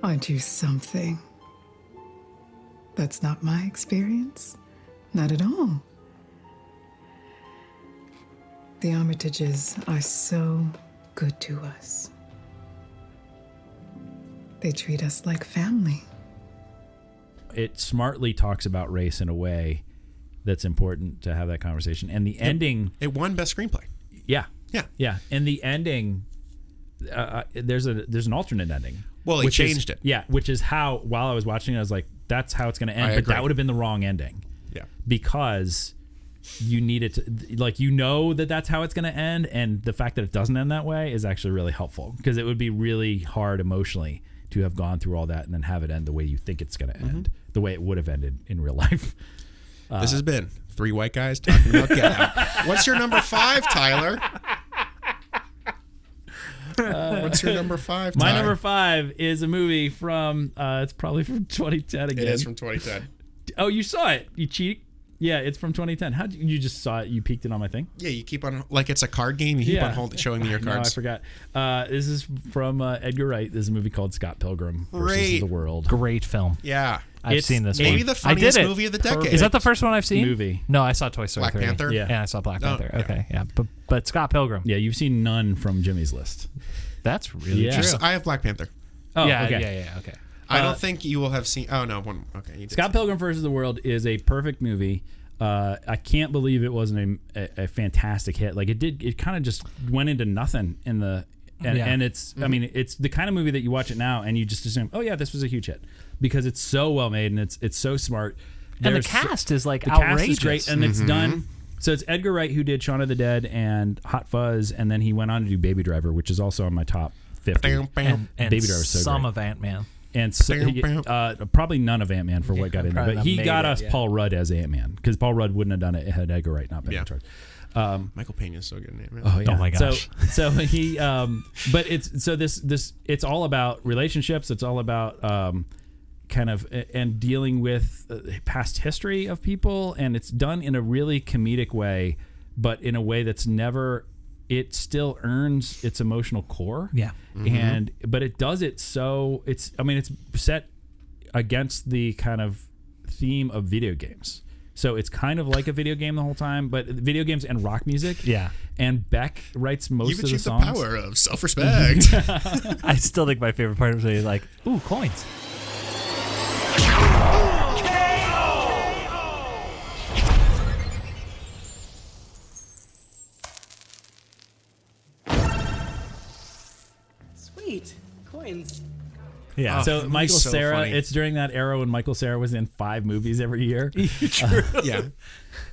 E: I do something. That's not my experience. Not at all. The Armitages are so good to us. They treat us like family.
A: It smartly talks about race in a way that's important to have that conversation. And the ending,
D: It won best screenplay.
A: yeah,
D: yeah,
A: yeah. And the ending, uh, uh, there's a there's an alternate ending.
D: Well, it
A: which is-
D: changed it.
A: Yeah, which is how while I was watching, it, I was like, that's how it's going to end.
D: I
A: but that
D: agree.
A: would have been the wrong ending.
D: Yeah.
A: because you need it to like you know that that's how it's going to end and the fact that it doesn't end that way is actually really helpful because it would be really hard emotionally to have gone through all that and then have it end the way you think it's going to
D: Mm-hmm.
A: end the way it would have ended in real life Uh,
D: This has been three white guys talking about Get Out. What's your number five, Tyler? What's your number five?
A: my
D: Ty?
A: number five is a movie from uh it's probably from 2010 again
D: It is from 2010.
A: oh you saw it you cheat yeah it's from 2010 how did you just saw it you peeked it on my thing
D: Yeah, you keep on like it's a card game. You keep on holding, showing me your
A: No,
D: cards.
A: I forgot. Uh, this is from uh, Edgar Wright. This is a movie called Scott Pilgrim versus
D: Great.
A: the World.
C: Great film.
D: Yeah.
C: I've
A: It's
C: seen this.
D: maybe
C: one.
D: the
C: I did
D: funniest
C: it.
D: movie of the decade.
C: Is that the first one I've seen?
A: Movie.
C: No, I saw Toy Story.
D: Black
C: 3.
D: Panther?
C: Yeah.
D: Yeah.
C: I saw Black
D: Oh,
C: Panther. Okay, yeah. But but Scott Pilgrim.
A: Yeah, you've seen none from Jimmy's list.
C: That's really
A: Yeah.
D: Just- I have Black Panther.
A: Oh,
C: yeah,
A: okay.
C: yeah, yeah, okay.
D: I
A: Uh,
D: don't think you will have seen. Oh no, one. Okay, you did.
A: Scott Pilgrim versus the World is a perfect movie. Uh, I can't believe it wasn't a, a, a fantastic hit. Like it did, it kind of just went into nothing in the, and,
C: Yeah. Mm-hmm.
A: and it's, I mean, it's the kind of movie that you watch it now and you just assume, oh yeah, this was a huge hit because it's so well made and it's it's so smart.
C: And the
A: There's so-
C: cast is, like,
A: the Cast is
C: outrageous.
A: great and it's
C: Mhm.
A: done. So it's Edgar Wright who did Shaun of the Dead and Hot Fuzz, and then he went on to do Baby Driver, which is also on my top fifty.
C: And, and
A: Baby Driver's so
C: some
A: great
C: of Ant Man.
A: and so,
C: Bam,
A: he-
C: bam.
A: uh, probably none of Ant Man for what got in there,
C: probably
A: but
C: not
A: he
C: made
A: got
C: it,
A: us
C: yeah.
A: Paul Rudd as Ant Man because Paul Rudd wouldn't have done it had Edgar Wright not been
D: Yeah.
A: in charge. Um,
D: Uh, Michael Pena's so good in Ant-Man.
A: Oh, yeah.
D: Oh my gosh.
A: So, so he, um, but it's so this this it's all about relationships. It's all about um, kind of a- and dealing with uh, past history of people, and it's done in a really comedic way, but in a way that's never. It still earns its emotional core.
C: Yeah.
D: Mm-hmm.
C: Mhm.
A: and but it does it so it's. I mean, it's set against the kind of theme of video games. So it's kind of like a video game the whole time, but video games and rock music.
C: Yeah.
A: And Beck writes most
D: You've
A: of the
D: achieved the
A: songs.
D: power of self-respect.
C: I still think my favorite part was when he's like, ooh, coins.
P: Sweet. Coins.
C: Yeah.
A: so
C: Oh, he's
A: Michael
C: so
A: Sarah,
C: funny.
A: it's during that era when Michael Sarah was in five movies every year. Uh,
D: yeah.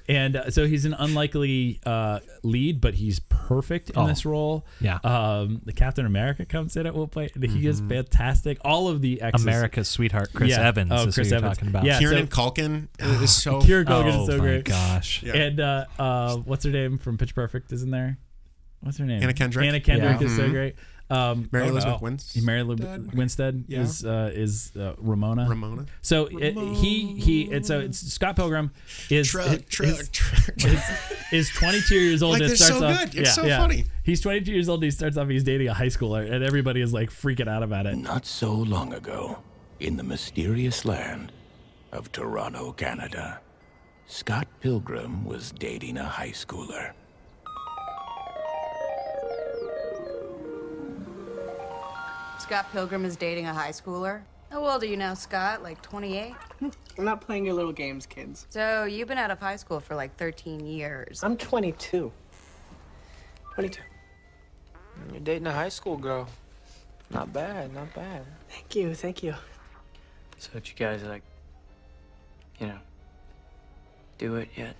A: And uh, so he's an unlikely uh, lead, but he's perfect in
C: Oh,
A: this role.
C: yeah. Mm-hmm.
A: Um, the Captain America comes in at one point, and he is fantastic. All of the exes.
C: America's sweetheart, Chris
A: Yeah.
C: Evans,
A: Oh,
C: is
A: Chris
C: who
A: Evans.
C: you're talking about.
A: Yeah,
D: Kieran
A: so-
D: Culkin is so.
A: Kira Gogan
C: Oh
A: is so
C: my
A: great.
C: gosh.
D: Yeah.
A: And uh, uh, what's her name from Pitch Perfect is in there? What's her name?
D: Anna Kendrick?
A: Anna Kendrick
D: Yeah.
A: is so
D: Mhm.
A: great. Um,
D: Mary
A: oh,
D: Elizabeth
A: no.
D: Winstead?
A: Mary Lib- Winstead
D: Yeah.
A: is uh, is uh, Ramona.
D: Ramona.
A: So it- he he and so it's Scott Pilgrim is
D: Truck, truck,
A: is,
D: truck.
A: is 22 years old.
D: Like,
A: and
D: they're
A: starts
D: so
A: off,
D: good. It's so funny.
A: He's 22 years old. And he starts off. He's dating a high schooler, and everybody is like freaking out about it.
O: Not so long ago, in the mysterious land of Toronto, Canada, Scott Pilgrim was dating a high schooler.
F: Scott Pilgrim is dating a high schooler. How old are you now, Scott? Like 28?
Q: I'm not playing your little games, kids.
F: So you've been out of high school for like 13 years.
Q: I'm 22. 22.
V: You're dating a high school girl. Not bad, not bad.
Q: Thank you, thank you.
V: So what you guys like, you know, do it yet?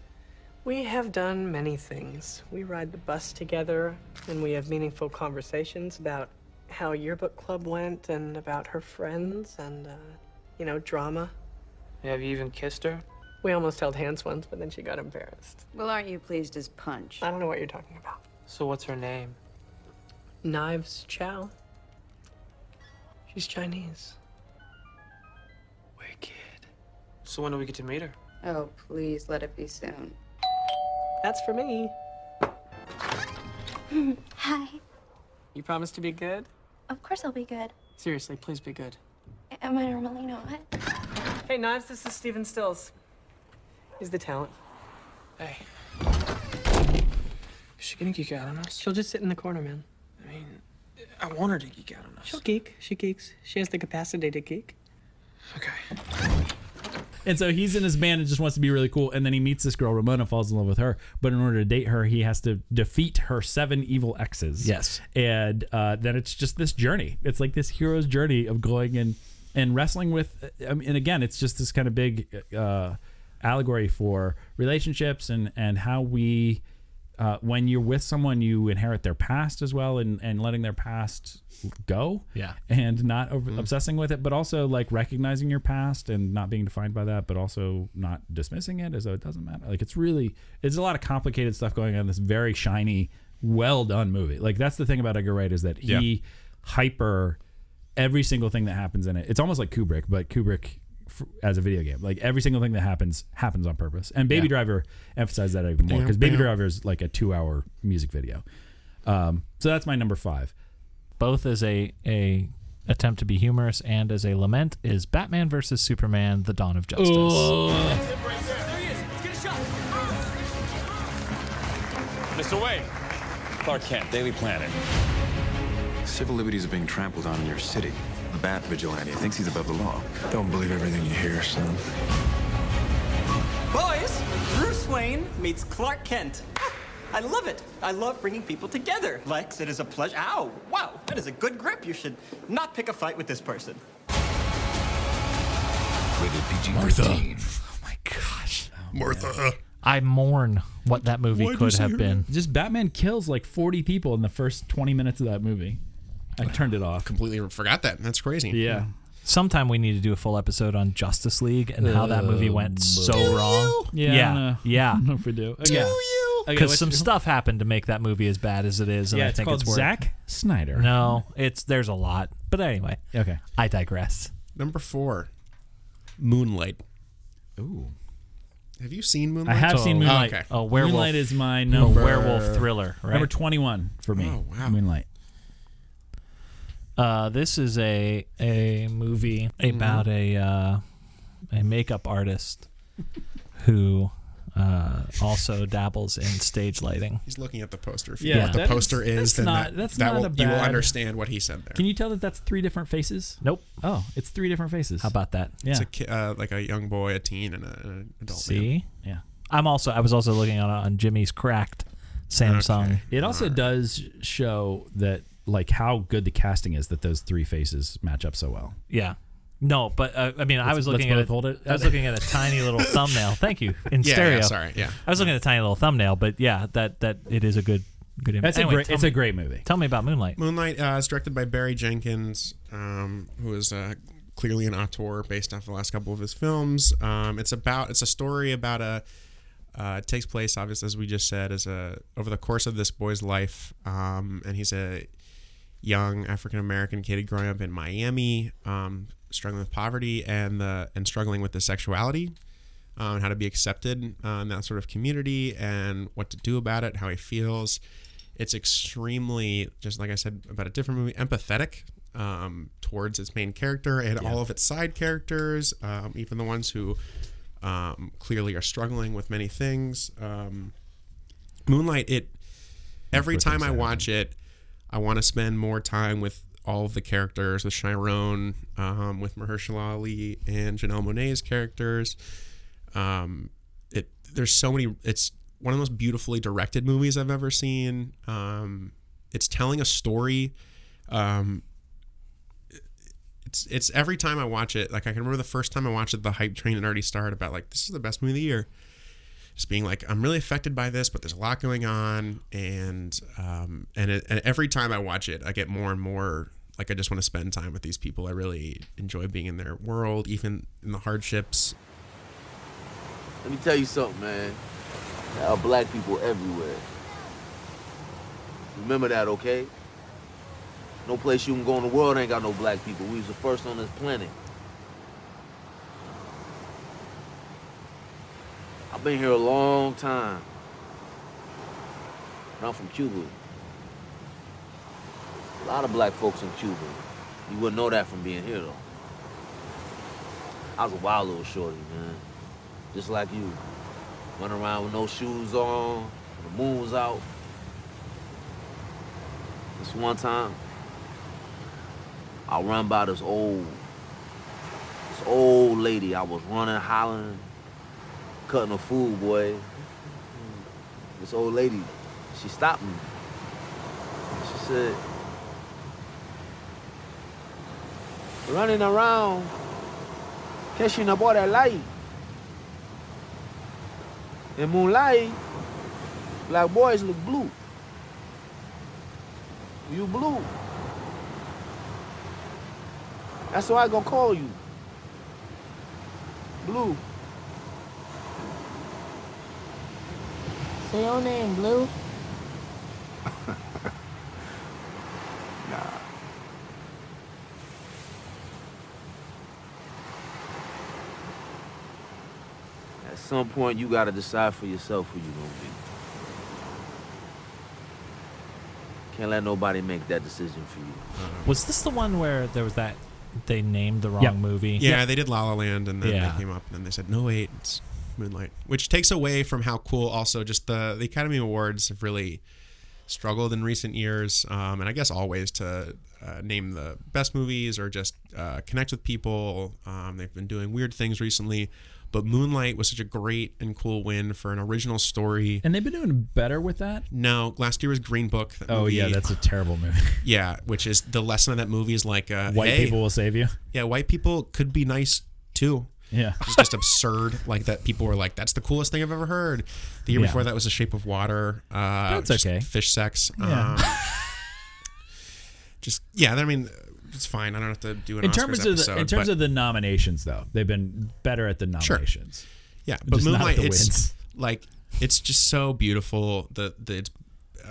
Q: We have done many things. We ride the bus together, and we have meaningful conversations about how your book club went and about her friends and, uh, you know, drama.
V: Have you even kissed her?
Q: We almost held hands once, but then she got embarrassed.
F: Well, aren't you pleased as punch?
Q: I don't know what you're talking about.
V: So what's her name?
Q: Knives Chow. She's Chinese.
V: So when do we get to meet her?
F: Oh, please let it be soon.
Q: That's for me.
S: Hi.
V: You promise to be good?
S: Of course I'll be good.
V: Seriously, please be good.
S: Am I normally not?
Q: Hey, Knives, this is Steven Stills. He's the talent.
V: Hey. Is she gonna geek out on us?
Q: She'll just sit in the corner, man.
V: I mean, I want her to geek out on us.
Q: She'll geek. She geeks. She has the capacity to geek.
A: And so he's in his band and just wants to be really cool. And then he meets this girl, Ramona, falls in love with her. But in order to date her, he has to defeat her seven evil exes.
C: Yes.
A: And uh, then it's just this journey. It's like this hero's journey of going and and wrestling with. I mean, and again, it's just this kind of big uh, allegory for relationships and and how we. Uh, when you're with someone, you inherit their past as well, and, and letting their past go
C: Yeah.
A: and not over, obsessing with it, but also like recognizing your past and not being defined by that, but also not dismissing it as though it doesn't matter. Like it's really, it's a lot of complicated stuff going on in this very shiny, well done movie. Like that's the thing about Edgar Wright is that he hyper every single thing that happens in it. It's almost like Kubrick, but Kubrick f- as a video game, like every single thing that happens happens on purpose. And Baby
C: Yeah.
A: Driver emphasized that even more because Baby Driver is like a two-hour music video. Um, so that's my number five.
C: both as a a attempt to be humorous and as a lament is Batman versus Superman: The Dawn of Justice.
G: Mr. Wade. Clark Kent, Daily Planet.
H: Civil liberties are being trampled on in your city. The bat vigilante thinks he's above the law. Don't believe everything you hear, son.
I: Boys, Bruce Wayne meets Clark Kent. Ah, I love it. I love bringing people together. Lex, it is a pleasure. Ow, wow, that is a good grip. You should not pick a fight with this person.
C: Martha.
D: Martha. uh.
C: I mourn what that movie could have been.
A: Just Batman kills like 40 people in the first 20 minutes of that movie. I turned it off.
D: Completely forgot that. That's crazy.
A: Yeah.
C: Sometime we need to do a full episode on Justice League and how that movie went so wrong.
A: Um, Yeah, I don't know.
C: yeah, yeah.
A: I don't know if we do. Okay. Do you? Okay,
C: Because
A: what's
C: some
A: your-
C: stuff happened to make that movie as bad as it is, and
A: Yeah,
C: I
A: it's
C: think
A: called
C: it's worth.
A: Zack Snyder.
C: No, it's there's a lot, but anyway.
A: Okay,
C: I digress.
D: Number four, Moonlight.
A: Ooh.
D: Have you seen
A: I
D: Moonlight?
A: have seen Moonlight.
D: Oh, okay.
A: Moonlight is my number.
C: werewolf thriller, right?
A: Number 21 for me.
C: Oh,
A: wow. Moonlight.
C: Uh, this is a a movie
A: Mm-hmm.
C: about a uh, a makeup artist who uh, also dabbles in stage lighting.
D: He's looking at the poster. If
A: Yeah,
D: you know what the
A: that
D: poster
A: is-
D: is,
A: that's
D: then
A: not-
D: that,
A: that's
D: that
A: not
D: will
A: a
D: you will
A: bad-
D: understand what he said there.
A: Can you tell that that's three different faces?
C: Nope.
A: Oh, it's three different faces.
C: How about that?
A: Yeah.
D: It's a ki- uh, like a young boy, a teen, and a, an adult. man.
C: See, I'm also I was also looking on on Jimmy's cracked Samsung.
A: It also does show that like how good the casting is that those three faces match up so well.
C: Yeah. No, but uh, I mean, I
A: Let's-
C: was
A: let's
C: looking at
A: both
C: a,
A: hold it.
C: I was looking at a tiny little thumbnail. Thank you in
A: Yeah, yeah,
C: stereo.
A: sorry, yeah.
C: I was looking at a tiny little thumbnail, but yeah, that that it is a good good image.
A: That's a
C: Anyway,
A: great-
C: tell
A: it's
C: me-
A: a great movie.
C: Tell me about Moonlight.
D: Moonlight uh, is directed by Barry Jenkins, um, who is uh, clearly an auteur based off the last couple of his films. Um, it's about it's a story about a. Uh, it takes place, obviously, as we just said, as a over the course of this boy's life, um, and he's a young African American kid growing up in Miami, um, struggling with poverty and the and struggling with the sexuality, um, how to be accepted uh, in that sort of community, and what to do about it, how he feels. It's extremely, just like I said about a different movie, empathetic um, towards its main character and all of its side characters, um, even the ones who um, clearly are struggling with many things. Um, Moonlight, it every
H: what
D: time
H: things
D: I watch it, I want to spend more time with all of the characters, with Chiron, um, with Mahershala Ali and Janelle Monae's characters. Um, it there's so many. It's one of the most beautifully directed movies I've ever seen. Um, it's telling a story. Um, it's it's every time I watch it, like I can remember the first time I watched it, the hype train had already started about like this is the best movie of the year. Just being like, I'm really affected by this, but there's a lot going on, and um, and, it, and every time I watch it, I get more and more like I just want to spend time with these people. I really enjoy being in their world, even in the hardships.
J: Let me tell you something, man. There are black people everywhere. Remember that, okay? No place you can go in the world ain't got no black people. We was the first on this planet. I've been here a long time. And I'm from Cuba. A lot of black folks in Cuba. You wouldn't know that from being here, though. I was a wild little shorty, man. Just like you. Running around with no shoes on, when the moon was out. This one time, I run by this old, this old lady. I was running, hollering, cutting a fool, boy. This old lady, she stopped me. She said, running around, catching a ball of light. In moonlight, black boys look blue. You blue. That's why I gonna call you. Blue.
K: Say your name, Blue.
X: Nah.
J: At some point, you gotta decide for yourself who you gonna be. Can't let nobody make that decision for you.
C: Was this the one where there was that they named the wrong
D: Yep.
C: movie?
D: Yeah, they did La La Land, and then
C: Yeah.
D: they came up, and then they said, "No wait, it's Moonlight," which takes away from how cool. Also, just the the Academy Awards have really struggled in recent years, um, and I guess always to uh, name the best movies or just uh, connect with people. Um, they've been doing weird things recently, but Moonlight was such a great and cool win for an original story.
A: And they've been doing better with that.
D: No, last year was Green Book. that
A: Oh yeah,
D: movie-
A: that's a terrible movie.
D: yeah, which is the lesson of that movie is like uh,
A: White
D: hey,
A: people will save you.
D: Yeah, white people could be nice too.
A: Yeah.
D: it's just absurd. Like that, people were like, "That's the coolest thing I've ever heard." The year
A: Yeah.
D: before that was The Shape of Water. Uh,
A: That's
D: just
A: okay.
D: Fish sex.
A: Yeah.
D: Um, just yeah, I mean, it's fine. I don't have to do an
A: in
D: Oscars
A: terms of
D: episode.
A: the in terms
D: but-
A: of the nominations, though, they've been better at the nominations.
D: yeah, but
A: Just not at
D: Moonlight,
A: the
D: it's
A: wins.
D: like it's just so beautiful. The the it's, uh,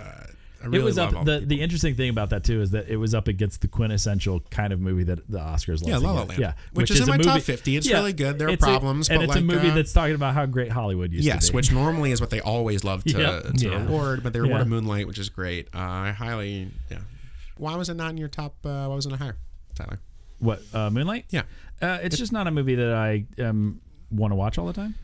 D: I really
A: it was
D: love
A: up
D: all
A: the, the interesting thing about that too is that it was up against the quintessential kind of movie that the Oscars loves
D: Yeah, La La
A: against.
D: Land.
A: yeah,
D: Which is in my top 50. It's really good. There are
A: it's a-
D: problems,
A: and
D: but
A: it's a
D: like,
A: movie
D: uh,
A: that's talking about how great Hollywood used to
D: yes,
A: be.
D: which normally is what they always love to,
A: Yeah.
D: to
A: Yeah.
D: award, but they awarded
A: Yeah.
D: Moonlight, which is great. Uh, I highly, yeah. Why was it not in your top? Uh, why wasn't it higher, Tyler?
A: what uh, Moonlight?
D: Yeah,
A: uh, it's just not a movie that I um, want to watch all the time.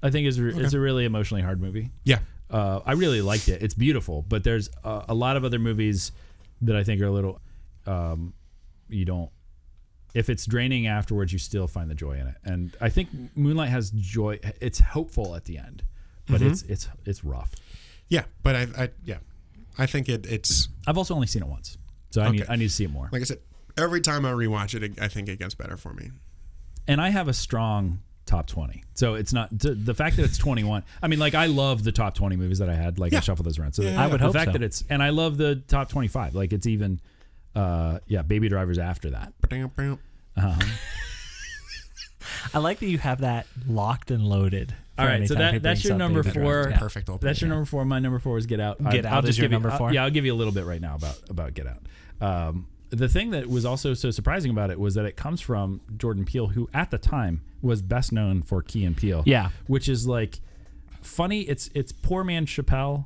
A: I think is re-
D: Okay.
A: it's a really emotionally hard movie.
D: Yeah,
A: uh, I really liked it. It's beautiful, but there's uh, a lot of other movies that I think are a little. Um, you don't. If it's draining afterwards, you still find the joy in it, and I think Moonlight has joy. It's hopeful at the end, but
D: Mhm.
A: it's it's it's rough.
D: Yeah, but I, I yeah, I think it, it's.
A: I've also only seen it once, so I need
D: Okay.
A: I need to see it more.
D: Like I said, every time I rewatch it, it, I think it gets better for me.
A: and I have a strong top 20. So it's not th- the fact that it's 21. I mean, like I love the top 20 movies that I had. Like I
C: Yeah.
A: shuffle those around. So
C: Yeah,
A: the,
C: yeah, I would
A: the
C: hope
A: fact
C: so.
A: that it's and I love the top 25. Like it's even, uh, yeah, Baby Driver's after that. Um,
C: I like that you have that locked and loaded. for
A: all right,
C: any
A: so
C: time he
A: that that's
C: brings
A: your
C: up
A: number
C: Baby
A: four.
C: Driver. Yeah.
A: That's your number four. My number four is Get Out.
C: Get Out is your
A: give you-
C: number
A: I'll-
C: four?
A: yeah, I'll give you a little bit right now about about Get Out. Um, the thing that was also so surprising about it was that it comes from Jordan Peele, who at the time was best known for Key and Peele.
C: Yeah.
A: which is like funny. It's it's poor man Chappelle.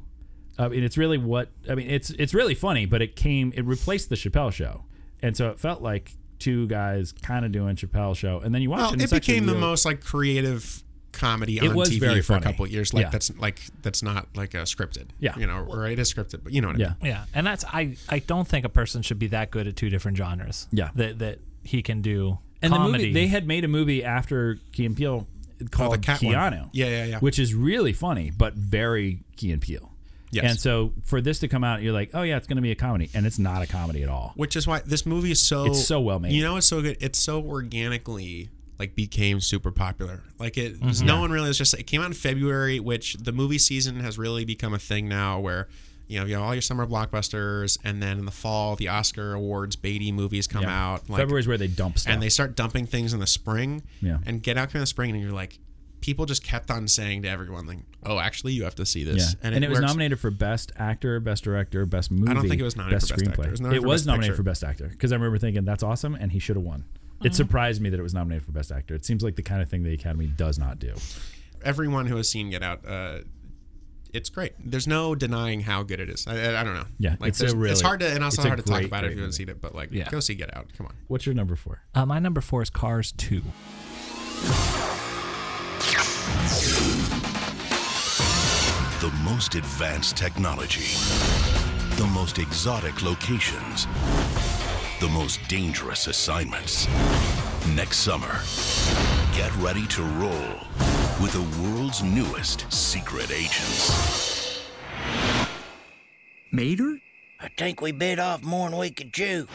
A: I mean, it's really what I mean. It's it's really funny, but it came it replaced the Chappelle show, and so it felt like two guys kind of doing Chappelle show, and then you watch
D: Well,
A: it. and
D: it
A: it's actually
D: became the
A: really-
D: most like creative comedy
A: It
D: on
A: was
D: TV
A: very
D: for a
A: funny.
D: couple of years. Like
A: Yeah.
D: that's like that's not like a scripted.
A: Yeah.
D: you know, or it is scripted, but you know what I mean.
C: Yeah, and that's I I don't think a person should be that good at two different genres.
A: Yeah.
C: that that he can do
A: and the
C: comedy.
A: movie they had made a movie after Key and Peele called
D: Oh, the cat one.
A: Keanu.
D: Yeah, yeah, yeah.
A: Which is really funny, but very Key and Peele.
D: Yes.
A: And so for this to come out, you're like, oh yeah, it's going to be a comedy, and it's not a comedy at all.
D: Which is why this movie is so
A: It's so well made.
D: You know, it's so good. It's so organically like became super popular. Like it, was-
A: Mhm.
D: no one really was just. It came out in February, which the movie season has really become a thing now, where you know you have all your summer blockbusters, and then in the fall the Oscar awards Beatty movies come
A: Yeah.
D: out.
A: February's where they dump stuff.
D: and they start dumping things in the spring.
A: Yeah.
D: and Get Out came out in the spring, and you're like. people just kept on saying to everyone, like, "Oh, actually, you have to see
A: Yeah.
D: this."
A: And, it, was
D: works.
A: nominated for best actor, best director, best movie.
D: don't think it was nominated
A: best
D: for Best Actor.
A: screenplay.
D: It was nominated for Best
A: nominated
D: Picture.
A: for best actor because I remember thinking that's awesome and he should have won. It
D: Mhm.
A: surprised me that it was nominated for best actor. It seems like the kind of thing the Academy does not do.
D: Everyone who has seen Get Out, uh, it's great. There's no denying how good it is. I, I, I don't know.
A: Yeah,
D: like
A: it's a
D: there's-
A: really-
D: it's hard to and also
A: it's a
D: hard to talk
A: great,
D: about it if
A: great
D: you haven't
A: movie.
D: seen it. But like,
A: Yeah.
D: go see Get Out. Come on.
A: What's your number four?
C: Uh, my number four is Cars 2.
M: The most advanced technology, the most exotic locations, the most dangerous assignments. Next summer, get ready to roll with the world's newest secret agents.
L: Mater? I think we bit off more than we could chew.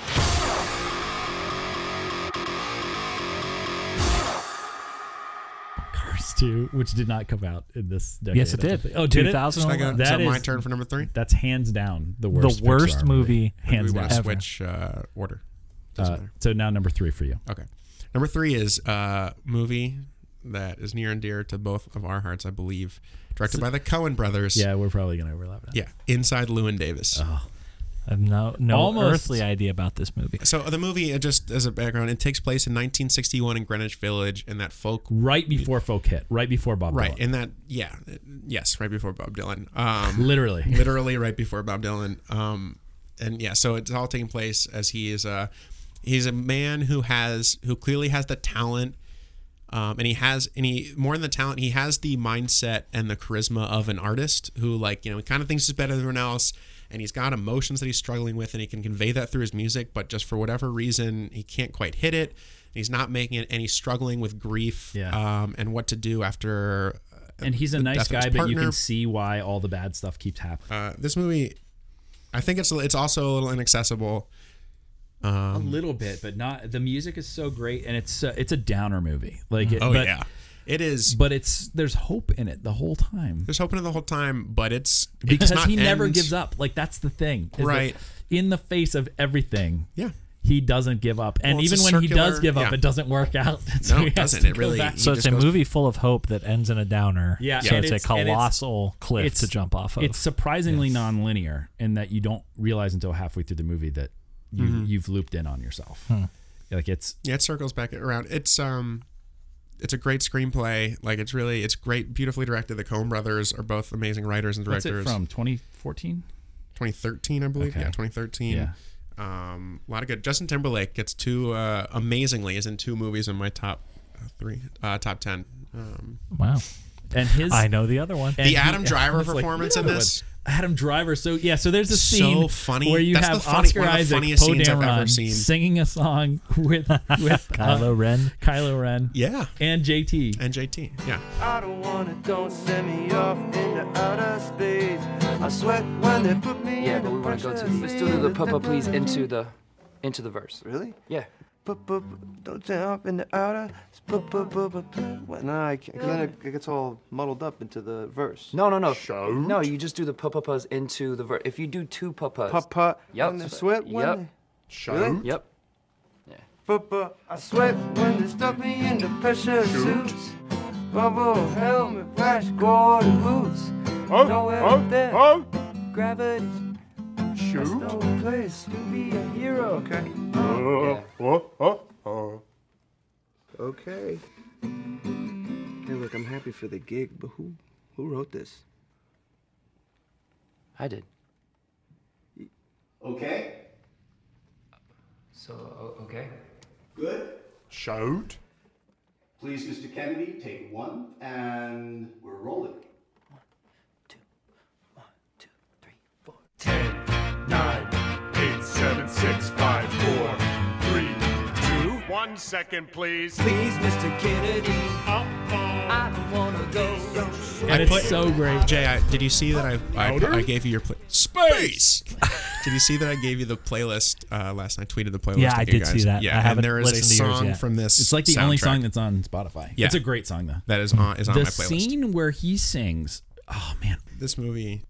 A: Cars Two, which did not come out in this decade.
C: Yes, it
A: I don't
C: did.
A: think.
C: Oh,
A: Oh, did it?
C: 2011. Is that- is that my turn
D: for number three?
A: That's hands down the
C: The
A: worst.
C: worst
A: Pixar
C: movie,
D: Or do
A: hands
D: we
A: down.
D: want to switch uh, order.
A: Uh, so now number three for you.
D: Okay. Number three is a movie that is near and dear to both of our hearts, I believe. Directed
A: So-
D: by the Cohen brothers.
A: Yeah, we're probably gonna overlap that.
D: Yeah. Inside Lewin Davis.
A: Oh.
C: I have no, no
D: Almost.
C: earthly idea about this movie.
D: So the movie, uh, just as a background, it takes place in 1961 in Greenwich Village, and that folk
A: Right before Folk hit, right before Bob.
D: right
A: Dylan.
D: and that yeah uh, yes right before bob dylan um
A: Literally.
D: literally right before bob dylan um and yeah so it's all taking place as he is a he's a man who has who clearly has the talent um, and he has and he more than the talent he has the mindset and the charisma of an artist who like you know he kind of thinks he's better than everyone else and he's got emotions that he's struggling with and he can convey that through his music but just for whatever reason he can't quite hit it he's not making it and he's struggling with grief um, and what to do after uh,
A: And he's a
D: the
A: nice
D: death of his
A: guy, but you
D: partner.
A: can see why all the bad stuff keeps happening.
D: uh, this movie i think it's it's also a little inaccessible um,
A: a little bit, but not. The music is so great, and it's uh, it's a downer movie. Like, it,
D: Oh,
A: but,
D: yeah. it is
A: but it's there's hope in it the whole time.
D: there's hoping the whole time but it's it does
A: because
D: not
A: he never
D: end-
A: gives up. Like that's the thing, is that
D: Right.
A: in the face of everything,
D: yeah,
A: he doesn't give up. And
D: Well, it's
A: even
D: a
A: when he does
D: circular-
A: give up,
D: yeah.
A: it doesn't work out.
D: No,
A: he
D: it
A: has
D: doesn't.
A: to
D: It
A: go
D: really-
A: back.
D: he
C: So it's a
D: just goes-
C: movie full of hope that ends in a downer.
A: Yeah,
C: So
A: and
C: it's, a
A: and
C: colossal cliff
A: it's-
C: to jump off of.
A: It's surprisingly nonlinear in that you don't realize until halfway through the movie that you
D: Mhm.
A: you've looped in on yourself.
D: Hmm.
A: Like it's
D: yeah it circles back around it's um it's a great screenplay like it's really it's great beautifully directed the Coen brothers are both amazing writers and
A: what's it
D: directors
A: from 2014?
D: 2013 i believe
A: Okay.
D: yeah 2013
A: Yeah.
D: um a lot of good justin timberlake gets two uh amazingly is in two movies in my top uh, three uh top 10 um
C: Wow.
A: And his
C: I know the other one.
A: and
D: The Adam Driver
A: it's like,
D: performance in
A: "Another one."
D: this?
A: Adam Driver. So yeah, so there's a
D: So
A: scene
D: funny.
A: where you
D: That's
A: have
D: the funny-
A: Oscar
D: one of the
A: Isaac,
D: funniest
A: Poe
D: scenes I've ever
A: Dameron
D: seen.
A: singing a song with with uh,
C: Kylo Ren.
A: Kylo Ren.
D: Yeah.
A: And JT.
D: And JT. Yeah.
U: I don't wanna, don't send me off into outer space. I sweat when they put me
K: Yeah,
U: in
K: but
U: the
K: we want to go to
U: pressure
K: let's do
U: field.
K: the papa please into the into the verse.
U: Really?
K: Yeah.
U: But, but, but don't jump in the outer. But, but, but, but, but. What? No, I can't. 'cause Then it- it gets all muddled up into the verse.
K: No, no, no. No, you just do the papas into the verse. If you do two papas.
U: Papa.
K: Yep.
U: When they sweat. When
K: Yep.
U: They,
K: Really? Yep.
U: but, but I sweat when they stuff me in the pressure suits. Bubble helmet, flash Gordon boots.
K: Oh,
U: Nowhere
K: oh,
U: up there.
K: oh.
U: Gravity. There's
K: Shoot.
U: no place to be a hero. Oh, Okay.
M: Uh.
U: Okay. Hey, look, I'm happy for the gig, but who, who wrote this?
K: I did.
U: Okay.
K: So o- okay.
Y: Good.
K: Shout.
Y: Please, Mr. Kennedy, take one, and we're rolling.
Z: Ten, nine, eight, seven, six, five, four, three, two, one second, please. Please, Mr. Kennedy. Uh-oh. I don't wanna go. Don't
D: I put, so great. Jay, I, did you see that I I, put- I gave you your play, space? did you see that I gave you the playlist uh, last night? Tweeted the playlist.
C: Yeah,
D: to
C: I
D: you
C: did see
D: guys.
C: that. I
D: Yeah, and
C: haven't
D: there is a
C: listened to yours
D: song
C: yet.
D: from this.
A: It's like the only
D: soundtrack.
A: song that's on Spotify.
D: Yeah.
A: It's a great song though.
D: That is on is on
A: the
D: my playlist.
A: scene where he sings. Oh man,
D: this movie.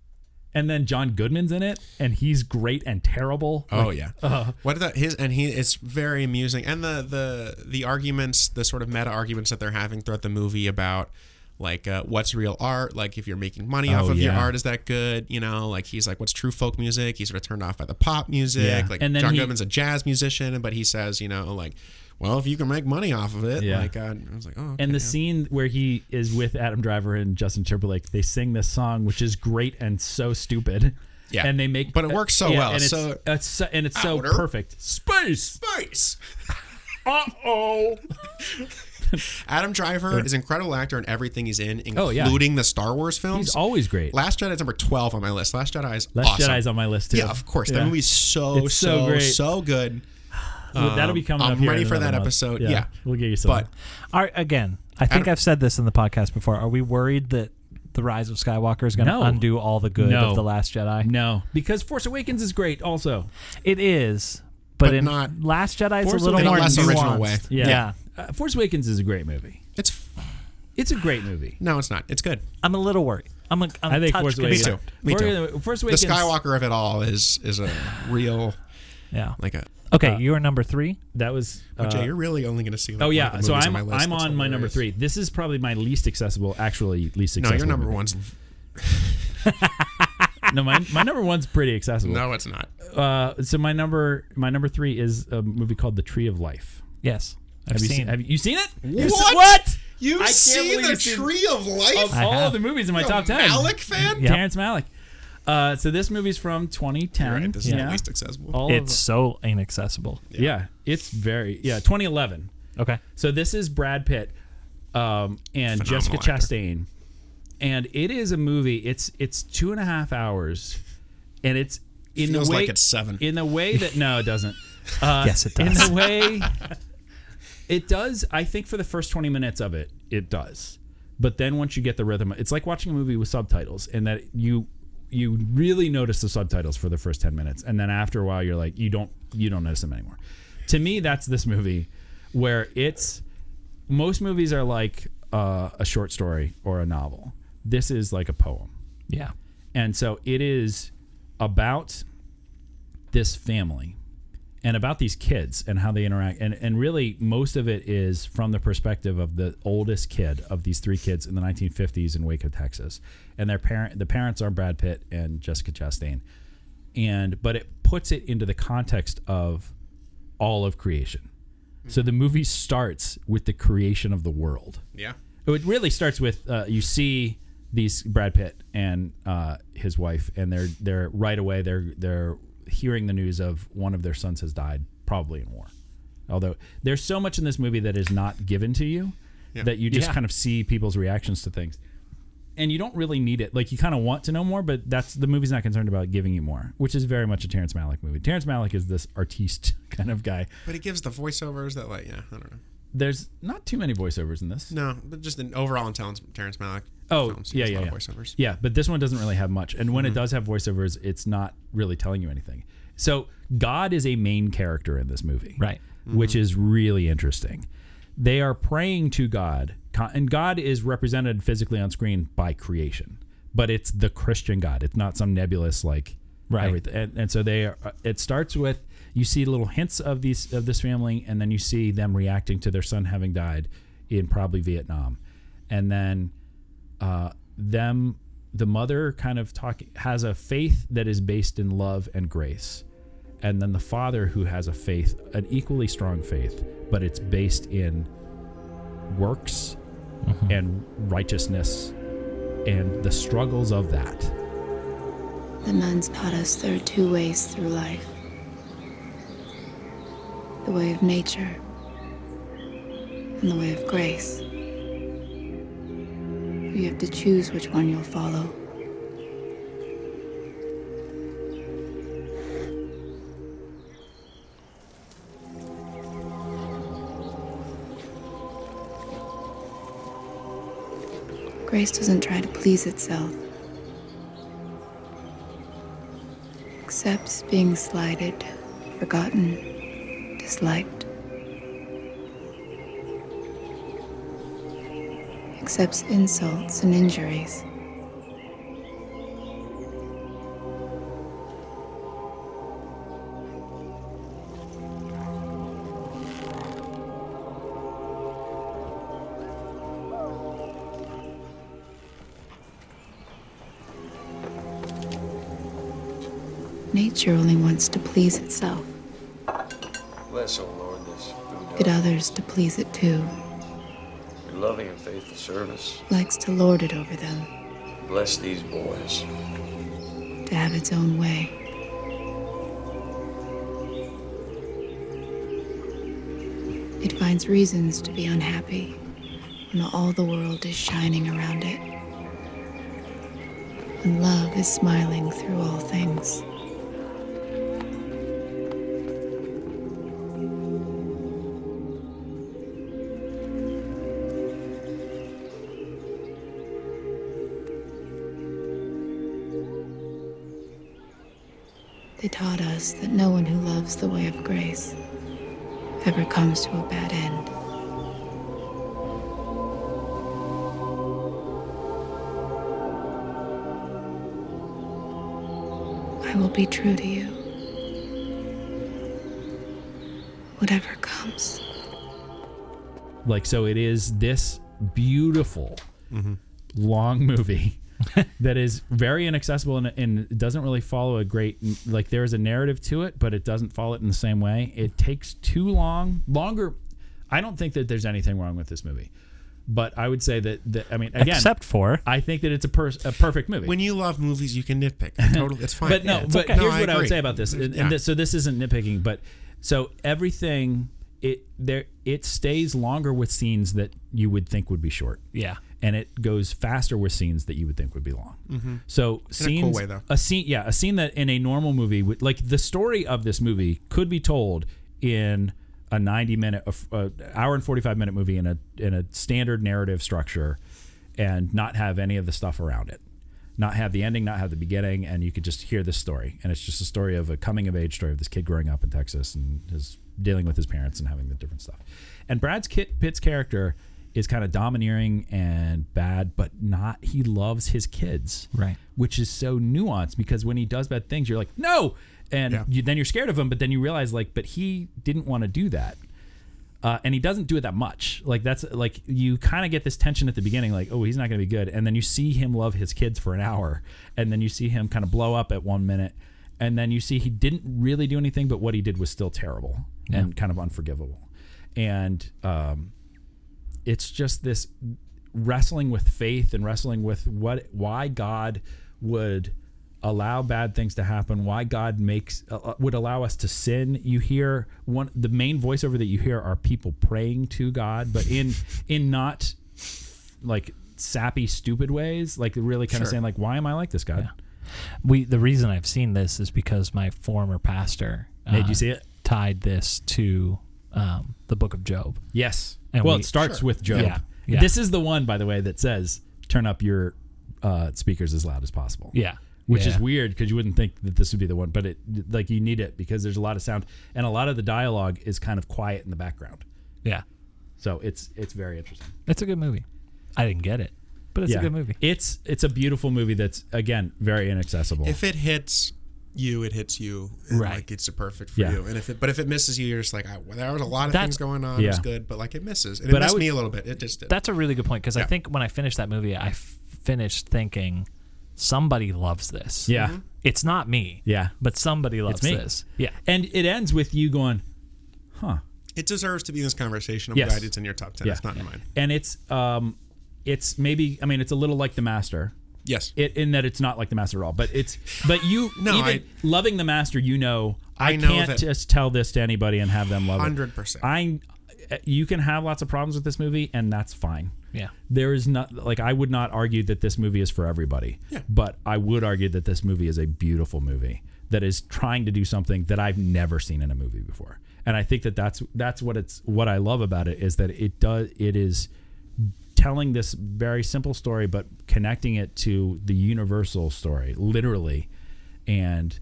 A: And then John Goodman's in it, and he's great and terrible.
D: Oh
A: Like,
D: yeah.
A: uh,
D: what the, his and he it's very amusing and the the the arguments, the sort of meta arguments that they're having throughout the movie about like uh, what's real art like if you're making money
A: Oh,
D: off of your
A: yeah.
D: art is that good you know like he's like what's true folk music he's sort of turned off by the pop music
A: Yeah.
D: like
A: And then
D: john
A: he-
D: goodman's a jazz musician but he says you know like well if you can make money off of it
A: Yeah.
D: like uh, i was like oh okay,
A: and the
D: yeah.
A: scene where he is with Adam Driver and Justin Timberlake, they sing this song, which is great and so stupid.
D: Yeah.
A: and they make,
D: But it works so well.
A: And it's
D: So-
A: it's so, and it's so
D: Outer
A: perfect. Space,
D: space.
A: Uh oh.
D: Adam Driver is an incredible actor in everything he's in,
A: Oh, yeah.
D: including the Star Wars films.
A: He's always great.
D: Last Jedi is number twelve on my list. Last Jedi is
A: Last
D: awesome.
A: Jedi's on my list too.
D: Yeah, of course.
A: Yeah.
D: That movie's so
A: It's so
D: so
A: great.
D: so good.
A: Well, that'll
D: Um,
A: be coming
D: I'm
A: up here
D: ready
A: in
D: for
A: another
D: that
A: month.
D: episode.
A: Yeah.
D: Yeah.
A: We'll get you some.
D: But
C: Are, again, I think I've said this in the podcast before. Are we worried that the Rise of Skywalker is going to
A: No.
C: undo all the good
A: No.
C: of the Last Jedi?
A: No, because Force Awakens is great. Also,
C: it is, but,
A: But
C: in
A: not-
C: Last Jedi is a
A: Force
C: little
A: Awakens-
C: more
A: In a less
D: original
C: nuanced.
D: way.
C: Yeah.
A: Yeah. Uh, Force Awakens is a great movie.
D: It's
A: it's a great movie.
D: no, it's not. It's good.
C: I'm a little worried. I'm a, I'm
A: I think
C: touched
A: Force
D: Me
A: Awakens.
C: concerned.
D: too. Me
A: Force-
D: too.
A: Force
D: the
A: Awakens-
D: Skywalker of it all is is a real
C: Yeah.
D: like a.
C: Okay, you are number three.
A: Uh, That was.
D: Oh,
A: uh,
D: Jay, you're really only going to see. Like
A: oh
D: one
A: yeah,
D: of the
A: so
D: movies on
A: I'm
D: my list.
A: I'm
D: That's
A: on my number
D: hilarious.
A: three. This is probably my least accessible, actually least
D: No,
A: accessible.
D: your number
A: movie.
D: one's.
A: no, my, my number one's pretty accessible.
D: No, it's not.
A: Uh, so my number my number three is a movie called The Tree of Life.
C: Yes, I've
A: have you
C: seen it.
A: Have you, you seen it?
D: What?
A: What?
D: You
A: I can't
D: see
A: believe
D: the
A: you've seen-
D: Tree of Life?
A: Of
D: I
A: all
D: have.
A: the movies in my
D: You're a
A: top ten.
D: Malick fan?
C: Yep.
A: Terrence Malick. Uh, so this movie's from 2010.
D: You're right, this is
A: uh, yeah.
D: the least accessible.
A: All of-
C: it's so inaccessible.
A: yeah. it's very yeah 2011.
C: Okay.
A: So this is Brad Pitt um, and
D: Phenomenal
A: Jessica
D: actor.
A: Chastain, and it is a movie. It's it's two and a half hours, and it's in
D: Feels
A: the way
D: like it's seven.
A: In the way that no, it doesn't. Uh,
C: Yes, it does.
A: In the way it does. I think for the first twenty minutes of it, it does. But then once you get the rhythm, it's like watching a movie with subtitles, and that you you really notice the subtitles for the first ten minutes, and then after a while, you're like you don't you don't notice them anymore. To me, that's this movie where it's most movies are like uh, a short story or a novel. This is like a poem.
C: Yeah.
A: And so it is about this family and about these kids and how they interact. And, and really, most of it is from the perspective of the oldest kid of these three kids in the 1950s in Waco, Texas. And their parent, the parents are Brad Pitt and Jessica Chastain. And but it puts it into the context of all of creation. So the movie starts with the creation of the world.
D: Yeah.
A: It really starts with uh, you see these Brad Pitt and uh, his wife, and they're they're right away they're they're hearing the news of one of their sons has died, probably in war. Although there's so much in this movie that is not given to you,
D: Yeah.
A: that you just
C: Yeah.
A: kind of see people's reactions to things, and you don't really need it. Like you kind of want to know more, but that's the movie's not concerned about giving you more, which is very much a Terrence Malick movie. Terrence Malick is this artiste kind of guy.
D: But it gives the voiceovers that like yeah I don't know.
A: There's not too many voiceovers in this.
D: No, but just an overall in Terrence, Terrence Malick.
A: Oh,
D: films, he
A: yeah,
D: does a
A: yeah,
D: lot
A: yeah.
D: of voiceovers.
A: Yeah, but this one doesn't really have much. And when it
C: Mm-hmm.
A: does have voiceovers, it's not really telling you anything. So God is a main character in this movie,
C: Right. Mm-hmm.
A: Which is really interesting. They are praying to God, co- and God is represented physically on screen by creation, but it's the Christian God. It's not some nebulous like
C: Right.
A: everything. And, and so they are. uh, It starts with you see little hints of these of this family, and then you see them reacting to their son having died in probably Vietnam, and then uh, them the mother kind of talk has a faith that is based in love and grace and then the father who has a faith an equally strong faith but it's based in works and righteousness and the struggles of that
B: The nuns taught us there are two ways through life the way of nature and the way of grace. You have to choose which one you'll follow. Grace doesn't try to please itself. accepts being slighted, forgotten, disliked. Accepts insults and injuries. Nature only wants to please itself.
E: Bless, O Lord, this food
B: Get others to please it too.
E: your loving and faithful service.
B: Likes to lord it over them,
E: Bless these boys.
B: to have its own way. It finds reasons to be unhappy when all the world is shining around it. And love is smiling through all things. They taught us that no one who loves the way of grace ever comes to a bad end. I will be true to you. Whatever comes.
A: Like, so it is this beautiful, long movie that is very inaccessible and, and doesn't really follow a great, like, there is a narrative to it, but it doesn't follow it in the same way. It takes too long, longer. I don't think that there's anything wrong with this movie. But I would say that, that I mean, again,
C: Except for-
A: I think that it's a, per- a perfect movie.
D: When you love movies, you can nitpick. Totally, it's fine.
A: But no, but
D: No,
A: here's what I
D: agree.
A: would say about this. And, and
D: Yeah.
A: this- so this isn't nitpicking, but so everything it there it stays longer with scenes that you would think would be short.
C: Yeah.
A: And it goes faster with scenes that you would think would be long.
C: Mhm.
A: So
D: In a
A: scenes,
D: cool way, though.
A: a scene, yeah, a scene that in a normal movie, would, like the story of this movie, could be told in a ninety-minute, a f- a hour and forty-five minute movie in a in a standard narrative structure, and not have any of the stuff around it, not have the ending, not have the beginning, and you could just hear this story, and it's just a story of a coming-of-age story of this kid growing up in Texas and his dealing with his parents and having the different stuff, and Brad's Kit, Pitt's character is kind of domineering and bad, but not. He loves his kids,
C: Right.
A: Which is so nuanced because when he does bad things, you're like, no, and you, then you're scared of him, but then you realize like, but he didn't want to do that. Uh, and he doesn't do it that much. Like that's like you kind of get this tension at the beginning, like oh he's not going to be good, and then you see him love his kids for an hour, and then you see him kind of blow up at one minute, and then you see he didn't really do anything, but what he did was still terrible and kind of unforgivable, and um, it's just this wrestling with faith and wrestling with what why God would allow bad things to happen why God makes uh, would allow us to sin you hear one the main voiceover that you hear are people praying to God but in in not like sappy stupid ways like really kind of
C: Sure.
A: saying like why am I like this God
C: we the reason I've seen this is because my former pastor uh,
A: Made you see it
C: tied this to um, the Book of Job.
A: yes
C: And
A: well
C: we-
A: it starts
C: Sure.
A: with Job
C: Yeah. Yeah.
A: this is the one by the way that says turn up your uh, speakers as loud as possible
C: Yeah.
A: which
C: Yeah.
A: is weird because you wouldn't think that this would be the one, but it like you need it because there's a lot of sound and a lot of the dialogue is kind of quiet in the background.
C: Yeah.
A: So it's it's very interesting.
C: It's a good movie. I didn't get it, but it's
A: Yeah.
C: a good movie.
A: It's it's a beautiful movie that's again very inaccessible.
D: If it hits you, it hits you. And,
A: Right.
D: Like it's a perfect for
A: Yeah.
D: you. And if it, but if it misses you, you're just like, I, well, there was a lot of
C: That's-
D: things going on. It was
A: yeah.
D: good, but like it misses. And it
C: But I
D: missed
C: would-
D: me a little bit. It just did.
C: That's a really good point because I
D: Yeah.
C: think when I finished that movie, I f- finished thinking somebody loves this.
A: Yeah.
D: Mm-hmm.
A: Mhm.
C: It's not me.
A: Yeah.
C: But somebody loves
A: it's me.
C: this. Yeah.
A: And it ends with you going, huh.
D: it deserves to be in this conversation. I'm
A: Yes.
D: glad it's in your top ten.
A: Yeah.
D: It's not in mine.
A: And it's um it's maybe I mean it's a little like the master.
D: Yes.
A: It, in that it's not like the master at all, but it's but you
D: No,
A: even
D: I-
A: loving the master, you know I,
D: I know
A: can't
D: that-
A: just tell this to anybody and have them love it.
D: 100%.
A: I you can have lots of problems with this movie and that's fine.
C: Yeah.
A: There is not like I would not argue that this movie is for everybody. Yeah. But I would argue that this movie is a beautiful movie that is trying to do something that I've never seen in a movie before. And I think that that's that's what it's what I love about it is that it does it is telling this very simple story but connecting it to the universal story literally and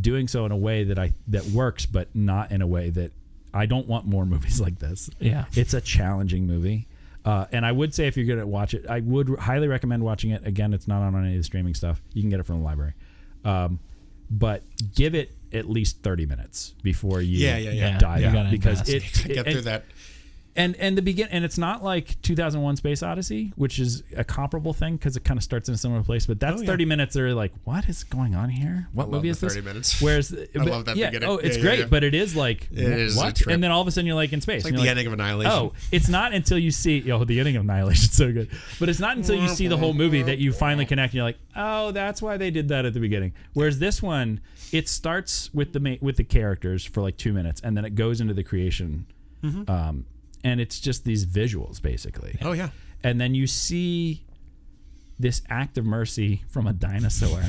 A: doing so in a way that I that works but not in a way that I don't want more movies like this.
C: Yeah.
A: It's a challenging movie. Uh, and I would say if you're going to watch it, I would highly recommend watching it. Again, it's not on any of the streaming stuff. You can get it from the library. Um, but give it at least 30 minutes before you
D: Yeah, yeah, yeah.
A: dive
D: Yeah.
A: in,
D: You gotta
A: because it,
D: invest. Get
A: and-
D: through that
A: and and the begin and it's not like 2001 space odyssey which is a comparable thing because it kind of starts in a similar place but that's
D: Oh, yeah.
A: 30 minutes they're like what is going on here what
D: I love
A: movie
D: the
A: is this
D: 30 minutes.
A: whereas
D: I
A: but-
D: love that
A: yeah,
D: beginning.
A: oh it's
D: Yeah, yeah,
A: great
D: yeah.
A: but it is like
D: It is a
A: what
D: trip.
A: and then all of a sudden you're like in space
D: It's
A: and
D: like
A: you're
D: the ending of Annihilation.
A: oh it's not until you see oh the ending of annihilation so good but it's not until you see the whole movie that you finally connect and you're like oh that's why they did that at the beginning whereas this one it starts with the ma- with the characters for like two minutes and then it goes into the creation
D: Mhm.
A: um, and it's just these visuals basically
D: Oh, yeah.
A: and then you see this act of mercy from a dinosaur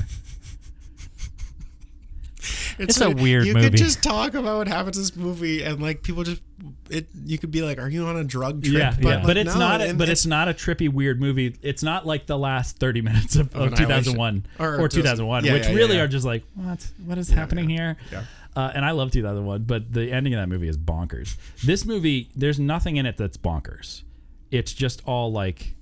A: It's a
D: like-
A: weird
D: you
A: movie.
D: could just talk about what happens in this movie, and like people just, it. You could be like, "Are you on a drug trip?"
A: Yeah, but, yeah.
D: like,
A: but it's
D: no,
A: not. A,
D: and
A: but it's not a trippy, weird movie. It's not like the last thirty minutes of,
D: Of
A: of two thousand one
D: Annihilation.
A: or,
D: Or
A: 2001,
D: 2000. Yeah,
A: which
D: yeah, yeah,
A: really
D: yeah.
A: are just like what? What is
D: Yeah,
A: happening here?
D: Yeah.
A: Uh, and I love two thousand one, but the ending of that movie is bonkers. This movie, there's nothing in it that's bonkers. It's just all like,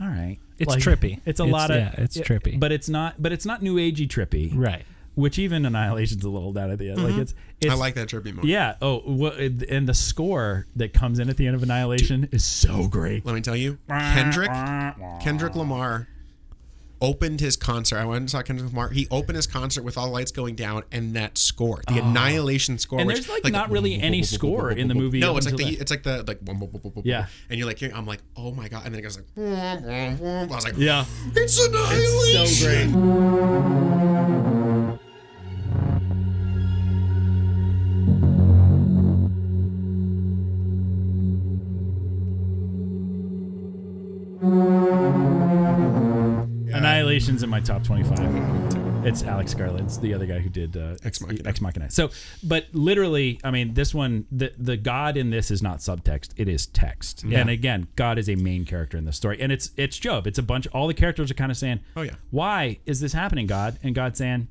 A: all right,
C: It's
A: Like,
C: trippy.
A: It's a
C: It's-
A: lot of
C: yeah, it's trippy.
A: but it's not. But it's not new agey trippy,
C: Right.
A: Which even Annihilation's a little down at the end. Like
D: Mhm.
A: it's, it's,
D: I like that trippy more.
A: Yeah. Oh, wha- and the score that comes in at the end of Annihilation is so great.
D: Let me tell you, Kendrick, Kendrick Lamar opened his concert. I went and saw Kendrick Lamar. He opened his concert with all the lights going down and that score, the Annihilation score.
A: Oh. And
D: which-
A: there's, like, not really any score in the movie
D: No,
A: up
D: it's like
A: until
D: the
A: that.
D: it's like the like
A: Yeah.
D: and you're like hearing- I'm like oh my god, and then it goes like I was like
A: Yeah.
D: it's Annihilation.
A: It's so great. Annihilation's in my top 25. It's Alex Garland, it's the other guy who did uh, Ex Machina. So, but literally, I mean, this one, the the God in this is not subtext; it is text.
C: Yeah.
A: And again, God is a main character in this story, and it's it's Job. It's a bunch. All the characters are kind of saying,
D: "Oh yeah,
A: why is this happening, God?" And God saying,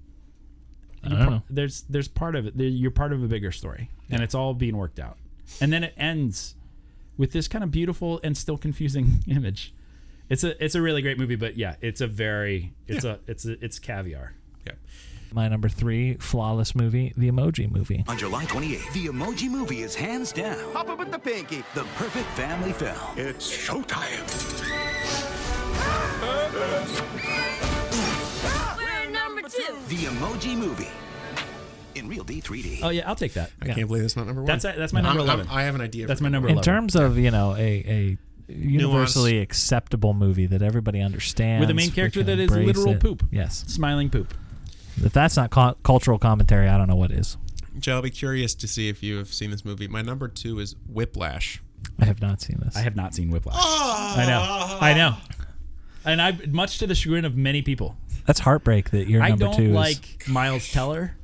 C: I
A: "You're
C: don't
A: par-
C: know."
A: "There's there's part of it. there- You're part of a bigger story, and it's all being worked out." And then it ends with this kind of beautiful and still confusing image. It's a it's a really great movie, but yeah, it's a very it's a it's a, it's caviar.
D: Yeah.
C: My number three flawless movie, the Emoji Movie.
F: On July 28th, the Emoji Movie is hands down. Hop up with the pinky. The perfect family film. It's showtime.
K: We're number two.
F: The Emoji Movie. In real D3D.
A: Oh yeah, I'll take that.
D: I can't believe that's not number one.
A: That's that's my
D: I'm-
A: number
D: I'm-
A: eleven.
D: I have an idea.
A: That's
D: for
A: my number
C: In
A: eleven.
C: terms of you know a a universally acceptable movie that everybody understands
A: with a main
C: we
A: character
C: can
A: that is
C: embrace
A: literal
C: it.
A: poop.
C: Yes,
A: smiling poop.
C: if that's not co- cultural commentary, I don't know what is.
D: Joe, I'll be curious to see if you have seen this movie. My number two is Whiplash.
C: I have not seen this.
A: I have not seen Whiplash.
D: Oh,
A: I know. I know. And I much to the chagrin of many people.
C: That's heartbreak that your
A: I
C: number
A: don't
C: two is.
A: like Miles Teller.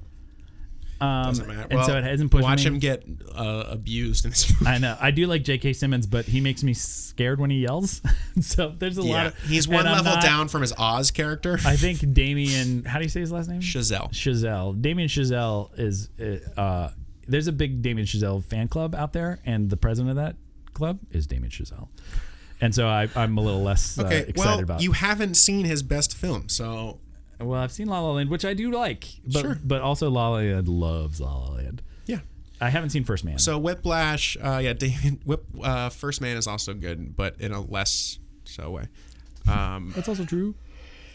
A: Um,
D: Doesn't matter.
A: And so
D: Well,
A: it hasn't pushed
D: watch
A: me.
D: him get uh, abused in this movie.
A: I know. I do like J.K. Simmons, but he makes me scared when he yells. so there's a lot.
D: Yeah.
A: of
D: He's one
A: and I'm
D: level
A: not-
D: down from his Oz character.
A: I think Damien. How do you say his last name?
D: Chazelle.
A: Chazelle. Damien Chazelle is. uh, Uh, there's a big Damien Chazelle fan club out there, and the president of that club is Damien Chazelle. And so I, I'm a little less uh,
D: Okay,
A: excited
D: well,
A: about.
D: you haven't seen his best film, so
A: well, I've seen La La Land, which I do like, but
D: Sure.
A: but also La La Land loves La La Land.
D: Yeah.
A: I haven't seen First Man.
D: so Whiplash. Uh, yeah, Damien, Whip, uh, First Man is also good, but in a less so way. Um,
A: That's also true.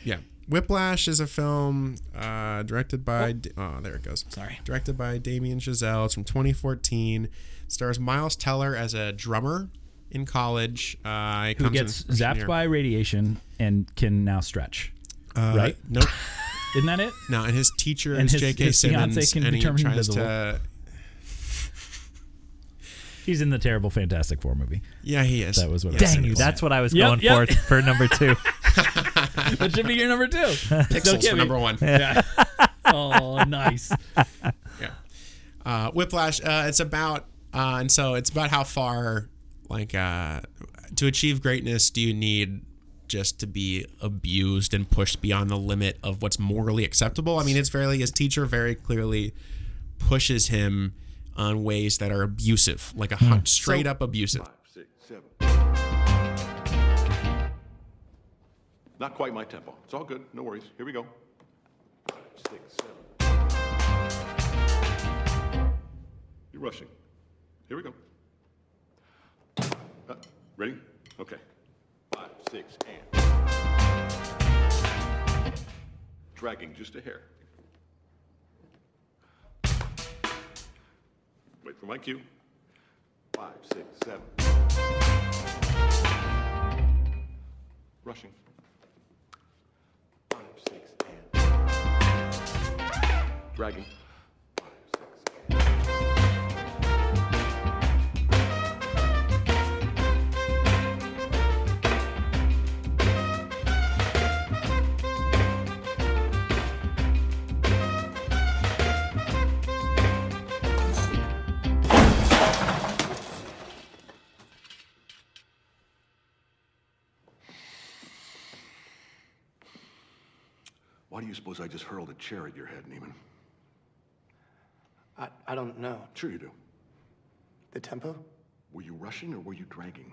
D: Yeah. Whiplash is a film uh, directed by. Da- Oh. there it goes. Sorry. Directed by Damien Chazelle. It's from 2014. Stars Miles Teller as a drummer in college. Uh, he
A: who
D: comes in
A: gets
D: his freshman
A: zapped
D: year.
A: by radiation and can now stretch.
D: Uh,
A: right?
D: Nope.
A: Isn't that it?
D: No, and his teacher
A: And
D: is
A: his-
D: J.K.
A: his fiancée
D: Simmons,
A: can
D: and he
A: determine
D: tries
A: invisible.
D: to.
A: He's in the terrible Fantastic Four movie.
D: Yeah, he is.
A: That was what. I was
C: Dang
A: saying.
C: you! That's what I was
A: Yep,
C: going
A: yep.
C: for for number two.
A: that should be your number two.
D: Pixels
A: Don't get
D: for
A: me.
D: number one.
A: Yeah. oh, nice.
D: yeah. Uh, Whiplash. Uh, it's about uh, and so it's about how far like uh, to achieve greatness do you need just to be abused and pushed beyond the limit of what's morally acceptable. I mean, it's fairly his teacher very clearly pushes him on ways that are abusive, like
A: Hmm.
D: a hun- straight up abusive.
M: six, seven. Not quite my tempo. It's all good. No worries. Here we go. Five, six, seven. You're rushing. Here we go. Uh, Ready? Okay. Five, six, and. Dragging just a hair. Wait for my cue. Five, six, seven. Rushing. Five, six, and. Dragging. Why do you suppose I just hurled a chair at your head, Neiman?
T: I, I don't know.
M: Sure you do.
T: The tempo?
M: Were you rushing or were you dragging?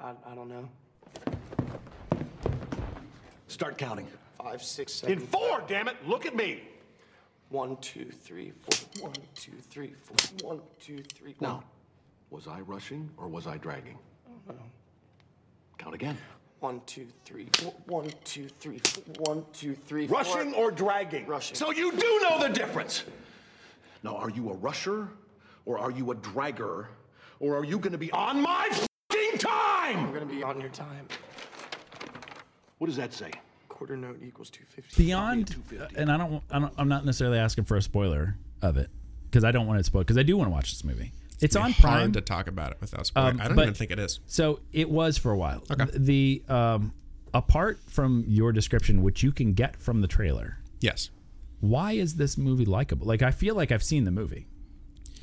T: I, I don't know.
M: Start counting.
T: Five, six,
M: In
T: seven.
M: four, damn it! Look at me!
T: One, two, three, four. One, two, three, four. One, two, three. four.
M: Now, was I rushing or was I dragging?
T: I don't know.
M: Count again.
T: One, two, three, four. One, two, three, four. One, two, three, four.
M: Rushing or dragging?
T: Rushing.
M: So you do know the difference. Now, are you a rusher or are you a dragger or are you going to be on my fucking time?
T: I'm gonna be on your time.
M: What does that say?
T: Quarter note equals 250.
A: Beyond, and I don't, I don't, I'm not necessarily asking for a spoiler of it because I don't want it spoiled because I do want to watch this movie. It's,
D: It'd be
A: on
D: hard
A: Prime.
D: to talk about it without spoiler.
A: Um,
D: I don't
A: but-
D: even think it is.
A: So it was for a while. Okay. The um, apart from your description, which you can get from the trailer,
D: Yes.
A: why is this movie likable? Like I feel like I've seen the movie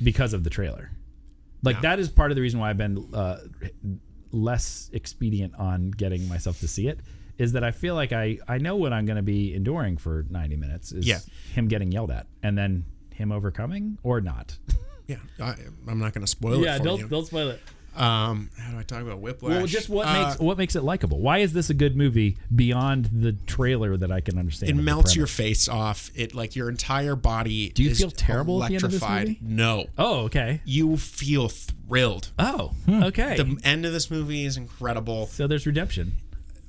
A: because of the trailer. Like that is part of the reason why I've been uh, less expedient on getting myself to see it. Is that I feel like I I know what I'm going to be enduring for 90 minutes. Is
D: Yeah.
A: him getting yelled at and then him overcoming or not.
D: Yeah. I, I'm not going to spoil
A: Yeah,
D: it for
A: don't-
D: you.
A: don't spoil it.
D: Um, how do I talk about Whiplash?
A: Well, just what
D: Uh,
A: makes what makes it likable? Why is this a good movie beyond the trailer that I can understand?
D: it
A: of the
D: melts your
A: premise?
D: face off. It like your entire body.
A: Do you
D: is
A: feel terrible at the end of this
D: Electrified.
A: movie?
D: No.
A: Oh, okay.
D: You feel thrilled. Hmm.
A: Oh, okay.
D: The end of this movie is incredible.
A: So there's redemption.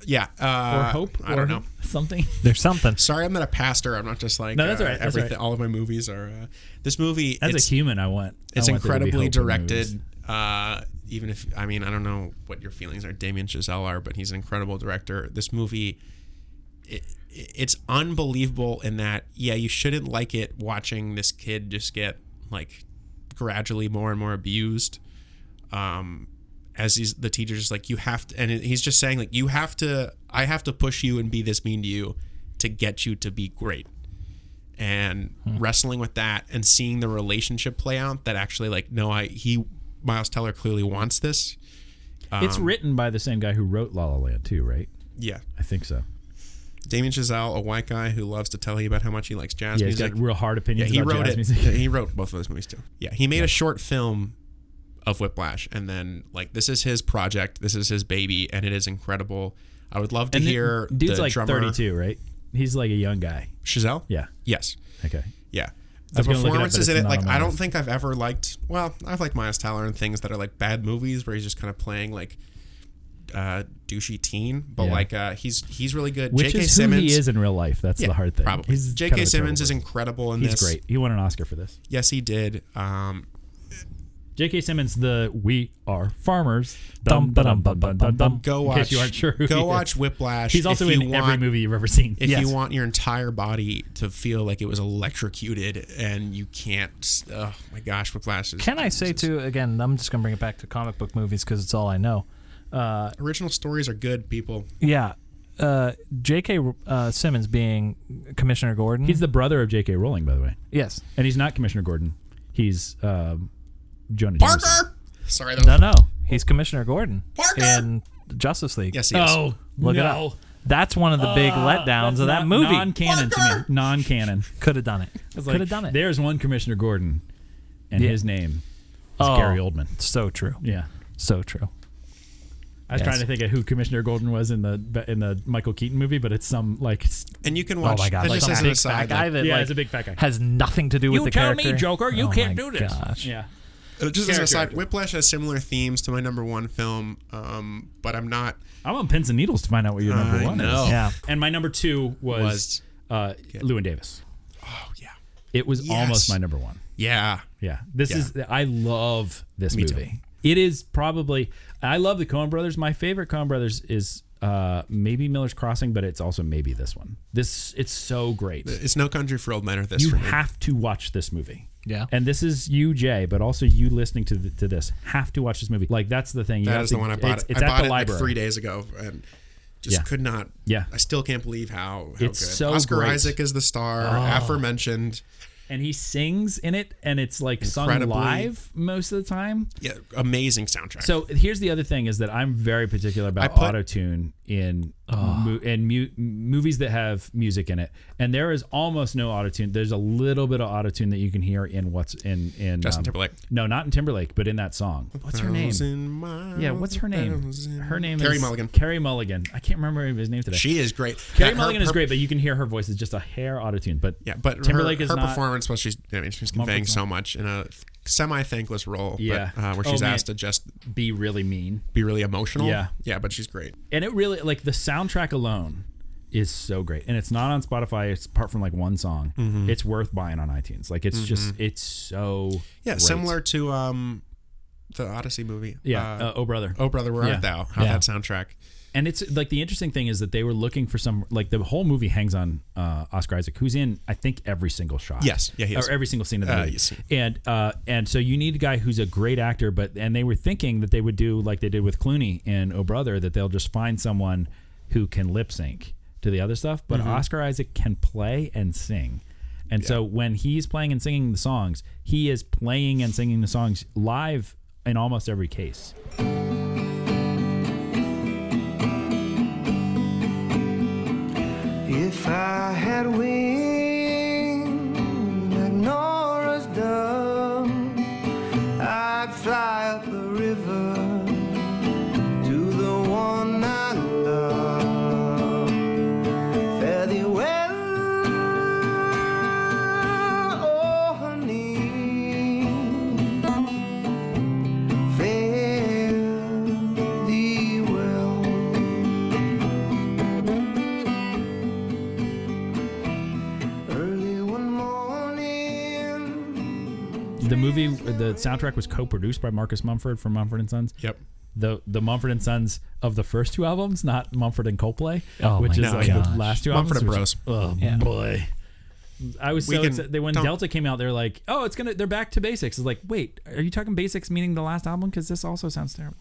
D: Yeah. Uh,
A: Or hope,
D: I
A: or
D: don't know.
A: Something.
C: There's something.
D: Sorry, I'm not a pastor. I'm not just like
A: No, that's
D: uh,
A: all right, that's all
D: everything. All of my movies are. Uh, this movie.
A: As a
D: it's-
A: human, I want- I
D: It's
A: want there to be
D: incredibly
A: hope in movies.
D: directed. Uh, even if I mean I don't know what your feelings are, Damien Chazelle are, but he's an incredible director. This movie, it, it's unbelievable in that yeah, you shouldn't like it watching this kid just get like gradually more and more abused. Um, as he's the teacher's just like you have to, and he's just saying like you have to, I have to push you and be this mean to you to get you to be great and
A: Hmm.
D: wrestling with that and seeing the relationship play out that actually like no i he miles teller clearly wants this
A: it's
D: Um,
A: written by the same guy who wrote La La Land too, right?
D: yeah
A: I think so.
D: damien chazelle a white guy who loves to tell you about how much he likes jazz
A: Yeah, he's
D: music
A: got real hard opinions
D: yeah he
A: about
D: wrote
A: jazz
D: it
A: music.
D: Yeah, he wrote both of those movies too yeah he made a short film of whiplash and then like this is his project this is his baby and it is incredible i would love to
A: And the-
D: hear
A: dude's
D: the
A: like
D: drummer
A: 32, right? He's like a young guy.
D: chazelle
A: Yeah.
D: yes
A: Okay.
D: Yeah. The
A: I was gonna look it up,
D: performances
A: but
D: in
A: it's
D: it,
A: not
D: like
A: on my
D: I don't
A: list.
D: think I've ever liked. Well, I've liked Miles Teller in things that are like bad movies where he's just kind of playing like uh, douchey teen, but
A: Yeah.
D: like uh, he's he's really good.
A: Which
D: J.K.
A: is who
D: Simmons
A: he is in real life. That's
D: Yeah,
A: the hard thing.
D: Probably.
A: He's
D: J.K.
A: kind of a terrible
D: Simmons is
A: person.
D: incredible in
A: He's
D: this.
A: great. He won an Oscar for this.
D: Yes, he did. Um,
A: J.K. Simmons, the "We Are Farmers." Dum dum dum dum dum dum.
D: go
A: In
D: watch.
A: case you aren't sure. Who he
D: go
A: is.
D: watch Whiplash.
A: He's also
D: if
A: in
D: you
A: every
D: want-
A: movie you've ever seen.
D: If
A: Yes.
D: you want your entire body to feel like it was electrocuted and you can't, oh my gosh, Whiplash is.
C: Can I say too? Again, I'm just gonna bring it back to comic book movies because it's all I know. Uh,
D: Original stories are good, people.
C: yeah, uh, J.K. Uh, Simmons being Commissioner Gordon.
A: He's the brother of J.K. Rowling, by the way.
C: Yes.
A: and he's not Commissioner Gordon. He's um, Jonah Jameson.
D: Parker. Sorry, that
C: no,
D: was-
C: no. He's Commissioner Gordon
D: Parker!
C: in Justice League.
D: Yes, he is.
A: Oh,
C: look at
A: no.
C: up. That's one of the big
A: Uh,
C: letdowns of that
A: non-
C: movie.
A: Non-canon to me. Non-canon.
C: Could have done it. Could have done it.
A: There's one Commissioner Gordon, and
C: Yeah.
A: his name is
C: Oh,
A: Gary Oldman.
C: So true.
A: Yeah.
C: So true.
A: I was
C: Yes.
A: trying to think of who Commissioner Gordon was in the in the Michael Keaton movie, but it's some like. s-
D: And you can watch.
C: oh my god!
D: and
C: Like
D: just
C: some
D: as an
C: big
D: aside,
C: fat guy
D: like-
C: that
A: Yeah,
C: like,
A: he's a big fat guy.
C: has nothing to do with
A: You
C: the
A: tell
C: character.
A: me, Joker, you
C: Oh
A: can't
C: my
A: do this.
C: Gosh.
A: Yeah.
D: Uh, Just as an
A: Character
D: aside,
A: actor.
D: Whiplash has similar themes to my number one film, um, but I'm not.
A: I'm on pins and needles to find out what your number
D: I
A: one
D: know.
A: is. And my number two
D: Was-
A: was, uh, Lewin Davis.
D: Oh yeah.
A: It was
D: Yes.
A: almost my number one.
D: Yeah.
A: Yeah. This
D: Yeah.
A: is I love this
D: Me too.
A: movie. It is probably I love the Coen Brothers. My favorite Coen Brothers is uh, maybe Miller's Crossing, but it's also maybe this one. This it's so great.
D: It's No Country for Old Men or this
A: You
D: for me.
A: have to watch this movie.
C: Yeah.
A: And this is you, Jay, but also you listening to th- to this have to watch this movie. Like that's the thing. You
D: That
A: have
D: is
A: to-
D: the one I bought.
A: It's,
D: it.
A: it's
D: I
A: at
D: bought
A: the
D: it
A: library.
D: like three days ago and just
A: Yeah.
D: could not.
A: Yeah.
D: I still can't believe how, how
A: It's
D: good.
A: so
D: Oscar
A: great.
D: Isaac is the star,
A: Oh.
D: aforementioned.
A: And he sings in it, and it's like sung
D: Incredibly-
A: live most of the time.
D: Yeah, amazing soundtrack.
A: So here's the other thing: is that I'm very particular about
D: I put- Ah.
A: auto tune in uh, mo- in mu- movies that have music in it, and there is almost no auto tune. There's a little bit of auto tune that you can hear in what's in in um,
D: Justin Timberlake.
A: No, not in Timberlake, but in that song. What's her name?
D: Thousand
A: Yeah, what's her name?
D: miles, a
A: Her name
D: Carey
A: is
D: Mulligan.
A: Carrie Mulligan. I can't remember his name today.
D: She is great.
A: Carrie
D: That- her-
A: Mulligan is
D: her-
A: great, but you can hear her voice is just a hair auto tune. But
D: Yeah, but
A: Timberlake
D: her,
A: is
D: her
A: not.
D: performance was she's I mean she's conveying so much in a semi thankless role.
A: Yeah.
D: but, uh, where
A: Oh,
D: she's
A: man.
D: asked to just
A: be really mean,
D: be really emotional.
A: Yeah.
D: yeah, but she's great.
A: and it really like the soundtrack alone is so great and it's not on spotify it's apart from like one song
D: Mhm.
A: it's worth buying on itunes like it's just it's so
D: Mm-hmm. Yeah,
A: great.
D: similar to um, the Odyssey movie.
A: yeah uh, oh brother
D: oh brother, where
A: Yeah.
D: art thou? How
A: Yeah.
D: that soundtrack.
A: and it's like the interesting thing is that they were looking for some like the whole movie hangs on uh, Oscar Isaac, who's in I think every single shot.
D: Yes. Yeah, he is.
A: or every single scene of the
D: Uh,
A: movie.
D: yes.
A: And uh, and so you need a guy who's a great actor, but and they were thinking that they would do like they did with Clooney in Oh Brother, that they'll just find someone who can lip sync to the other stuff. But
D: Mhm.
A: Oscar Isaac can play and sing. And so when he's playing and singing the songs, he is playing and singing the songs live in almost every case.
T: If I had wings like Nora's dove, I'd fly up the river to the one I love. Fare thee well, oh honey. Fare thee well.
A: The movie, the soundtrack was co-produced by Marcus Mumford from Mumford and Sons.
D: Yep.
A: The the Mumford and Sons of the first two albums, not Mumford and Copley,
C: Oh
A: which
C: my
A: is like
C: gosh.
A: the last two
D: Mumford
A: albums.
D: and
A: which-
D: Bros.
A: Oh
D: Yeah.
A: boy. I was
D: We
A: so
D: can-
A: excited. They, when
D: don't-
A: Delta came out, they're like, "Oh, it's gonna." They're back to basics. It's like, wait, are you talking basics meaning the last album? Because this also sounds terrible.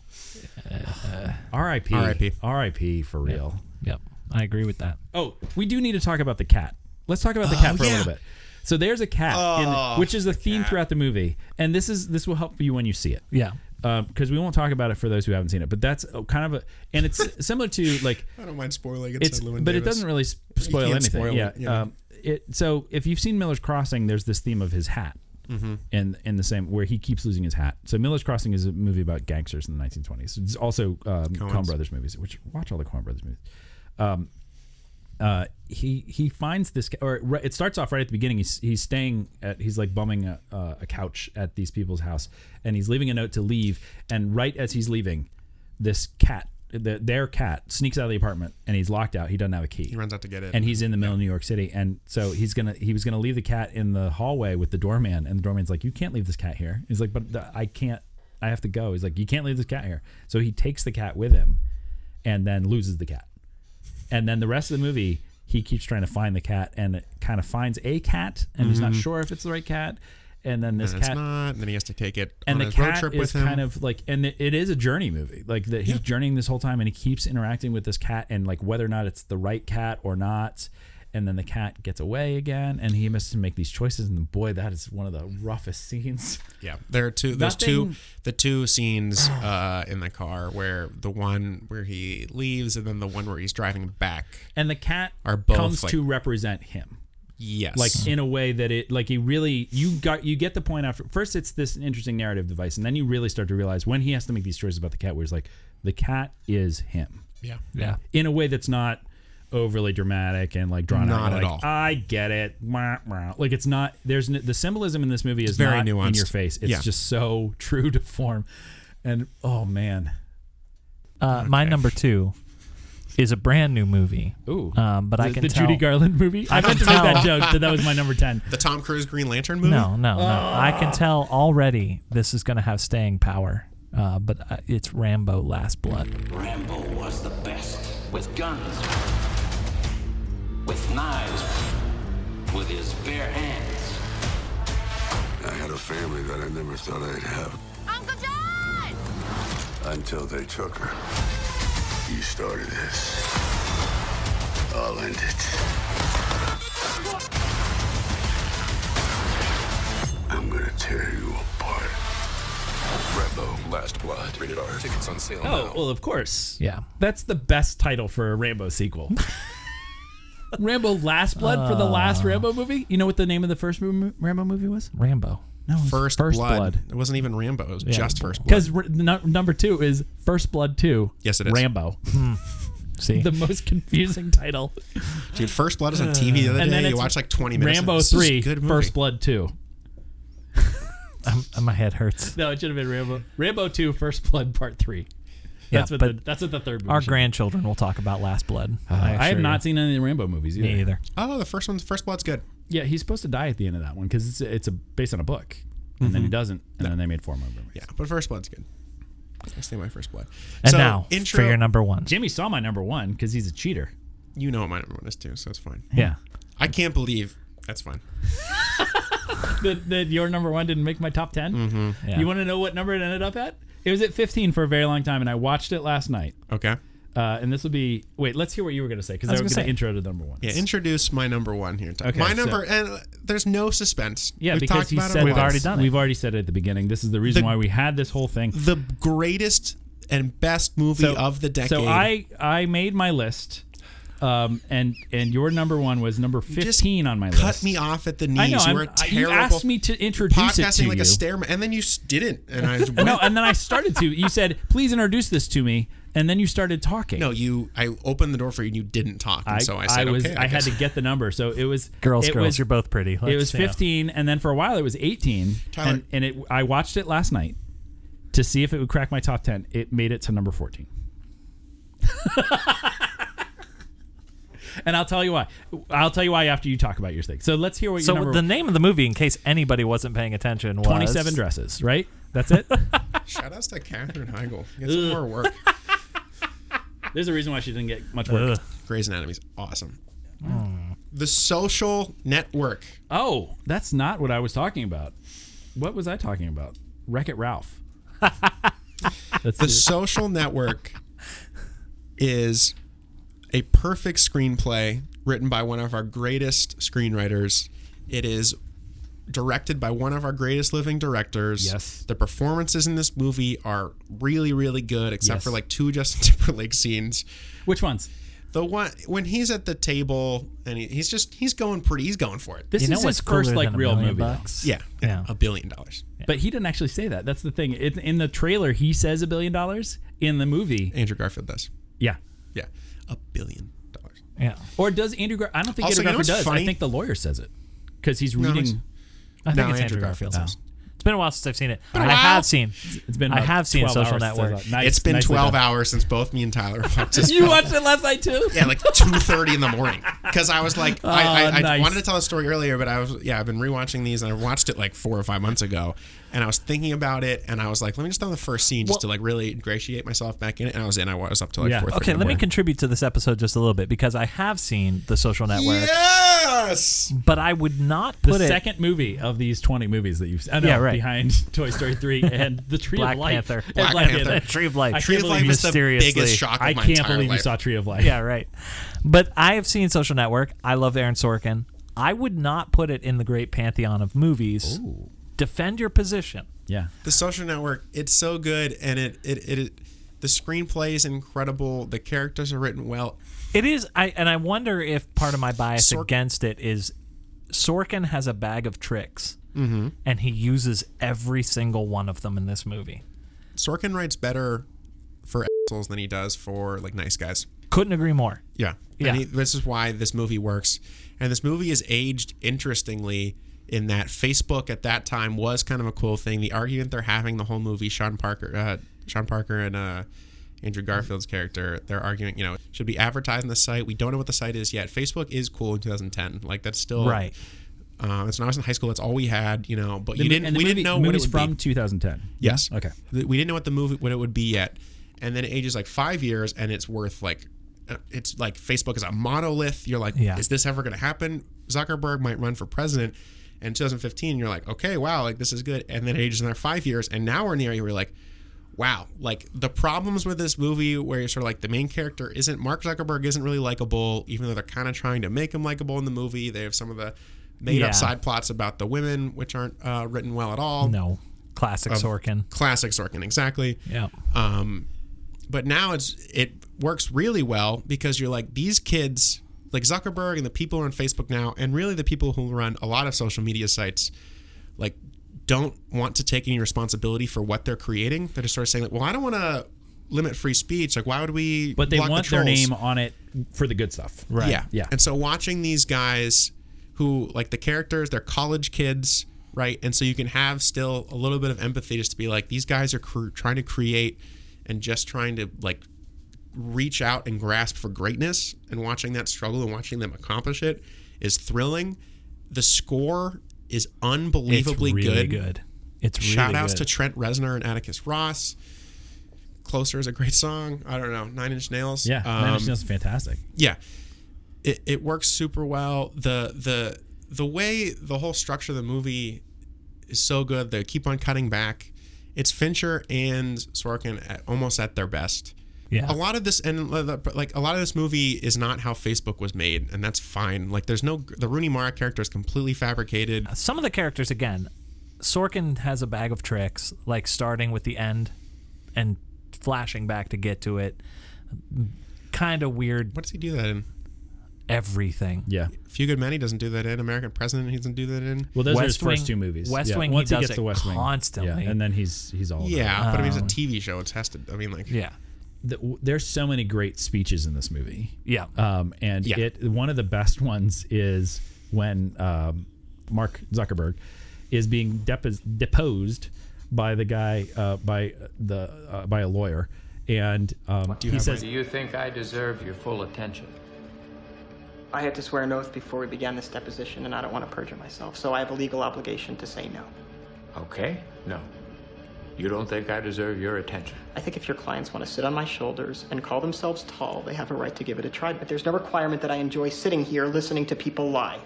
A: R.I.P.
C: R.I.P..
A: R.I.P. For real.
C: Yep. I agree with that.
A: Oh, we do need to talk about the cat. Let's talk about the cat for a little bit. So there's a cat,
C: Oh,
A: in, which is the theme throughout the movie, and this is this will help you when you see it.
C: Yeah.
A: because we won't talk about it for those who haven't seen it. But that's uh, kind of a, and it's similar to like
D: I don't mind spoiling. It's,
A: it's,
D: a Llewyn
A: but it
D: Davis.
A: doesn't really s-
D: You
A: spoil
D: can't
A: anything.
D: spoil it,
A: yeah.
D: yeah.
A: Um, it, so if you've seen Miller's Crossing, there's this theme of his hat,
D: Mhm.
A: and in the same where he keeps losing his hat. So Miller's Crossing is a movie about gangsters in the 1920s. It's also um, Coen
D: Coens.
A: Brothers movies, which watch all the Coen Brothers movies. Um, uh, he he finds this, ca- or it re- it starts off right at the beginning. He's he's staying at he's like bumming a, uh, a couch at these people's house, and he's leaving a note to leave. And right as he's leaving, this cat, the, their cat, sneaks out of the apartment, and he's locked out. He doesn't have a key. He
D: runs out to get it.
A: and he's in the middle of New York City. And so he's gonna he was gonna leave the cat in the hallway with the doorman, and the doorman's like, "You can't leave this cat here." He's like, "But the, I can't. I have to go." He's like, "You can't leave this cat here." So he takes the cat with him, and then loses the cat. And then the rest of the movie, he keeps trying to find the cat, and it kind of finds a cat, and he's not
D: Mhm.
A: sure if it's the right cat. And then this
D: and it's
A: cat
D: not, and then he has to take it
A: and
D: on
A: the
D: his
A: cat
D: road trip
A: is
D: with him.
A: kind of like and it, it is a journey movie like that he's journeying this whole time and he keeps interacting with this cat and like whether or not it's the right cat or not and then the cat gets away again and he must make these choices and boy that is one of the roughest scenes
D: Yeah, there are two. There's two.
A: Nothing-
D: The two scenes uh, in the car where the one where he leaves and then the one where he's driving back.
A: and the cat
D: Are both,
A: comes
D: like-
A: to represent him
D: Yes.
A: like in a way that it like he really you got you get the point after first it's this interesting narrative device and then you really start to realize when he has to make these choices about the cat where it's like the cat is him
D: Yeah.
C: Yeah.
A: in a way that's not overly dramatic and like drawn out.
D: Not
A: You're
D: at
A: like, I get it. Wah, wah. Like it's not. There's n- the symbolism in this movie
D: It's
A: is
D: very
A: not in
D: nuanced.
A: your face. It's
D: Yeah.
A: just so true to form. And oh man,
C: Uh, My number two is a brand new movie.
A: Ooh.
C: Um, but I
A: The-
C: can
A: the
C: tell-
A: Judy Garland movie? I
C: can
A: meant to make that
C: tell-
A: joke that that was my number ten.
D: The Tom Cruise Green Lantern movie.
C: No, no, no. I
A: Ah.
C: can tell already this is going to have staying power. Uh, but uh, it's Rambo: Last Blood.
O: Rambo was the best with guns, with knives, with his bare hands.
X: I had a family that I never thought I'd have. Uncle John! Until they took her. You started this. I'll end it. I'm gonna tear you apart. Rambo, Last Blood. Rated R. Tickets on sale
A: Oh well, of course.
C: Yeah.
A: that's the best title for a Rambo sequel. Rambo Last Blood for the last
D: Uh.
A: Rambo movie. You know what the name of the first mo- Rambo movie was?
C: Rambo.
A: No, it was
D: First,
A: First
D: blood.
A: Blood.
D: It wasn't even Rambo. It was just First Blood.
A: Because number two is First Blood Two.
D: Yes, it is.
A: Rambo.
C: Hmm. See?
A: the most confusing title.
D: Dude, First Blood
A: Uh,
D: is on TV the other
A: And
D: day.
A: then
D: You
A: it's
D: watch like 20 minutes.
A: Rambo
D: This is a
A: Three,
D: good movie.
A: First Blood Two.
C: Um, uh, my head hurts.
A: No, it should have been Rambo. Rambo Two, First Blood Part Three. That's
C: Yeah,
A: what the,
C: but
A: that's what the third. Movie
C: Our
A: should be.
C: grandchildren will talk about Last Blood.
D: Uh,
A: I have
C: assure
A: not
C: you.
A: seen any of the Rambo movies either.
C: Me either.
D: Oh, the first one's First Blood's good.
A: Yeah, he's supposed to die at the end of that one because it's it's a, based on a book, and then he
D: Mhm.
A: doesn't, and then they made four more movies.
D: Yeah, but First Blood's good. I stay my First Blood.
C: And now for your number one.
A: Jimmy saw my number one because he's a cheater.
D: You know what my number one is too, so it's fine.
C: Yeah.
D: I can't believe that's fine.
A: that, that your number one didn't make my top 10
D: Mhm. Yeah.
A: You want to know what number it ended up at? It was at 15 for a very long time, and I watched it last night.
D: Okay.
A: Uh, and this would be wait. Let's hear what you were gonna say because
D: I
A: I
D: was
A: was
D: gonna
A: gonna
D: say-
A: intro to number one.
D: Yeah, introduce my number one here. Tom.
A: Okay,
D: my
A: so-
D: number, and uh, there's no suspense.
A: Yeah,
D: We've
A: because
D: talked
A: he
D: about
A: said
D: it.
A: we've already done it. We've already said it at the beginning. This is the reason
D: The-
A: why we had this whole thing.
D: The greatest and best movie of the decade.
A: So I I made my list, um, and and your number one was number
D: You just
A: 15 on my
D: cut
A: list.
D: me off at the knees.
A: I know,
D: you
A: I'm-
D: were
A: I-
D: terrible.
A: you asked me to introduce it
D: podcasting
A: to
D: like
A: you.
D: a stairman, and then you s- didn't. And I was
A: no, and then I started to. You said, "Please introduce this to me," and then you started talking.
D: no, you. I opened the door for you, and you didn't talk. And so I said,
A: was,
D: okay.
A: I, had
D: guess.
A: to get the number, so it was
C: Girls,
A: it
C: girls,
A: was-
C: you're both pretty.
A: it
C: Let's-
A: was
C: yeah.
A: 15, and then for a while it was 18,
C: Tyler-
A: and, and it. I watched it last night to see if it would crack my top 10. It made it to number 14. and I'll tell you why. I'll tell you why after you talk about your thing. So let's hear what your
C: So
A: number
C: the name of the movie, in case anybody wasn't paying attention, was
A: 27 dresses, right? That's it.
D: Shout outs to Katherine Heigl. Get some more work.
A: There's a reason why she didn't get much work.
D: Grey's Anatomy is awesome. The Social Network.
A: Oh, that's not what I was talking about. What was I talking about? Wreck It Ralph.
D: the Social Network is a perfect screenplay written by one of our greatest screenwriters. It is directed by one of our greatest living directors.
A: Yes.
D: The performances in this movie are really, really good, except
A: Yes.
D: for like two Justin Timberlake scenes.
A: Which ones?
D: The one when he's at the table and he, he's just he's going pretty he's going for it.
A: This is his first like real movie. though.
D: Yeah, yeah, a billion dollars.
A: But he didn't actually say that. That's the thing. It, in the trailer, he says a billion dollars. In the movie,
D: Andrew Garfield does.
A: Yeah.
D: Yeah, a billion dollars.
C: Yeah.
A: Or does Andrew? Gar- I don't think
D: Also, you know
A: Andrew
D: what's
A: Garfield does.
D: funny?
A: I think the lawyer says it because he's
D: No,
A: reading.
D: it's-
C: I think
D: No,
C: it's Andrew,
D: Andrew
C: Garfield.
D: Garfield.
C: now. It's been a while since I've seen it.
A: Been a
C: I have
A: while.
C: seen.
A: It's been
C: I
A: about
C: have seen
A: 12
C: Social
A: hours since I-
C: Network.
A: Nice-
D: it's been
A: nicely
D: 12
A: done.
D: hours since both me and Tyler watched this.
A: you
D: film.
A: watched it last night too.
D: Yeah, like 2.30 in the morning. Because I was like, I, I,
A: Oh,
D: I
A: nice.
D: wanted to tell a story earlier, but I was, yeah, I've been rewatching these and I watched it like four or five months ago. And I was thinking about it and I was like, let me just throw the first scene just to like really ingratiate myself back in it. And I was in, I was up to like
C: yeah.
D: 4.30
C: Okay,
D: in the
C: let me
D: morning.
C: contribute to this episode just a little bit because I have seen The Social Network.
D: Yes.
C: But I would not
A: The
C: put it
A: second movie of these 20 movies that you've seen. I know,
C: Yeah, right.
A: Behind Toy Story 3 and The Tree
C: Black
A: of Life.
C: Panther.
A: And
C: Black Panther. Tree of Life.
A: I
C: Tree
A: can't
C: of
A: believe
C: Life is the
A: mysteriously-
C: biggest shock of
A: I
C: my
A: can't
C: entire
A: believe
C: life.
A: you saw Tree of Life.
C: Yeah, right. But I have seen Social Network. I love Aaron Sorkin. I would not put it in the great pantheon of movies. Defend your position.
A: Yeah.
D: The Social Network, it's so good, and it it, it it the screenplay is incredible. The characters are written well.
C: It is, I and I wonder if part of my bias
D: Sork-
C: against it is Sorkin has a bag of tricks,
D: Mhm.
C: and he uses every single one of them in this movie.
D: Sorkin writes better for assholes than he does for like nice guys.
C: Couldn't agree more.
D: Yeah.
C: Yeah.
D: And he, this is why this movie works. And this movie is aged interestingly in that Facebook at that time was kind of a cool thing. The argument they're having the whole movie, Sean Parker, uh, Sean Parker and uh, Andrew Garfield's character, they're arguing, you know, should be advertising the site. We don't know what the site is yet. Facebook is cool in 2010. Like that's still
C: Right.
D: Uh, it's when I was in high school. That's all we had, you know. But
A: The
D: you
A: mo-
D: didn't.
A: and the
D: We
A: movie-
D: didn't know
A: movie's
D: what it would be.
A: from 2010.
D: Yes.
A: Okay.
D: Th- We didn't know what the movie what it would be yet, and then it ages like five years, and it's worth like, uh, it's like Facebook is a monolith. You're like,
C: Yeah.
D: is this ever going to happen? Zuckerberg might run for president, and in 2015, you're like, okay, wow, like this is good, and then it ages another five years, and now we're in the area where you're like. Wow, like the problems with this movie, where you're sort of like the main character isn't Mark Zuckerberg isn't really likable, even though they're kind of trying to make him likable in the movie. They have some of the made
C: Yeah.
D: up side plots about the women, which aren't uh, written well at all.
C: No. Classic
D: Of-
C: Sorkin.
D: Classic Sorkin, exactly.
C: Yeah.
D: Um, but now it's it works really well because you're like these kids, like Zuckerberg and the people who are on Facebook now, and really the people who run a lot of social media sites, like don't want to take any responsibility for what they're creating. They're just sort of saying like, well, I don't want to limit free speech. Like, why would we?
A: But they
D: block the
A: want their
D: trolls?
A: name on it for the good stuff.
D: Yeah.
A: Yeah.
D: And so watching these guys who like the characters, they're college kids, right? And so you can have still a little bit of empathy just to be like these guys are cr- trying to create and just trying to like reach out and grasp for greatness and watching that struggle and watching them accomplish it is thrilling. The score is unbelievably
C: it's really good. It's really
D: Shout outs
C: good.
D: to Trent Reznor and Atticus Ross. Closer is a great song. I don't know. Nine Inch Nails.
A: Yeah. Nine Inch
D: Um,
A: Nails is fantastic.
D: yeah it, it works super well the the the way the whole structure of the movie is so good they keep on cutting back it's fincher and sorkin at, almost at their best
C: Yeah.
D: a lot of this and uh, like a lot of this movie is not how facebook was made and that's fine like there's no the rooney mara character is completely fabricated
C: Some of the characters again, Sorkin has a bag of tricks, like starting with the end and flashing back to get to it. Kind of weird.
D: What does he do that in?
C: Everything.
A: Yeah.
D: few good men he doesn't do that in american president he doesn't do that in
A: Well, those are his
C: West Wing-
A: first two movies.
C: West
A: yeah.
C: Wing, he
A: Once
C: does
A: gets
C: it
A: to West Wing,
C: constantly. Um,
A: Yeah. And then he's he's all. about
D: yeah
A: it. Um,
D: but i mean it's a tv show it's has to i mean like
C: yeah
A: the, there's so many great speeches in this movie.
C: Yeah.
A: Um, and
D: Yeah.
A: it one of the best ones is when um, Mark Zuckerberg is being depos- deposed by the guy uh, by the uh, by a lawyer, and um, he says,
P: Do you think I deserve your full attention?
I: I had to swear an oath before we began this deposition, and I don't want to perjure myself, so I have a legal obligation to say no.
P: Okay, no. You don't think I deserve your attention?
I: I think if your clients want to sit on my shoulders and call themselves tall, they have a right to give it a try, but there's no requirement that I enjoy sitting here listening to people lie.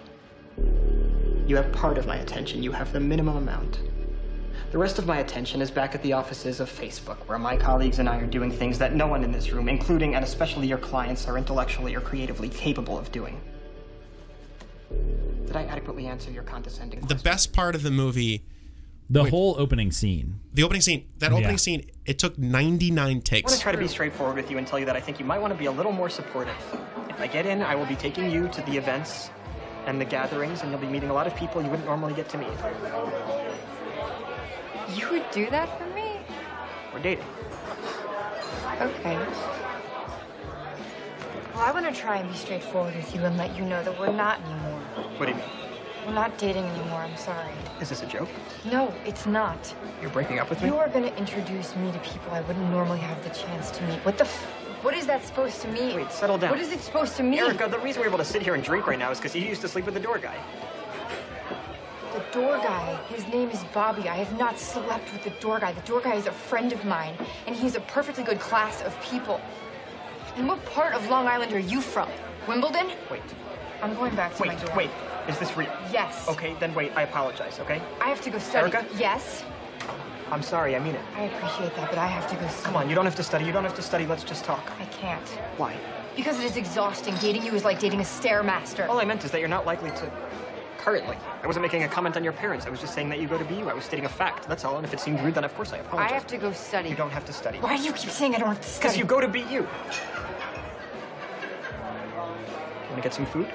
I: You have part of my attention, you have the minimum amount. The rest of my attention is back at the offices of Facebook, where my colleagues and I are doing things that no one in this room, including and especially your clients, are intellectually or creatively capable of doing. Did I adequately answer your condescending
D: the best part of the movie
A: the whole opening scene.
D: the opening scene that opening
A: Yeah.
D: scene it took 99
I: I
D: takes
I: want to try to be straightforward with you and tell you that I think you might want to be a little more supportive. If I get in, I will be taking you to the events and the gatherings, and you'll be meeting a lot of people you wouldn't normally get to meet.
Q: You would do that for me?
I: We're dating.
Q: Okay. Well, I want to try and be straightforward with you and let you know that we're not anymore.
I: What do you mean?
Q: We're not dating anymore, I'm sorry.
I: Is this a joke?
Q: No, it's not.
I: You're breaking up with me?
Q: You are going to introduce me to people I wouldn't normally have the chance to meet. What the f- What is that supposed to mean? Wait,
I: Settle down.
Q: What is it supposed to mean?
I: Erica, the reason we're able to sit here and drink right now is because you used to sleep with the door guy.
Q: The door guy, his name is Bobby. I have not slept with the door guy. The door guy is a friend of mine, and he's a perfectly good class of people. And what part of Long Island are you from? Wimbledon?
I: Wait.
Q: I'm going back to my
I: Wait,
Q: door.
I: wait. Is this real?
Q: Yes.
I: Okay, then wait. I apologize, okay?
Q: I have to go study.
I: Erica?
Q: Yes?
I: I'm sorry, I mean it.
Q: I appreciate that, but I have to go study.
I: Come on, you don't have to study. You don't have to study. Let's just talk.
Q: I can't.
I: Why?
Q: Because it is exhausting. Dating you is like dating a stairmaster.
I: All I meant is that you're not likely to. Currently. I wasn't making a comment on your parents. I was just saying that you go to BU. I was stating a fact. That's all. And if it seemed rude, then of course I
Q: I
I: apologize.
Q: have to go study.
I: You don't have to study.
Q: Why do you keep saying I don't have to study?
I: Because you go to BU. You want to get some food?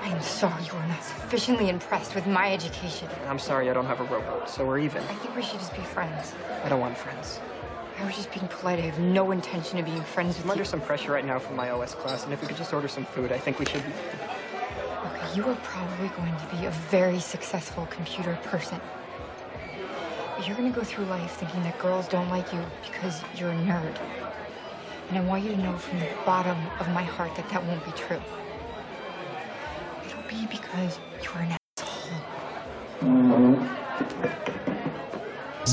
Q: I am sorry you are not sufficiently impressed with my education.
I: I'm sorry I don't have a rowboat, so we're even.
Q: I think we should just be friends.
I: I don't want friends.
Q: I was just being polite. I have no intention of being friends with
I: I'm under some pressure right now from my OS class, and if we could just order some food, I think we should be.
Q: you. You are probably going to be a very successful computer person. But You're going to go through life thinking that girls don't like you because you're a nerd. And I want you to know from the bottom of my heart that that won't be true. It'll be because you're an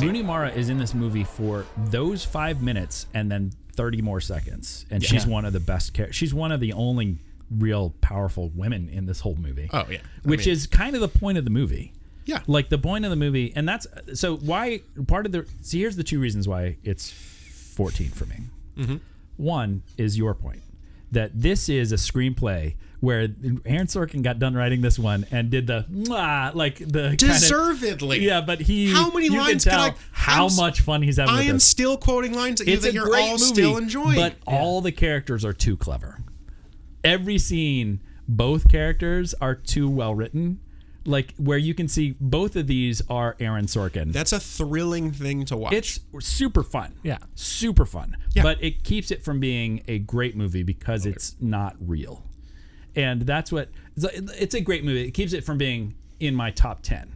A: Rooney Mara is in this movie for those five minutes and then 30 more seconds. And
D: Yeah.
A: she's
D: Yeah.
A: one of the best char- She's one of the only real powerful women in this whole movie.
D: Oh, yeah. I
A: Which
D: mean-
A: is kind of the point of the movie.
D: Yeah.
A: Like the point of the movie. And that's so why part of the. See, here's the two reasons why it's 14 for me.
D: Mhm.
A: One is your point that this is a screenplay where Aaron Sorkin got done writing this one and did the "Mwah," like the
D: Deservedly.
A: Kind of, yeah, but he
D: How many
A: you can
D: lines can
A: tell
D: I-
A: How
D: I'm s-
A: much fun he's having.
D: I
A: with
D: am
A: this.
D: still quoting lines that, you,
A: It's
D: that
A: a
D: you're
A: great
D: all
A: movie,
D: still enjoying.
A: But all the characters are too clever. Every scene, both characters are too well written. Like where you can see both of these are Aaron Sorkin.
D: That's a thrilling thing to watch.
A: It's super fun.
D: Yeah.
A: Super fun. But it keeps it from being a great movie because it's not real. And that's what it's a- it's a great movie. It keeps it from being in my top 10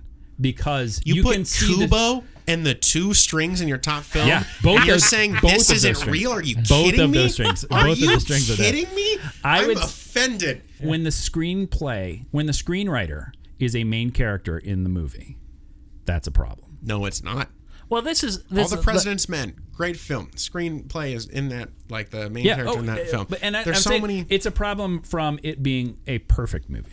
A: because you,
D: You, put
A: can see the-
D: Kubo and the two strings in your top film.
A: Yeah,
D: both
A: both
D: and you're
A: those-
D: saying
A: both
D: this
A: of those
D: isn't
A: strings.
D: real. Are you
A: Both
D: kidding
A: of
D: me?
A: those strings-
D: Are
A: both of
D: you
A: the strings are there.
D: kidding me?
A: I
D: am
A: would-
D: offended.
A: when the screenplay, when the screenwriter is a main character in the movie, that's a problem.
D: No, it's not.
C: Well, this is this
D: all the President's Men. Great film. Screenplay is in that, like the main
A: yeah,
D: character
A: oh,
D: in that
A: uh,
D: film.
A: But, and I,
D: There's
A: I'm
D: so
A: saying
D: many.
A: It's a problem from it being a perfect movie.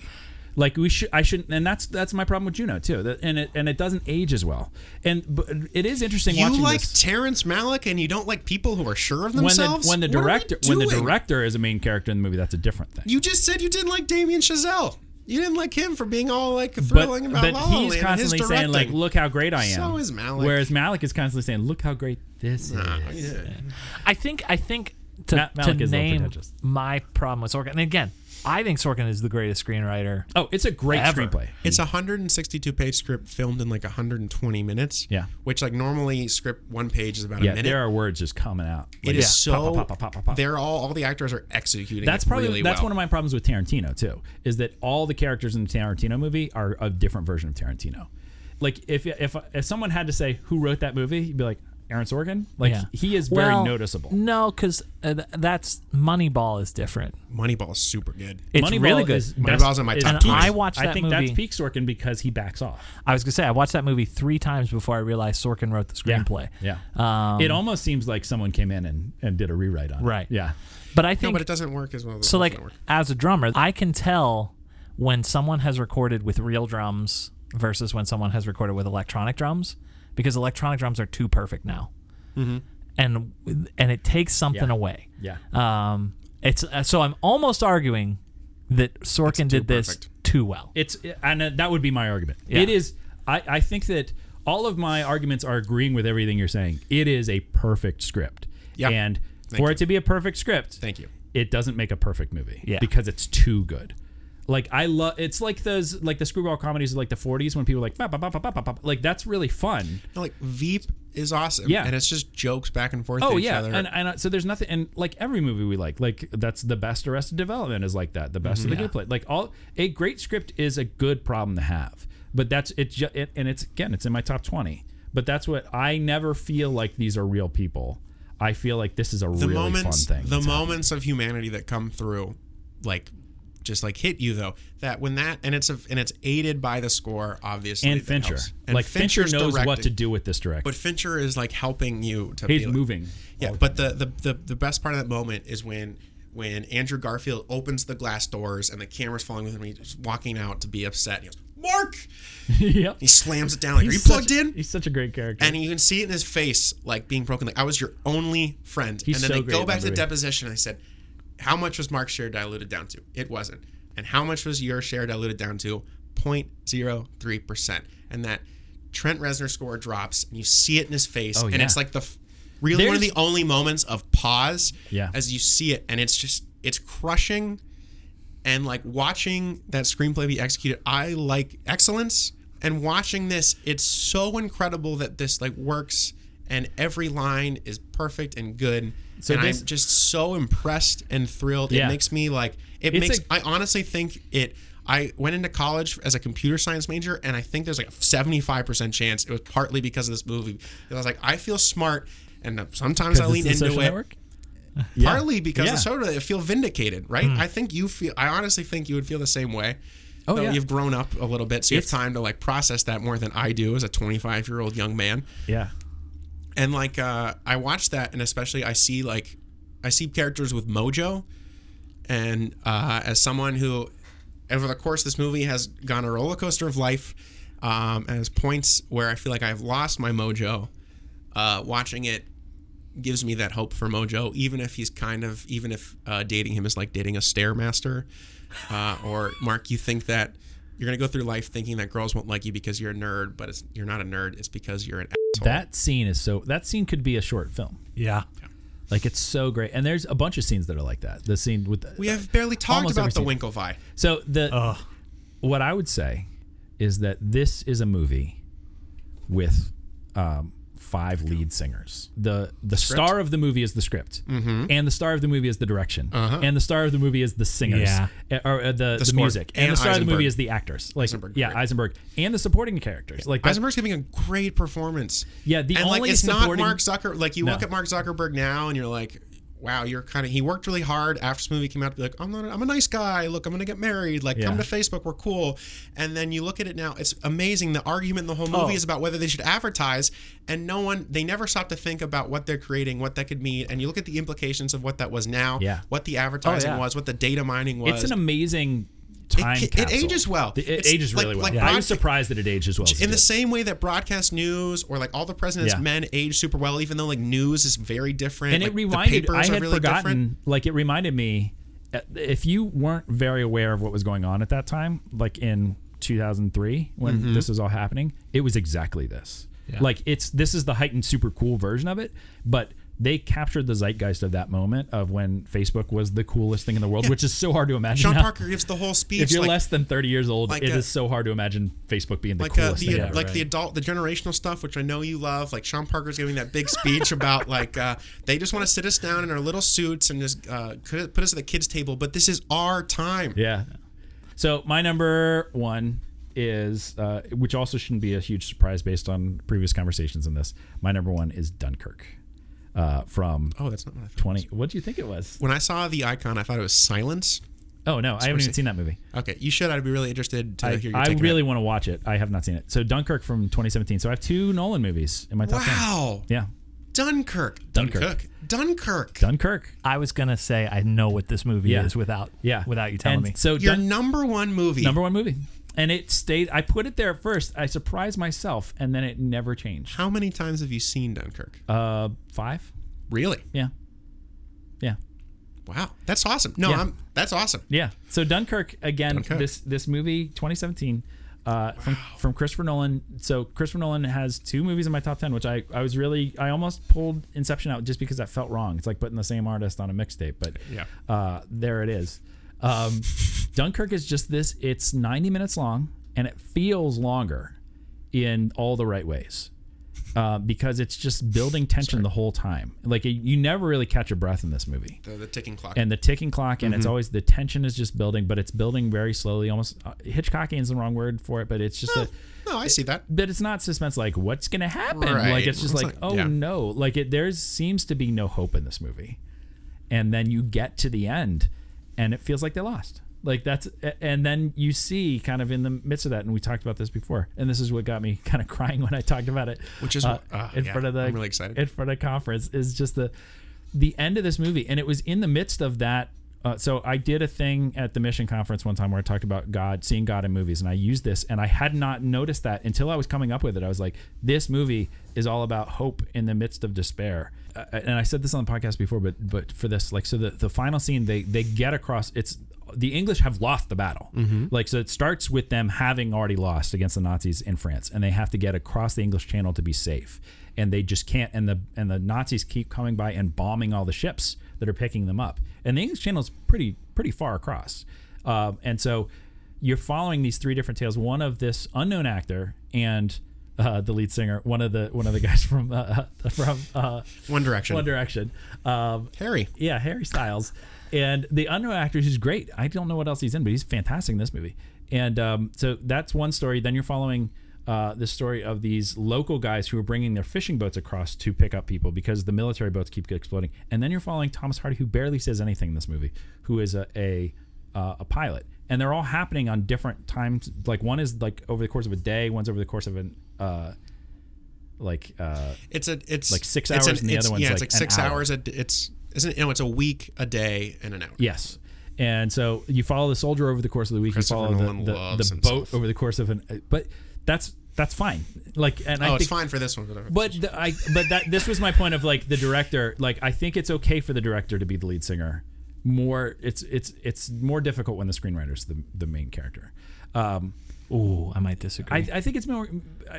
A: Like we should, I shouldn't, and that's that's my problem with Juno too. That- And it and it doesn't age as well. And but it is interesting
D: You
A: watching
D: like
A: this
D: Terrence Malick, and you don't like people who are sure of
A: when the
D: themselves.
A: when the
D: What are we
A: director when the
D: doing?
A: director is a main character in the movie. That's a different thing.
D: You just said you didn't like Damien Chazelle. You didn't like him for being all like
A: But,
D: thrilling about
A: but
D: La La Land
A: he's
D: and
A: constantly
D: his
A: saying like,
D: directing.
A: "Look how great I am."
D: So is Malick.
A: Whereas Malik is constantly saying, "Look how great this is."
C: I think I think to,
A: Matt
C: to
A: Malik is a little
C: name
A: pretentious.
C: my problem with Sorkin, and again, I think Sorkin is the greatest screenwriter.
A: Oh, it's a great
C: ever.
A: screenplay.
D: It's a 162 page script filmed in like 120 minutes.
A: Yeah.
D: Which like normally script one page is about
A: yeah,
D: a minute.
A: there are words just coming out.
D: it
A: Like,
D: is
A: yeah,
D: so
A: pop, pop, pop, pop, pop, pop.
D: they're all all the actors are executing.
A: That's
D: it
A: probably
D: really
A: that's
D: well.
A: one of my problems with Tarantino too. Is that all the characters in the Tarantino movie are a different version of Tarantino. Like if if if someone had to say who wrote that movie, you'd be like Aaron Sorkin. Like
C: Yeah.
A: he is very
C: Well,
A: noticeable.
C: No, because uh, th- that's Moneyball is different.
D: Moneyball is super good.
C: It's
A: Moneyball
C: really good.
A: is
D: Moneyball's
A: best-
D: in my
A: is-
D: top
A: and
D: 20.
C: I watched
A: I
C: that
A: think that's
C: movie-
A: peak Sorkin because he backs off.
C: I was gonna say I watched that movie three times before I realized Sorkin wrote the screenplay.
A: Yeah.
C: Um,
A: it almost seems like someone came in and, and did a rewrite on
C: Right.
A: it. Yeah.
C: But I
D: No,
C: think
D: but it doesn't work as well. as
C: so
D: it
C: like
D: doesn't work.
C: as a drummer i can tell when someone has recorded with real drums versus when someone has recorded with electronic drums because electronic drums are too perfect now
D: Mhm.
C: and and it takes something
A: Yeah.
C: away
A: Yeah.
C: um it's uh, so i'm almost arguing that sorkin did this too well
A: It's and uh, that would be my argument.
C: Yeah.
A: It is. I, I think that all of my arguments are agreeing with everything you're saying. It is a perfect script.
D: Yeah.
A: And
D: Thank
A: for
D: you.
A: it to be a perfect script,
D: Thank you.
A: It doesn't make a perfect movie.
C: Yeah.
A: Because it's too good. Like I love. It's like those like the screwball comedies of like the 40s when people are like "Bah, bah, bah, bah, bah, bah, bah." like that's really fun.
D: No, like Veep is awesome.
A: Yeah.
D: and it's just jokes back and forth.
A: Oh
D: to each
A: yeah,
D: other.
A: and, and uh, so there's nothing, and like every movie we like, like that's the best Arrested Development is like that. The best
C: Mhm.
A: of the
D: Mm-hmm.
C: Yeah.
A: good play, like all a great script is a good problem to have. But that's it, ju- it, and it's again, it's in my top twenty. But that's what I never feel like these are real people. I feel like this is a
D: the
A: really
D: moments
A: fun thing.
D: the moments of humanity that come through like just like hit you though that when that and it's a, and it's aided by the score obviously
A: and
D: that
A: Fincher,
D: helps.
A: like Fincher
D: Fincher's
A: knows what
D: directing,
A: to do with this director.
D: but Fincher is like helping you to
A: He's
D: be like-
A: moving
D: yeah but the, the the the best part of that moment is when when Andrew Garfield opens the glass doors and the camera's falling with him and he's walking out to be upset he goes Mark
A: yep.
D: he slams it down like, are you
A: He's
D: plugged
A: such-
D: in
A: He's such a great character.
D: and you can see it in his face, like being broken. Like I was your only friend.
A: He's
D: and then
A: so
D: they
A: great
D: go
A: in
D: back
A: that
D: to the
A: movie.
D: deposition. I said, "How much was Mark's share diluted down to?" It wasn't. And how much was your share diluted down to? 003 percent. And that Trent Reznor score drops, and you see it in his face,
A: Oh,
D: and
A: yeah.
D: it's like the f- really one of the
A: There's-
D: only moments of pause
A: Yeah.
D: as you see it, and it's just it's crushing. And like watching that screenplay be executed, I like excellence. And watching this, it's so incredible that this like works and every line is perfect and good.
A: So
D: and
A: this-
D: I'm just so impressed and thrilled.
A: Yeah.
D: It makes me like it
A: It's
D: makes.
A: a-
D: I honestly think it. I went into college as a computer science major, and I think there's like a 75% chance it was partly because of this movie. 'Cause I was like, I feel smart, and sometimes I
A: 'Cause
D: lean
A: it's the
D: into
A: social
D: it.
A: network? Yeah.
D: Partly because
A: Yeah. Hmm.
D: the soda, I feel vindicated, right? I think you feel. I honestly think you would feel the same way.
A: Oh,
D: Though
A: yeah.
D: You've grown up a little bit, so you
A: It's-
D: have time to like process that more than I do as a 25 year old young man.
A: Yeah.
D: And like, uh, I watch that, and especially I see like, I see characters with mojo, and uh, as someone who, over the course of this movie, has gone a roller coaster of life, um, and has points where I feel like I've lost my mojo. Uh, watching it gives me that hope for Mojo, even if he's kind of, even if uh, dating him is like dating a stairmaster, uh, or Mark, you think that you're gonna go through life thinking that girls won't like you because you're a nerd, but it's, you're not a nerd. It's because you're an asshole.
A: That scene is so. That scene could be a short film.
C: Yeah.
A: Like it's so great, and there's a bunch of scenes that are like that. The scene with the,
D: we have barely talked
A: Almost
D: about the
A: every
D: Winklevi.
A: So the what I would say is that this is a movie with um, five lead singers. The the,
D: script?
A: star of the movie is the script,
D: Mhm.
A: and the star of the movie is the direction,
D: Uh-huh.
A: and the star of the movie is the singers,
C: Yeah.
A: eh, or uh, the, the,
D: score.
A: music, and,
D: And
A: the star of the
D: Eisenberg.
A: movie is the actors. Like
D: Eisenberg,
A: yeah,
D: great.
A: Eisenberg and the supporting characters. Like that,
D: Eisenberg's giving a great performance.
A: Yeah, the
D: and
A: only
D: like it's not
A: supporting-
D: Mark Zucker. Like you
A: No.
D: look at Mark Zuckerberg now, and you're like, wow, you're kind of. He worked really hard after this movie came out to be like, I'm not. I'm a nice guy. Look, I'm gonna get married. Like, come
A: Yeah.
D: to Facebook. We're cool. And then you look at it now. It's amazing. The argument in the whole movie
A: Oh.
D: is about whether they should advertise, and no one. They never stop to think about what they're creating, what that could mean, and you look at the implications of what that was now.
A: Yeah. Oh,
D: What the advertising
A: yeah.
D: was, what the data mining was.
A: it's an amazing time
D: it
A: capsule.
D: ages well.
A: It, it
D: It's
A: ages
D: like-
A: really well.
D: like
A: I
D: broadca-
A: was surprised that it aged as well. as it
D: in the
A: did.
D: same way that broadcast news or like all the president's
A: Yeah.
D: men age super well, even though like news is very different.
A: and
D: like,
A: it reminded
D: The
A: I
D: papers
A: had
D: are really
A: forgotten
D: different.
A: like it reminded me uh, if you weren't very aware of what was going on at that time like in 2003 when
C: Mhm.
A: this was all happening it was exactly this
C: Yeah.
A: like it's this is the heightened super cool version of it but they captured the zeitgeist of that moment of when Facebook was the coolest thing in the world,
D: Yeah.
A: which is so hard to imagine.
D: Sean
A: now.
D: Parker gives the whole speech.
A: If you're
D: like,
A: less than 30 years old,
D: like
A: it is
D: a-
A: so hard to imagine Facebook being the
D: like uh,
A: coolest
D: the
A: thing ever.
D: like the adult the generational stuff which I know you love like Sean Parker's giving that big speech about like uh, they just want to sit us down in our little suits and just uh, put us at the kids table but this is our time
A: Yeah. So my number one is, uh, which also shouldn't be a huge surprise based on previous conversations in this. My number one is Dunkirk. Uh, from
D: oh that's not what I thought it
A: twenty. What do you think it was?
D: when I saw the icon I thought it was Silence
A: Oh no, I haven't even
D: Scorsese.
A: seen that movie.
D: okay you should I'd be really interested to
A: I,
D: hear your
A: I
D: take on it.
A: really want to watch it. I have not seen it. So Dunkirk from 2017. So I have two Nolan movies in my top ten.
D: wow
A: Yeah,
D: Dunkirk
A: Dunkirk.
D: Dunkirk
A: Dunkirk.
C: I was gonna say I know what this movie
A: Yeah.
C: is without
A: Yeah,
C: without you telling
A: And
C: me.
A: So
D: your
A: Dun-
D: number one movie
A: number one movie, and it stayed. I put it there at first. I surprised myself, and then it never changed.
D: How many times have you seen Dunkirk?
A: Uh, five.
D: Really?
A: Yeah. Yeah.
D: Wow, that's awesome. No,
A: Yeah.
D: I'm that's awesome.
A: Yeah. So Dunkirk again.
D: Dunkirk.
A: This this movie, 2017, uh, from from Christopher Nolan. So Christopher Nolan has two movies in my top ten, which I I was really I almost pulled Inception out just because that felt wrong. It's like putting the same artist on a mixtape, but
D: Yeah.
A: uh, there it is. Um, Dunkirk is just this. It's 90 minutes long, and it feels longer in all the right ways. Uh, because it's just building tension the whole time. Like you never really catch a breath in this movie
D: The, the ticking clock.
A: and the ticking clock and it's
D: Mhm.
A: always the tension is just building but it's building very slowly almost uh, hitchcockian is the wrong word for it but it's just a
D: no, I see that.
A: but it's not suspense like what's gonna happen like
D: Right.
A: it's just
D: It's
A: like
D: like-
A: oh
D: yeah.
A: no like it there seems to be no hope in this movie and then you get to the end and it feels like they lost like that's a- and then you see kind of in the midst of that and we talked about this before and this is what got me kind of crying when i talked about it
D: Which is
A: uh,
D: what- ah,
A: in
D: yeah,
A: front of the
D: I'm really excited.
A: in front of conference is just the the end of this movie and it was in the midst of that uh, so i did a thing at the mission conference one time where i talked about god seeing god in movies and i used this and i had not noticed that until i was coming up with it i was like this movie is all about hope in the midst of despair uh, and i said this on the podcast before but but for this like so the, the final scene they they get across it's the English have lost the battle. Like, so it starts with them having already lost against the Nazis in France, and they have to get across the English Channel to be safe. And they just can't. And the and the Nazis keep coming by and bombing all the ships that are picking them up. And the English Channel is pretty pretty far across. Uh, Um, and so you're following these three different tales. One of this unknown actor and uh, the lead singer, one of the one of the guys from uh, from uh,
D: One Direction.
A: One Direction. Um,
D: Harry.
A: Yeah, Harry Styles, and the unknown actor who's great. I don't know what else he's in, but he's fantastic in this movie. And um, so that's one story. Then you're following. Uh, the story of these local guys who are bringing their fishing boats across to pick up people because the military boats keep exploding. And then you're following Thomas Hardy, who barely says anything in this movie, who is a a, uh, a pilot. And they're all happening on different times. Like one is like over the course of a day, one's over the course of an uh, like uh,
D: It's a it's
A: like six
D: it's
A: hours, and the
D: it's-
A: other one's
D: yeah, it's
A: like
D: like
A: an
D: six
A: hour.
D: hours. A, d- it's isn't no, it's a week, a day, and an hour.
A: Yes. And so you follow the soldier over the course of the week. You
D: Christopher
A: follow the,
D: Nolan
A: the,
D: loves
A: the boat
D: himself.
A: over the course of an. But that's that's fine. Like, and I
D: oh,
A: think,
D: it's fine for this one. whatever.
A: But the, I but that this was my point of like the director. Like I think it's okay for the director to be the lead singer. More it's it's it's more difficult when the screenwriter's the the main character. Um,
C: Ooh, I might disagree.
A: I, I think it's more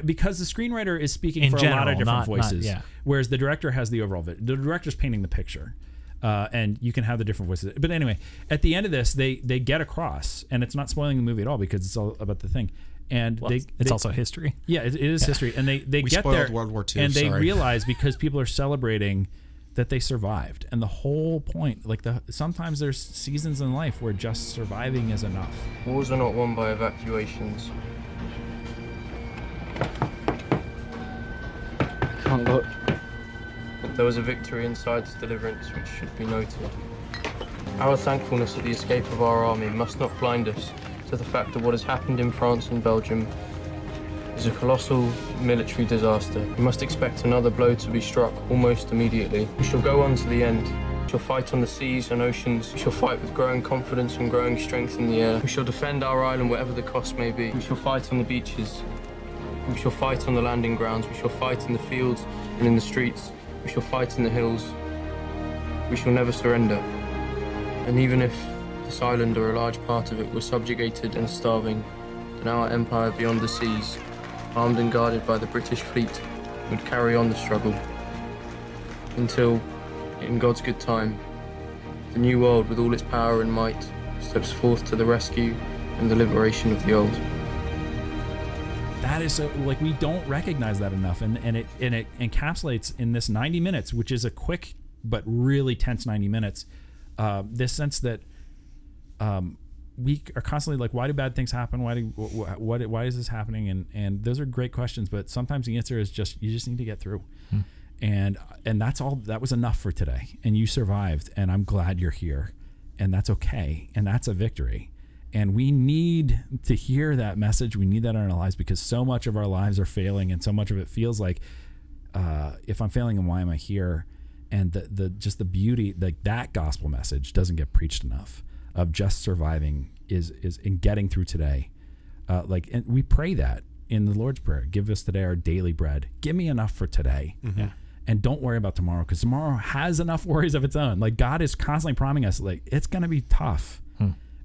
A: because the screenwriter is speaking
C: In
A: for a lot
C: general,
A: of different
C: not- not-
A: voices,
C: yeah.
A: whereas the director has the overall. vi- The director's painting the picture, uh, and you can have the different voices. But anyway, at the end of this, they they get across, and it's not spoiling the movie at all because it's all about the thing. And
C: Well,
A: they,
C: it's- it's
A: they-
C: also history.
A: Yeah, it, it is
C: Yeah.
A: history, and they they
D: We
A: get
D: spoiled
A: there
D: World War II,
A: and they
D: sorry.
A: realize because people are celebrating that they survived, and the whole point, like the sometimes there's seasons in life where just surviving is enough.
T: Wars are not won by evacuations. I can't look. There was a victory in Side's deliverance which should be noted. Our thankfulness at the escape of our army must not blind us to the fact that what has happened in France and Belgium is a colossal military disaster. We must expect another blow to be struck almost immediately. We shall go on to the end. We shall fight on the seas and oceans. We shall fight with growing confidence and growing strength in the air. We shall defend our island whatever the cost may be. We shall fight on the beaches. We shall fight on the landing grounds. We shall fight in the fields and in the streets. We shall fight in the hills. We shall never surrender. And even if this island or a large part of it were subjugated and starving, then our empire beyond the seas, armed and guarded by the British fleet, would carry on the struggle. Until, in God's good time, the new world with all its power and might steps forth to the rescue and the liberation of the old.
A: that is so like we don't recognize that enough and and it and it encapsulates in this 90 minutes which is a quick but really tense 90 minutes uh, this sense that um we are constantly like why do bad things happen why do what, what why is this happening and and those are great questions but sometimes the answer is just you just need to get through and and that's all that was enough for today and you survived and i'm glad you're here and that's okay and that's a victory and we need to hear that message we need that in our lives because so much of our lives are failing and so much of it feels like uh, if i'm failing and why am i here and the, the just the beauty like that gospel message doesn't get preached enough of just surviving is is in getting through today uh, like and we pray that in the lord's prayer give us today our daily bread give me enough for today
C: Yeah.
A: and don't worry about tomorrow because tomorrow has enough worries of its own like god is constantly priming us like it's gonna be tough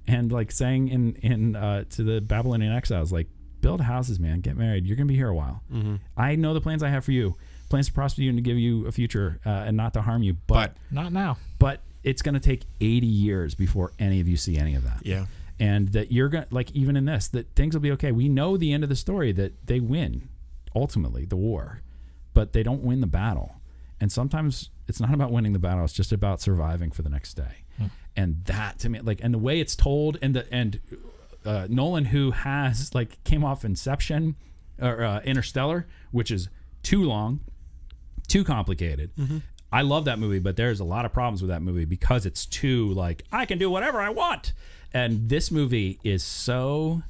A: and like saying in in uh, to the babylonian exiles like build houses man get married you're gonna be here a while
D: Mhm.
A: i know the plans i have for you plans to prosper you and to give you a future uh, and not to harm you but,
C: Not now.
A: but it's gonna take 80 years before any of you see any of that
D: Yeah.
A: and that you're gonna like even in this that things will be okay we know the end of the story that they win ultimately the war but they don't win the battle and sometimes it's not about winning the battle it's just about surviving for the next day and that to me like and the way it's told and the and uh, nolan who has like came off inception or uh, interstellar which is too long too complicated
D: Mhm.
A: I love that movie, but there's a lot of problems with that movie because it's too like I can do whatever I want. And this movie is so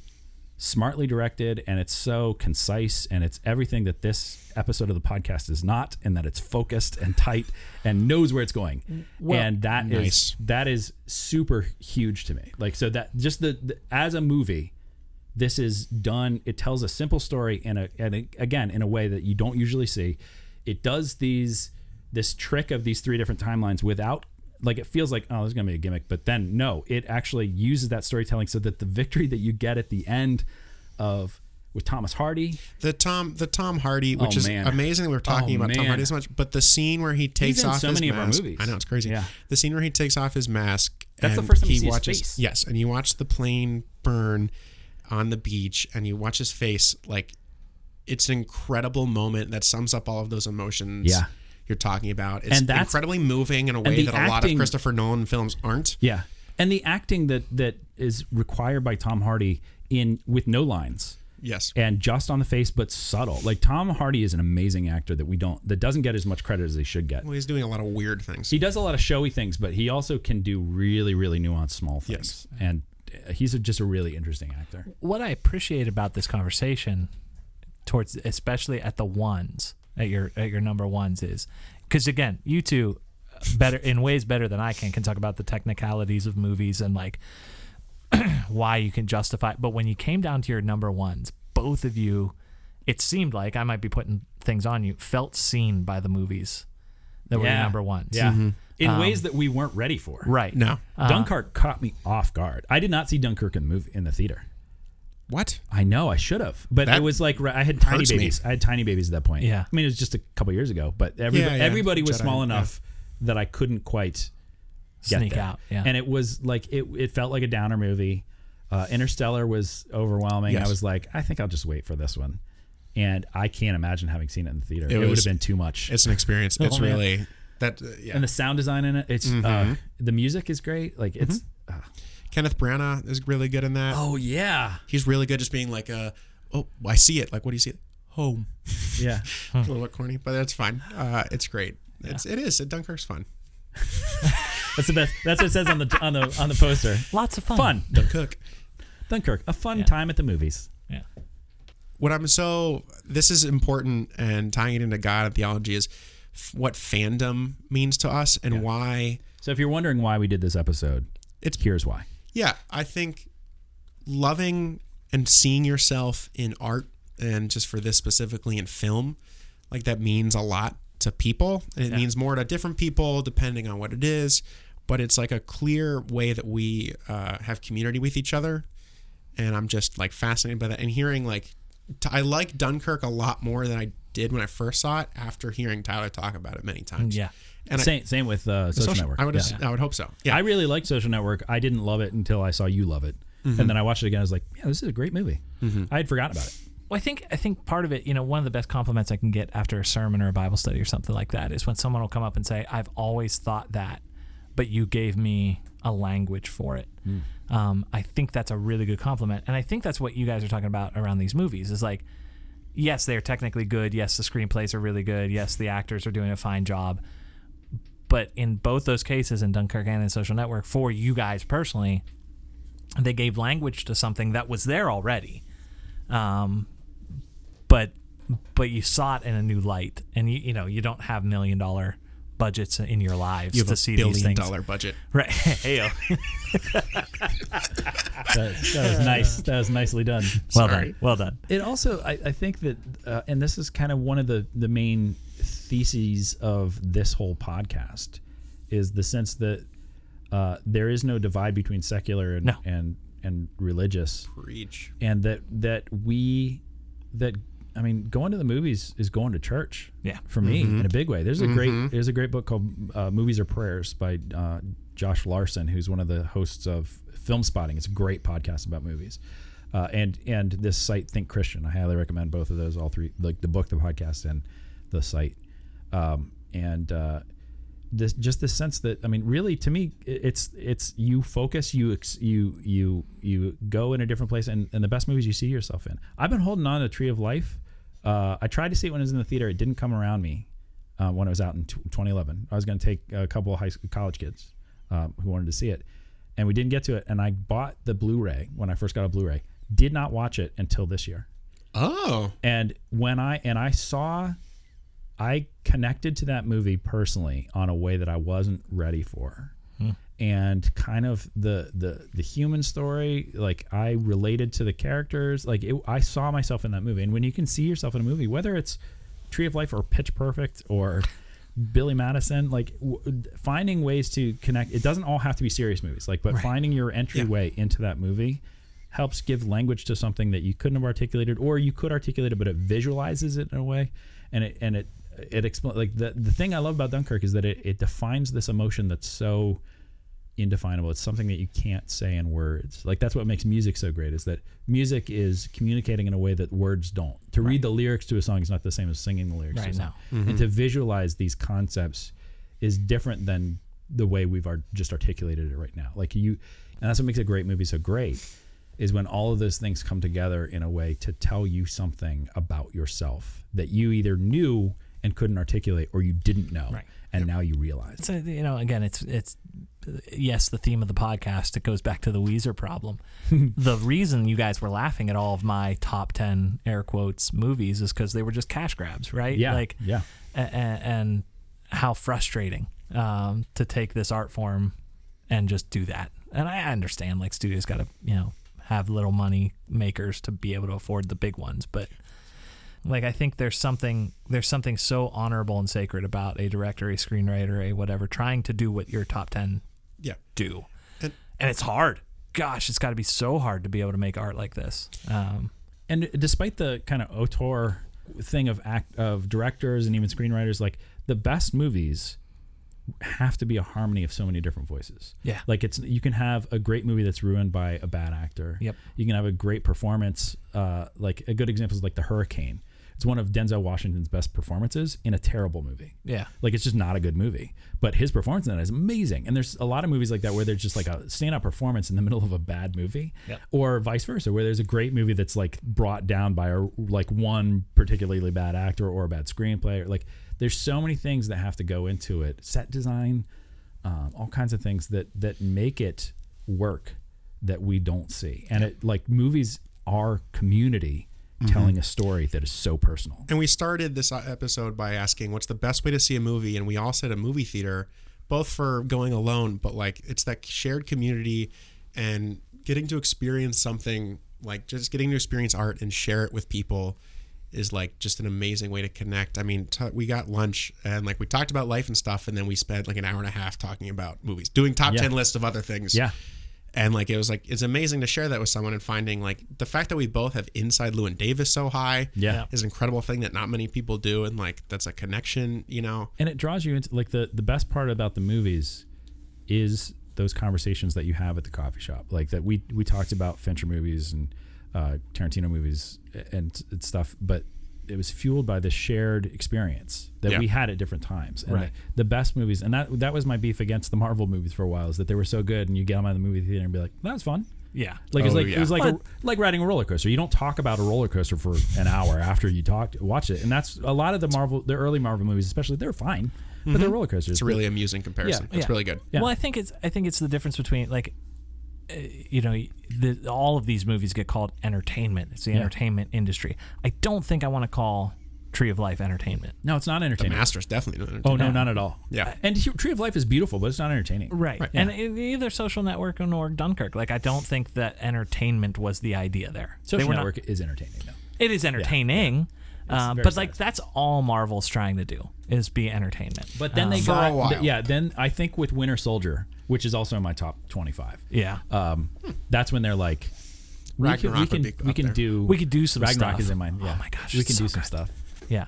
A: smartly directed and it's so concise and it's everything that this episode of the podcast is not and that it's focused and tight and knows where it's going.
D: Well-
A: and that is
D: Nice.
A: that is super huge to me. Like so that just the, the as a movie this is done it tells a simple story and a, and a, again in a way that you don't usually see it does these this trick of these three different timelines without like it feels like oh there's gonna be a gimmick but then no it actually uses that storytelling so that the victory that you get at the end of with thomas hardy
D: The Tom the Tom Hardy, which
A: Oh,
D: is
A: man.
D: amazing that we we're talking
A: Oh,
D: about Tom
A: man.
D: Hardy so much, but the scene where he takes
A: in
D: off
A: so
D: his
A: many of our
D: mask,
A: movies.
D: I know it's crazy.
A: Yeah.
D: The scene where he takes off his mask.
A: That's the
D: and
A: first time
D: he
A: you see his
D: watches,
A: face.
D: Yes, and you watch the plane burn on the beach, and you watch his face like it's an incredible moment that sums up all of those emotions
A: Yeah.
D: you're talking about. It's
A: And that's-
D: incredibly moving in a
A: and
D: way
A: the
D: that a lot of
A: acting-
D: Christopher Nolan films aren't.
A: Yeah. And the acting that that is required by Tom Hardy in with no lines.
D: Yes.
A: And just on the face but subtle. Like Tom Hardy is an amazing actor that we don't that doesn't get as much credit as they should get.
D: Well, he's doing a lot of weird things.
A: He does a lot of showy things, but he also can do really really nuanced small things. And uh, he's a, just a really interesting actor.
C: what I appreciate about this conversation, towards especially at the ones at your at your number ones is, because again, you two, uh, better in ways better than I can, can talk about the technicalities of movies and like why you can justify. But when you came down to your number ones, both of you, it seemed like I might be putting things on you, felt seen by the movies that were your
A: Yeah.
C: number ones.
A: Yeah.
D: Mm-hmm.
A: In
C: Um,
A: ways that we weren't ready for.
C: Right. No. Uh,
A: Dunkirk caught me off guard. I did not see Dunkirk in the movie in the theater.
D: What?
A: I know I should have, but
D: That
A: it was like I had tiny
D: hurts me.
A: babies. I had tiny babies at that point.
C: Yeah.
A: I mean it was just a couple years ago, but everybody,
C: Yeah, yeah.
A: everybody was
C: Jedi,
A: small
C: yeah.
A: enough that I couldn't quite get
C: Sneak
A: there.
C: out, yeah.
A: and it was like it. It felt like a downer movie. Uh, Interstellar was overwhelming.
D: Yes.
A: I was like, I think I'll just wait for this one, and I can't imagine having seen it in the theater. It, would
D: was-
A: have been too much.
D: It's an experience.
A: Oh,
D: It's
A: man.
D: really that. Uh, yeah.
A: And the sound design in it, it's uh,
D: Mhm.
A: the music is great. Like
D: Mm-hmm.
A: it's
D: Kenneth Branagh is really good in that.
A: Oh, yeah.
D: he's really good just being like, uh, oh, I see it. Like, what do you see? Home.
A: Yeah.
D: it's a little bit corny, but that's fine. Uh, it's great. It's it is. Dunkirk's fun.
A: That's the best. That's what it says on the on the on the poster.
C: Lots of fun.
A: Fun.
D: Dunkirk.
A: Dunkirk. A fun time at the movies.
C: Yeah.
D: What I'm so this is important and tying it into God and theology is f- what fandom means to us and why.
A: So if you're wondering why we did this episode,
D: it's
A: here's why.
D: Yeah, I think loving and seeing yourself in art and just for this specifically in film, like that means a lot to people. And it
A: Yeah.
D: means more to different people depending on what it is. But it's like a clear way that we uh, have community with each other. And I'm just like fascinated by that. And hearing like, t- I like Dunkirk a lot more than I did when I first saw it after hearing Tyler talk about it many times.
A: Yeah.
D: And I-
A: same same with uh,
D: The
A: social,
D: Social-
A: network.
D: I would ass- I would hope so.
A: Yeah. I really liked social network. I didn't love it until I saw you love it,
D: Mm-hmm.
C: Mhm.
A: and then I watched it again. I was like, yeah, this is a great movie. I had forgotten about it.
C: Well, I think I think part of it, you know, one of the best compliments I can get after a sermon or a Bible study or something like that is when someone will come up and say, "I've always thought that, but you gave me a language for it."
G: Mm.
C: Um, I think that's a really good compliment, and I think that's what you guys are talking about around these movies is like, yes, they're technically good, yes, the screenplays are really good, yes, the actors are doing a fine job, but in both those cases, in Dunkirk and in Social Network, for you guys personally, they gave language to something that was there already, um, but but you saw it in a new light, and you you know you don't have million dollar budgets in your lives
D: You have
C: to
D: a
C: see these
D: billion
C: things.
D: dollar budget.
C: right? Heyo.
A: That, that was nice. That was nicely done.
C: Well done. Sorry. Well done.
A: It also, I, I think that, uh, and this is kind of one of the the main theses of this whole podcast, is the sense that uh, there is no divide between secular and and and religious.
D: Preach.
A: And that that we that I mean, going to the movies is going to church.
C: Yeah.
A: For me,
C: Mhm.
A: in a big way. There's a great
C: Mhm.
A: there's a great book called uh, Movies or Prayers by uh, Josh Larson, who's one of the hosts of Film Spotting. It's a great podcast about movies. Uh, and and this site Think Christian. I highly recommend both of those, all three, like the book, the podcast, and the site. Um, and uh, this just this sense that I mean, really, to me, it- it's it's you focus, you ex, you you you go in a different place, and, and the best movies you see yourself in. I've been holding on to Tree of Life. Uh, I tried to see it when it was in the theater. It didn't come around me uh, when it was out in tw 2011. I was going to take a couple of high school, college kids um, who wanted to see it, and we didn't get to it. And I bought the Blu-ray when I first got a Blu-ray. Did not watch it until this year.
D: Oh.
A: And when I and I saw I connected to that movie personally on a way that I wasn't ready for.
C: Hmm.
A: And kind of the the the human story, like I related to the characters, like it, I saw myself in that movie. And when you can see yourself in a movie, whether it's Tree of Life or Pitch Perfect or Billy Madison, like w- finding ways to connect. It doesn't all have to be serious movies, like but finding your entryway into that movie helps give language to something that you couldn't have articulated or you could articulate it but it visualizes it in a way and it and it it explains like the the thing i love about dunkirk is that it, it defines this emotion that's so indefinable. It's something that you can't say in words. Like that's what makes music so great is that music is communicating in a way that words don't. To read the lyrics to a song is not the same as singing the lyrics to
C: Right,
A: a song.
C: no. Mhm.
A: And to visualize these concepts is different than the way we've ar- just articulated it right now. Like you and that's what makes a great movie so great is when all of those things come together in a way to tell you something about yourself that you either knew and couldn't articulate or you didn't know and now you realize.
C: So you know, again, it's it's yes, the theme of the podcast. It goes back to the Weezer problem. the reason you guys were laughing at all of my top ten air quotes movies is because they were just cash grabs, right?
A: Yeah,
C: Like
A: yeah.
C: a- a- and how frustrating um, to take this art form and just do that. And I understand, like studios got to you know have little money makers to be able to afford the big ones, but like I think there's something there's something so honorable and sacred about a director, a screenwriter, a whatever trying to do what your top ten
D: Yeah.
C: do, and, it's hard. Gosh, it's got to be so hard to be able to make art like this. Um,
A: and despite the kind of auteur thing of act of directors and even screenwriters, like the best movies have to be a harmony of so many different voices.
C: Yeah.
A: like it's you can have a great movie that's ruined by a bad actor.
C: Yep.
A: you can have a great performance. Uh, like a good example is like The Hurricane. It's one of Denzel Washington's best performances in a terrible movie.
C: Yeah.
A: Like it's just not a good movie. But his performance in that is amazing. And there's a lot of movies like that where there's just like a standout performance in the middle of a bad movie.
C: Yep.
A: Or vice versa, where there's a great movie that's like brought down by a like one particularly bad actor or a bad screenplay. Or like there's so many things that have to go into it. Set design, um, all kinds of things that that make it work that we don't see. And it like movies are community telling a story that is so personal.
D: And we started this uh, episode by asking what's the best way to see a movie, and we all said a movie theater, both for going alone, but like it's that shared community and getting to experience something like just getting to experience art and share it with people is like just an amazing way to connect. I mean, t- we got lunch and like we talked about life and stuff, and then we spent like an hour and a half talking about movies, doing top
A: Yeah.
D: 10 lists of other things.
A: Yeah.
D: And like it was like it's amazing to share that with someone and finding like the fact that we both have inside Lewin Davis so high
A: Yeah.
D: is an incredible thing that not many people do and like that's a connection, you know.
A: and it draws you into like the the best part about the movies is those conversations that you have at the coffee shop like that we we talked about fincher movies and uh, tarantino movies and, and stuff but it was fueled by the shared experience that
D: Yeah.
A: we had at different times and
C: Right.
A: the, the best movies and that that was my beef against the marvel movies for a while is that they were so good and you get them out of the movie theater and be like that was fun
C: Yeah.
A: like it's
C: Oh,
A: like it
C: yeah.
A: was like a,
C: But-
A: like riding a roller coaster. You don't talk about a roller coaster for an hour after you talked watch it, and that's a lot of the Marvel, the early Marvel movies, especially. They're fine, but they're roller coasters.
D: Mm-hmm. It's a really amusing comparison.
A: Yeah.
D: It's
A: Yeah.
D: really good.
A: Yeah.
C: Well, I think it's I think it's the difference between like, uh, you know, the, all of these movies get called entertainment. It's the
A: Yeah.
C: entertainment industry. I don't think I want to call Tree of Life entertainment.
A: no, it's not
D: The
A: entertaining.
D: master's definitely not
A: oh no,
D: entertaining.
A: not at all.
D: Yeah.
A: and Tree of Life is beautiful, but it's not entertaining.
C: Right.
A: Yeah.
C: And e- either Social Network and or Dunkirk. Like, I don't think that entertainment was the idea there. They
A: Social
C: were not-
A: Network is entertaining though.
C: it is entertaining, um,
A: very
C: but like that's all Marvel's trying to do is be entertainment.
A: But then they
C: Um,
A: got th- yeah. Then I think with Winter Soldier, which is also in my top twenty-five.
C: Yeah.
A: um, that's when they're like, we can
D: Hmm.
A: we
D: Ragnarok
A: can,
D: would be
A: we
D: up
A: can
D: there.
A: do
C: We could do some
A: Ragnarok
C: stuff.
A: is in mine.
C: Oh
A: Yeah.
C: my gosh,
A: we
C: it's
A: can
C: so
A: do some
C: good.
A: stuff.
C: yeah.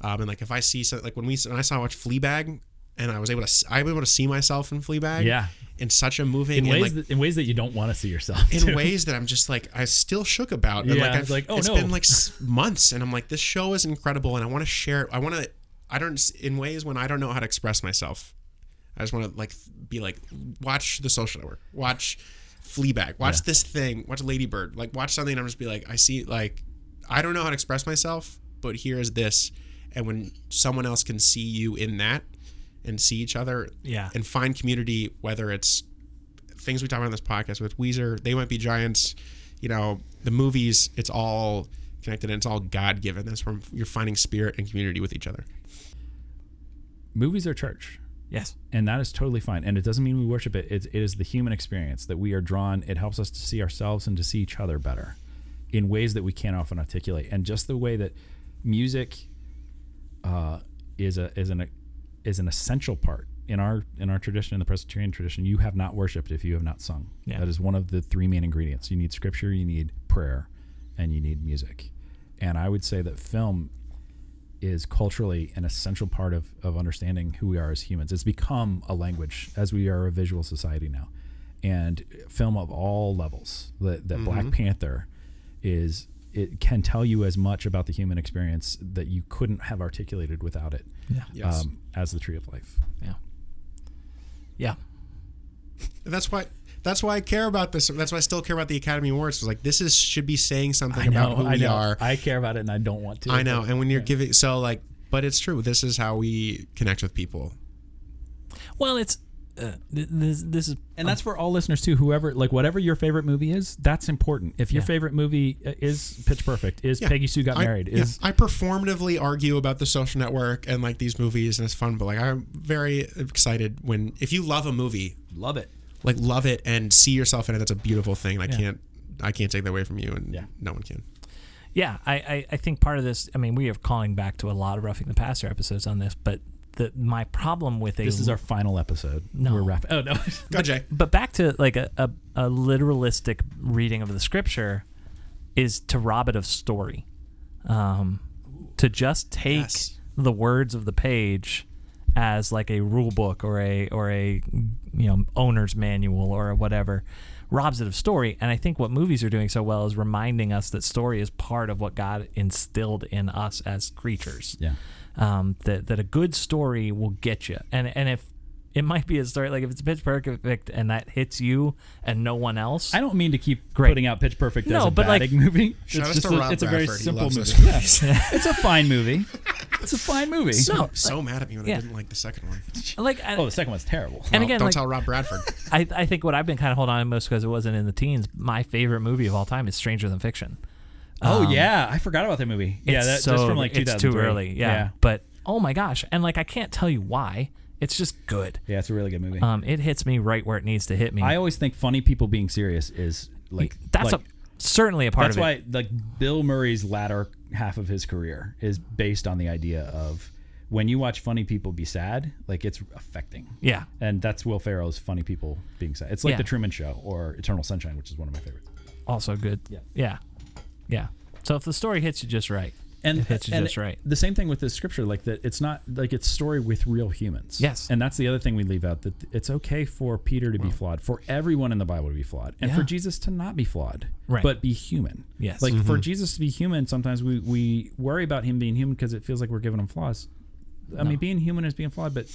D: Um, and like if I see so, like when we when I saw watch Fleabag and I was able to s- I was able to see myself in Fleabag.
A: Yeah.
D: In such a moving
A: In
D: and,
A: ways
D: like,
A: that, in ways that you don't want to see yourself.
D: in
A: too.
D: ways that I'm just like I still shook about. And
A: Yeah,
D: like, I've,
A: it's like, oh,
D: it's
A: no.
D: been like s- months, and I'm like, this show is incredible, and I want to share. it. I want to. I don't s- in ways when I don't know how to express myself. I just want to like th- be like, watch The Social Network, watch Fleabag, watch this thing, watch Lady Bird, like watch something, and I'm just be like, I see like, I don't know how to express myself, but here is this, and when someone else can see you in that, and see each other,
C: Yeah.
D: and find community, whether it's things we talk about on this podcast with Weezer, they might be giants. You know, the movies, it's all connected and it's all God given. That's where you're finding spirit and community with each other.
A: movies are church
C: Yes.
A: and that is totally fine and it doesn't mean we worship it it's, it is the human experience that we are drawn it helps us to see ourselves and to see each other better in ways that we can't often articulate and just the way that music uh, is a is an is an essential part in our in our tradition in the presbyterian tradition you have not worshiped if you have not sung
C: Yeah.
A: that is one of the three main ingredients you need scripture you need prayer and you need music and i would say that film is culturally an essential part of, of understanding who we are as humans. It's become a language as we are a visual society now. And film of all levels that, that Black
D: Mhm.
A: Panther is, it can tell you as much about the human experience that you couldn't have articulated without it
C: Yeah. Yes.
A: um, as the Tree of Life.
C: Yeah. Yeah.
D: And that's why. That's why I care about this. That's why I still care about the Academy Awards. It's like this is should be saying something
A: I know,
D: about who
A: I
D: we
A: know.
D: are.
A: I care about it and I don't want to.
D: I know.
A: but-
D: And when you're giving, so like, but it's true. This is how we connect with people.
C: Well, it's uh, th- this, this is um,
A: and that's for all listeners too. Whoever, like, whatever your favorite movie is, that's important. If your
D: Yeah.
A: favorite movie uh, is Pitch Perfect, is
D: Yeah.
A: Peggy Sue Got
D: I-
A: Married,
D: yeah.
A: is
D: I performatively argue about the social network and like these movies and it's fun, but like I'm very excited when if you love a movie,
A: love it,
D: like love it and see yourself in it. That's a beautiful thing. I
C: Yeah.
D: can't, I can't take that away from you, and no one can.
C: Yeah, I, I, I think part of this. I mean, we are calling back to a lot of roughing the passer episodes on this, but the my problem with a
A: this is our final episode.
C: No.
A: we're wrapping. Oh no,
D: Go Jay.
C: but back to like a, a, a literalistic reading of the scripture is to rob it of story um, to just take the words of the page as like a rule book or a or a you know owner's manual or whatever robs it of story and i think what movies are doing so well is reminding us that story is part of what god instilled in us as creatures
A: Yeah.
C: um, that that a good story will get you. And and if it might be a story like if it's pitch perfect and that hits you and no one else. I
A: don't mean to keep
C: putting
A: out pitch perfect
C: no,
A: as a
C: but like
A: batting movie.
D: Shout
A: it's
D: out
A: just
D: to
A: a,
D: Rob
A: it's a very
D: Bradford. He
A: simple
D: loves
A: movie.
D: those
A: Yeah.
D: movies.
A: it's a fine movie. It's a fine movie.
D: So,
C: No,
D: so
C: like-
D: mad at me when
C: yeah.
D: I didn't like the second one.
C: Like, I-
A: oh, the second one's terrible.
C: And again,
D: don't
C: like-
D: tell Rob Bradford.
C: I, I think what I've been kind of holding on to most because it wasn't in the teens. My favorite movie of all time is Stranger Than Fiction.
A: Oh
C: Um,
A: yeah, I forgot about that movie. Yeah,
C: it's
A: that,
C: so,
A: that's from like 2003.
C: it's too early. Yeah. but oh my gosh, and like I can't tell you why. It's just good.
A: Yeah, it's a really good movie.
C: Um, it hits me right where it needs to hit me.
A: I always think funny people being serious is like
C: That's
A: like-
C: a, certainly a part
A: that's
C: of it.
A: why like Bill Murray's latter half of his career is based on the idea of when you watch funny people be sad, like it's affecting.
C: Yeah.
A: and that's Will Ferrell's funny people being sad. It's like
C: Yeah.
A: The Truman Show or Eternal Sunshine, which is one of my favorites.
C: also good.
A: Yeah.
C: Yeah. Yeah. So if the story hits you just right,
A: and
C: it hits you
A: and
C: just right.
A: The same thing with this scripture, like that. It's not like it's story with real humans.
C: Yes.
A: and that's the other thing we leave out that it's okay for Peter to be flawed, for everyone in the Bible to be flawed, and for
C: Yeah.
A: Jesus to not be flawed,
C: Right.
A: But be human.
C: Yes.
A: like for
C: Mhm.
A: Jesus to be human, sometimes we we worry about him being human because it feels like we're giving him flaws. I
C: No.
A: mean, being human is being flawed, but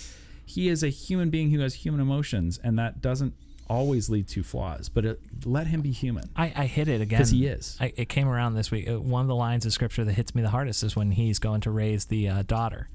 A: he is a human being who has human emotions, and that doesn't always lead to flaws. But it, let him be human.
C: I, I hit it again
A: 'Cause he is.
C: I, it came around this week. Uh, One of the lines of scripture that hits me the hardest is when he's going to raise the uh, daughter.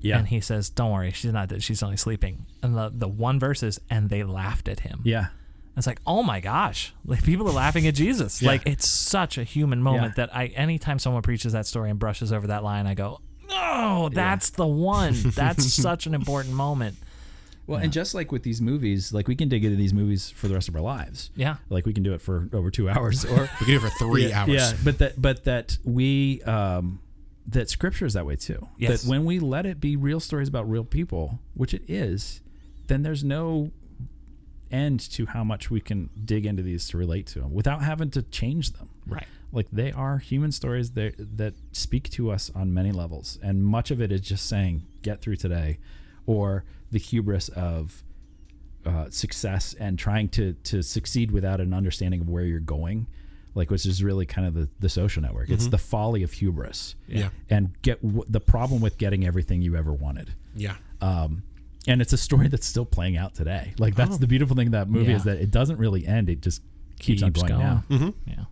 A: Yeah.
C: And he says, "Don't worry, she's not dead. She's only sleeping." And the the one verse is, "And they laughed at him."
A: Yeah.
C: It's like, oh my gosh, like people are laughing at Jesus.
A: Yeah.
C: Like it's such a human moment that I, anytime someone preaches that story and brushes over that line, I go, no, that's the one. That's such an important moment.
A: Well, and just like with these movies, like we can dig into these movies for the rest of our lives.
C: Yeah.
A: like we can do it for over two hours, or
D: We can do it for three
A: yeah,
D: hours.
A: Yeah, but that, but that we, um, that scripture is that way too.
D: Yes.
A: That when we let it be real stories about real people, which it is, then there's no end to how much we can dig into these to relate to them without having to change them.
C: Right.
A: Like they are human stories that that speak to us on many levels, and much of it is just saying get through today, or the hubris of uh, success and trying to to succeed without an understanding of where you're going, like which is really kind of the the social network. It's
D: Mhm.
A: the folly of hubris.
D: Yeah.
A: And get w- the problem with getting everything you ever wanted.
D: Yeah.
A: Um, and it's a story that's still playing out today. Like that's
C: Oh.
A: the beautiful thing of that movie is
C: Yeah.
A: that it doesn't really end. It just keeps, on going, now.
C: Yeah.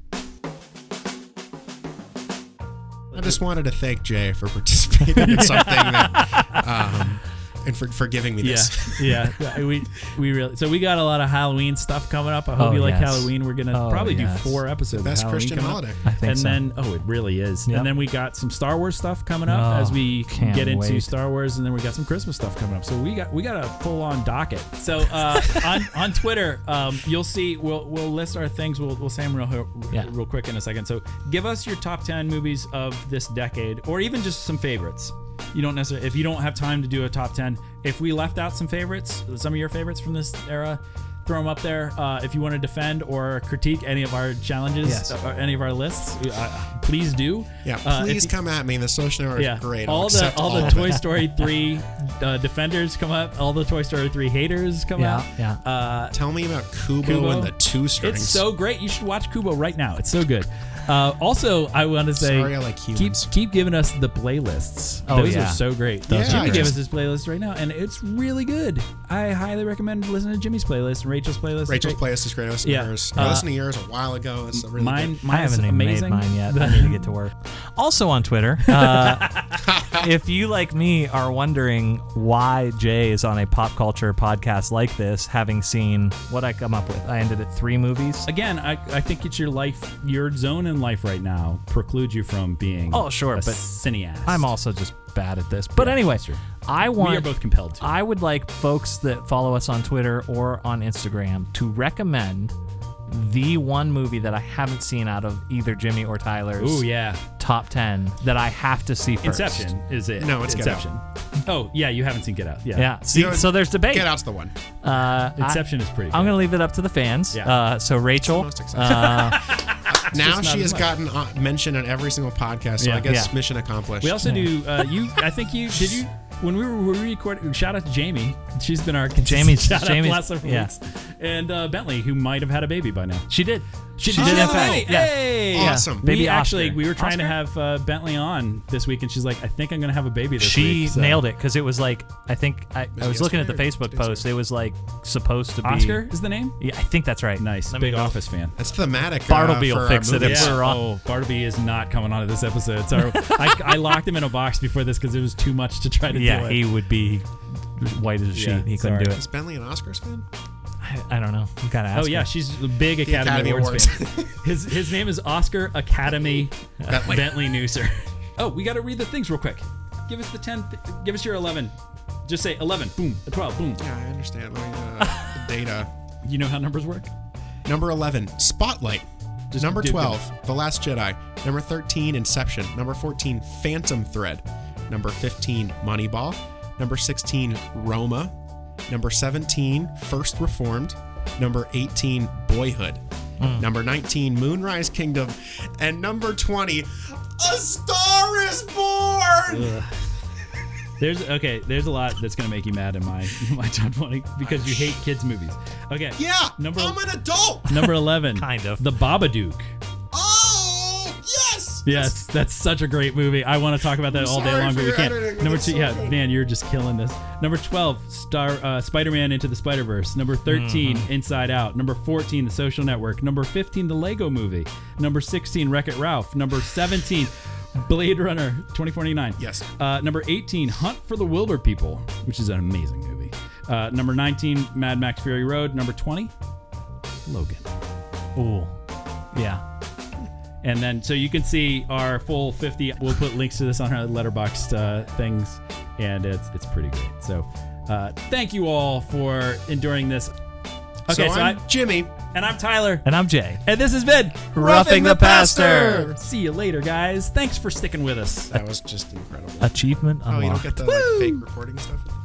D: I just wanted to thank Jay for participating in something that, um, and for, for giving me
A: Yeah,
D: this.
A: yeah. Yeah, we we really so we got a lot of Halloween stuff coming up. I hope
C: Oh,
A: you like
C: yes.
A: Halloween. We're gonna
C: Oh,
A: probably
C: yes.
A: do four episodes. of
D: Best
A: Halloween
D: Christian
A: coming up.
D: holiday.
C: I think
A: and
C: so.
A: then oh, it really is.
C: Yep.
A: And then we got some Star Wars stuff coming up
C: Oh,
A: as we
C: can't
A: get into
C: wait.
A: Star Wars, and then we got some Christmas stuff coming up. So we got we got a full on docket. So uh, on on Twitter, um, you'll see we'll we'll list our things. We'll we'll say them real
C: Yeah.
A: real quick in a second. So give us your top ten movies of this decade, or even just some favorites. You don't necessarily if you don't have time to do a top ten. If we left out some favorites, some of your favorites from this era. Throw them up there uh, if you want to defend or critique any of our challenges
C: Yes.
A: or any of our lists. uh, please do.
D: Yeah,
A: Uh, if
D: please
A: you-
D: come at me. The social network
A: yeah,
D: is great. I'll
A: all the
D: accept
A: all the
D: of
A: Toy
D: it.
A: Story three uh, defenders come up. All the Toy Story three haters come
C: Yeah,
A: up.
C: yeah.
A: Uh,
D: Tell me about Kubo, and the two strings.
A: It's so great. You should watch Kubo right now. It's so good. Uh, also, I want to say,
D: Sorry, I like
A: keep
D: humans.
A: keep giving us the playlists.
C: Oh,
A: Those
C: yeah.
A: are so great.
C: Those are
A: Jimmy
C: great.
A: gave us his playlist right now, and it's really good. I highly recommend listening to Jimmy's playlist and Rachel's playlist. is
D: Rachel's
A: great.
D: playlist is great. I listened
A: Yeah.
D: to yours. I
A: Uh,
D: listened to yours a while ago. It's a really
A: mine-
D: good.
A: mine-
C: I haven't even
A: amazing.
C: made mine yet. I need to get to work. Also on Twitter, uh, if you like me are wondering why Jay is on a pop culture podcast like this, having seen what I come up with, I ended at three movies.
A: Again, I, I think it's your life, your zone in life right now precludes you from being.
C: Oh, sure,
A: a
C: but
A: cineast.
C: I'm also just bad at this. But
A: Yeah,
C: anyway,
A: that's true.
C: I want
A: we are both compelled to.
C: I would like folks that follow us on Twitter or on Instagram to recommend the one movie that I haven't seen out of either Jimmy or Tyler's
A: Ooh yeah,
C: top 10 that I have to see first.
A: Inception is it?
D: No, it's Get Out.
A: Inception. Oh yeah, you haven't seen Get Out. Yeah,
C: Yeah. See,
D: You know,
C: so there's debate.
D: Get Out's the one.
C: Uh,
A: Inception is pretty.
C: I, am
A: good.
C: going to leave it up to the fans.
A: Yeah.
C: Uh, so Rachel,
D: It's the most
C: uh,
D: Now
A: just not
D: she has
A: as much.
D: gotten uh, mentioned on every single podcast, so
A: Yeah.
D: I guess
C: Yeah.
D: mission accomplished.
A: We also do. Uh, you, I think you did you when we were, we recording. Shout out to Jamie. She's been our
C: Jamie's-
A: shout
C: Jamie's-
A: out last several
C: yeah.
A: weeks. And uh, Bentley, who might have had a baby by now.
C: she did. She,
A: did
C: did in
A: have a
C: fact.
A: baby.
C: Yeah.
A: Hey!
D: Awesome.
A: We
C: Baby
A: actually
C: Oscar.
A: we were trying to
C: Oscar?
A: have uh, Bentley on this week, and she's like, I think I'm gonna have a baby. This
C: She
A: week, so-
C: nailed it because it was like I think I, I was looking at the
D: yesterday or
C: Facebook
D: two days
C: post. It was like supposed to be
A: Oscar is the name.
C: Yeah, I think that's right.
A: Nice,
C: Let me
A: big
C: go.
A: Office fan.
D: That's thematic.
C: Bartleby
D: uh,
C: will
D: for our
C: fix it if
D: movies.
C: we're wrong.
A: Oh, Bartleby is not coming onto this episode. So I, I locked him in a box before this because it was too much to try to
C: Yeah,
A: deal
C: he
A: with.
C: would be white as a sheet.
A: Yeah,
C: he couldn't
A: sorry.
C: do it.
D: Is Bentley an Oscars fan?
C: I, I don't know. You gotta ask.
A: Oh yeah,
C: her.
A: she's a big Academy,
D: Academy
A: Awards,
D: Awards.
A: fan. his his name is Oscar Academy uh, Bentley, Newser. Oh, we got to read the things real quick. Give us the ten. Th- give us your eleven. Just say eleven. Boom. A twelve. Boom.
D: Yeah, I understand. Let me, uh, the data.
A: You know how numbers work.
D: Number 11, Spotlight.
A: Just
D: number
A: do it.
D: 12, The Last Jedi. Number 13, Inception. Number 14, Phantom Thread. Number 15, Moneyball. Number 16, Roma. Number 17, First Reformed. Number 18, Boyhood.
A: Hmm.
D: Number 19, Moonrise Kingdom. And number 20, A Star is Born!
A: There's okay. There's a lot that's gonna make you mad in my in my top twenty because you hate kids movies. Okay.
D: Yeah,
A: Number
D: I'm an adult!
A: number eleven.
C: Kind of.
A: The Babadook.
D: Oh, yes!
A: Yes, that's such a great movie. I want to talk about that all day
D: sorry
A: long,
D: for
A: but we
D: your
A: can't.
D: editing, but
A: Number
D: it's
A: two,
D: so
A: yeah,
D: good.
A: man, you're just killing this. Number twelve, Star uh, Spider-Man Into the Spider-Verse. Number 13 Inside Out. Number fourteen, The Social Network. Number fifteen, The Lego Movie. Number sixteen, Wreck-It Ralph. Number seventeen, Blade Runner 2049.
D: Yes.
A: Uh, number eighteen, Hunt for the Wilder People, which is an amazing movie. Uh, number nineteen, Mad Max Fury Road. Number twenty, Logan.
C: Ooh. Yeah.
A: And then, so you can see our full 50. We'll put links to this on our letterboxed uh, things, and it's it's pretty great. So, uh, thank you all for enduring this. Okay, so,
D: so
A: I,
D: I'm Jimmy.
A: and I'm Tyler,
C: And I'm Jay.
A: and this has been
C: Roughing the Pastor.
A: See you later, guys. Thanks for sticking with us.
D: That was just incredible.
C: Achievement unlocked.
D: Oh, you don't get the like, fake recording stuff?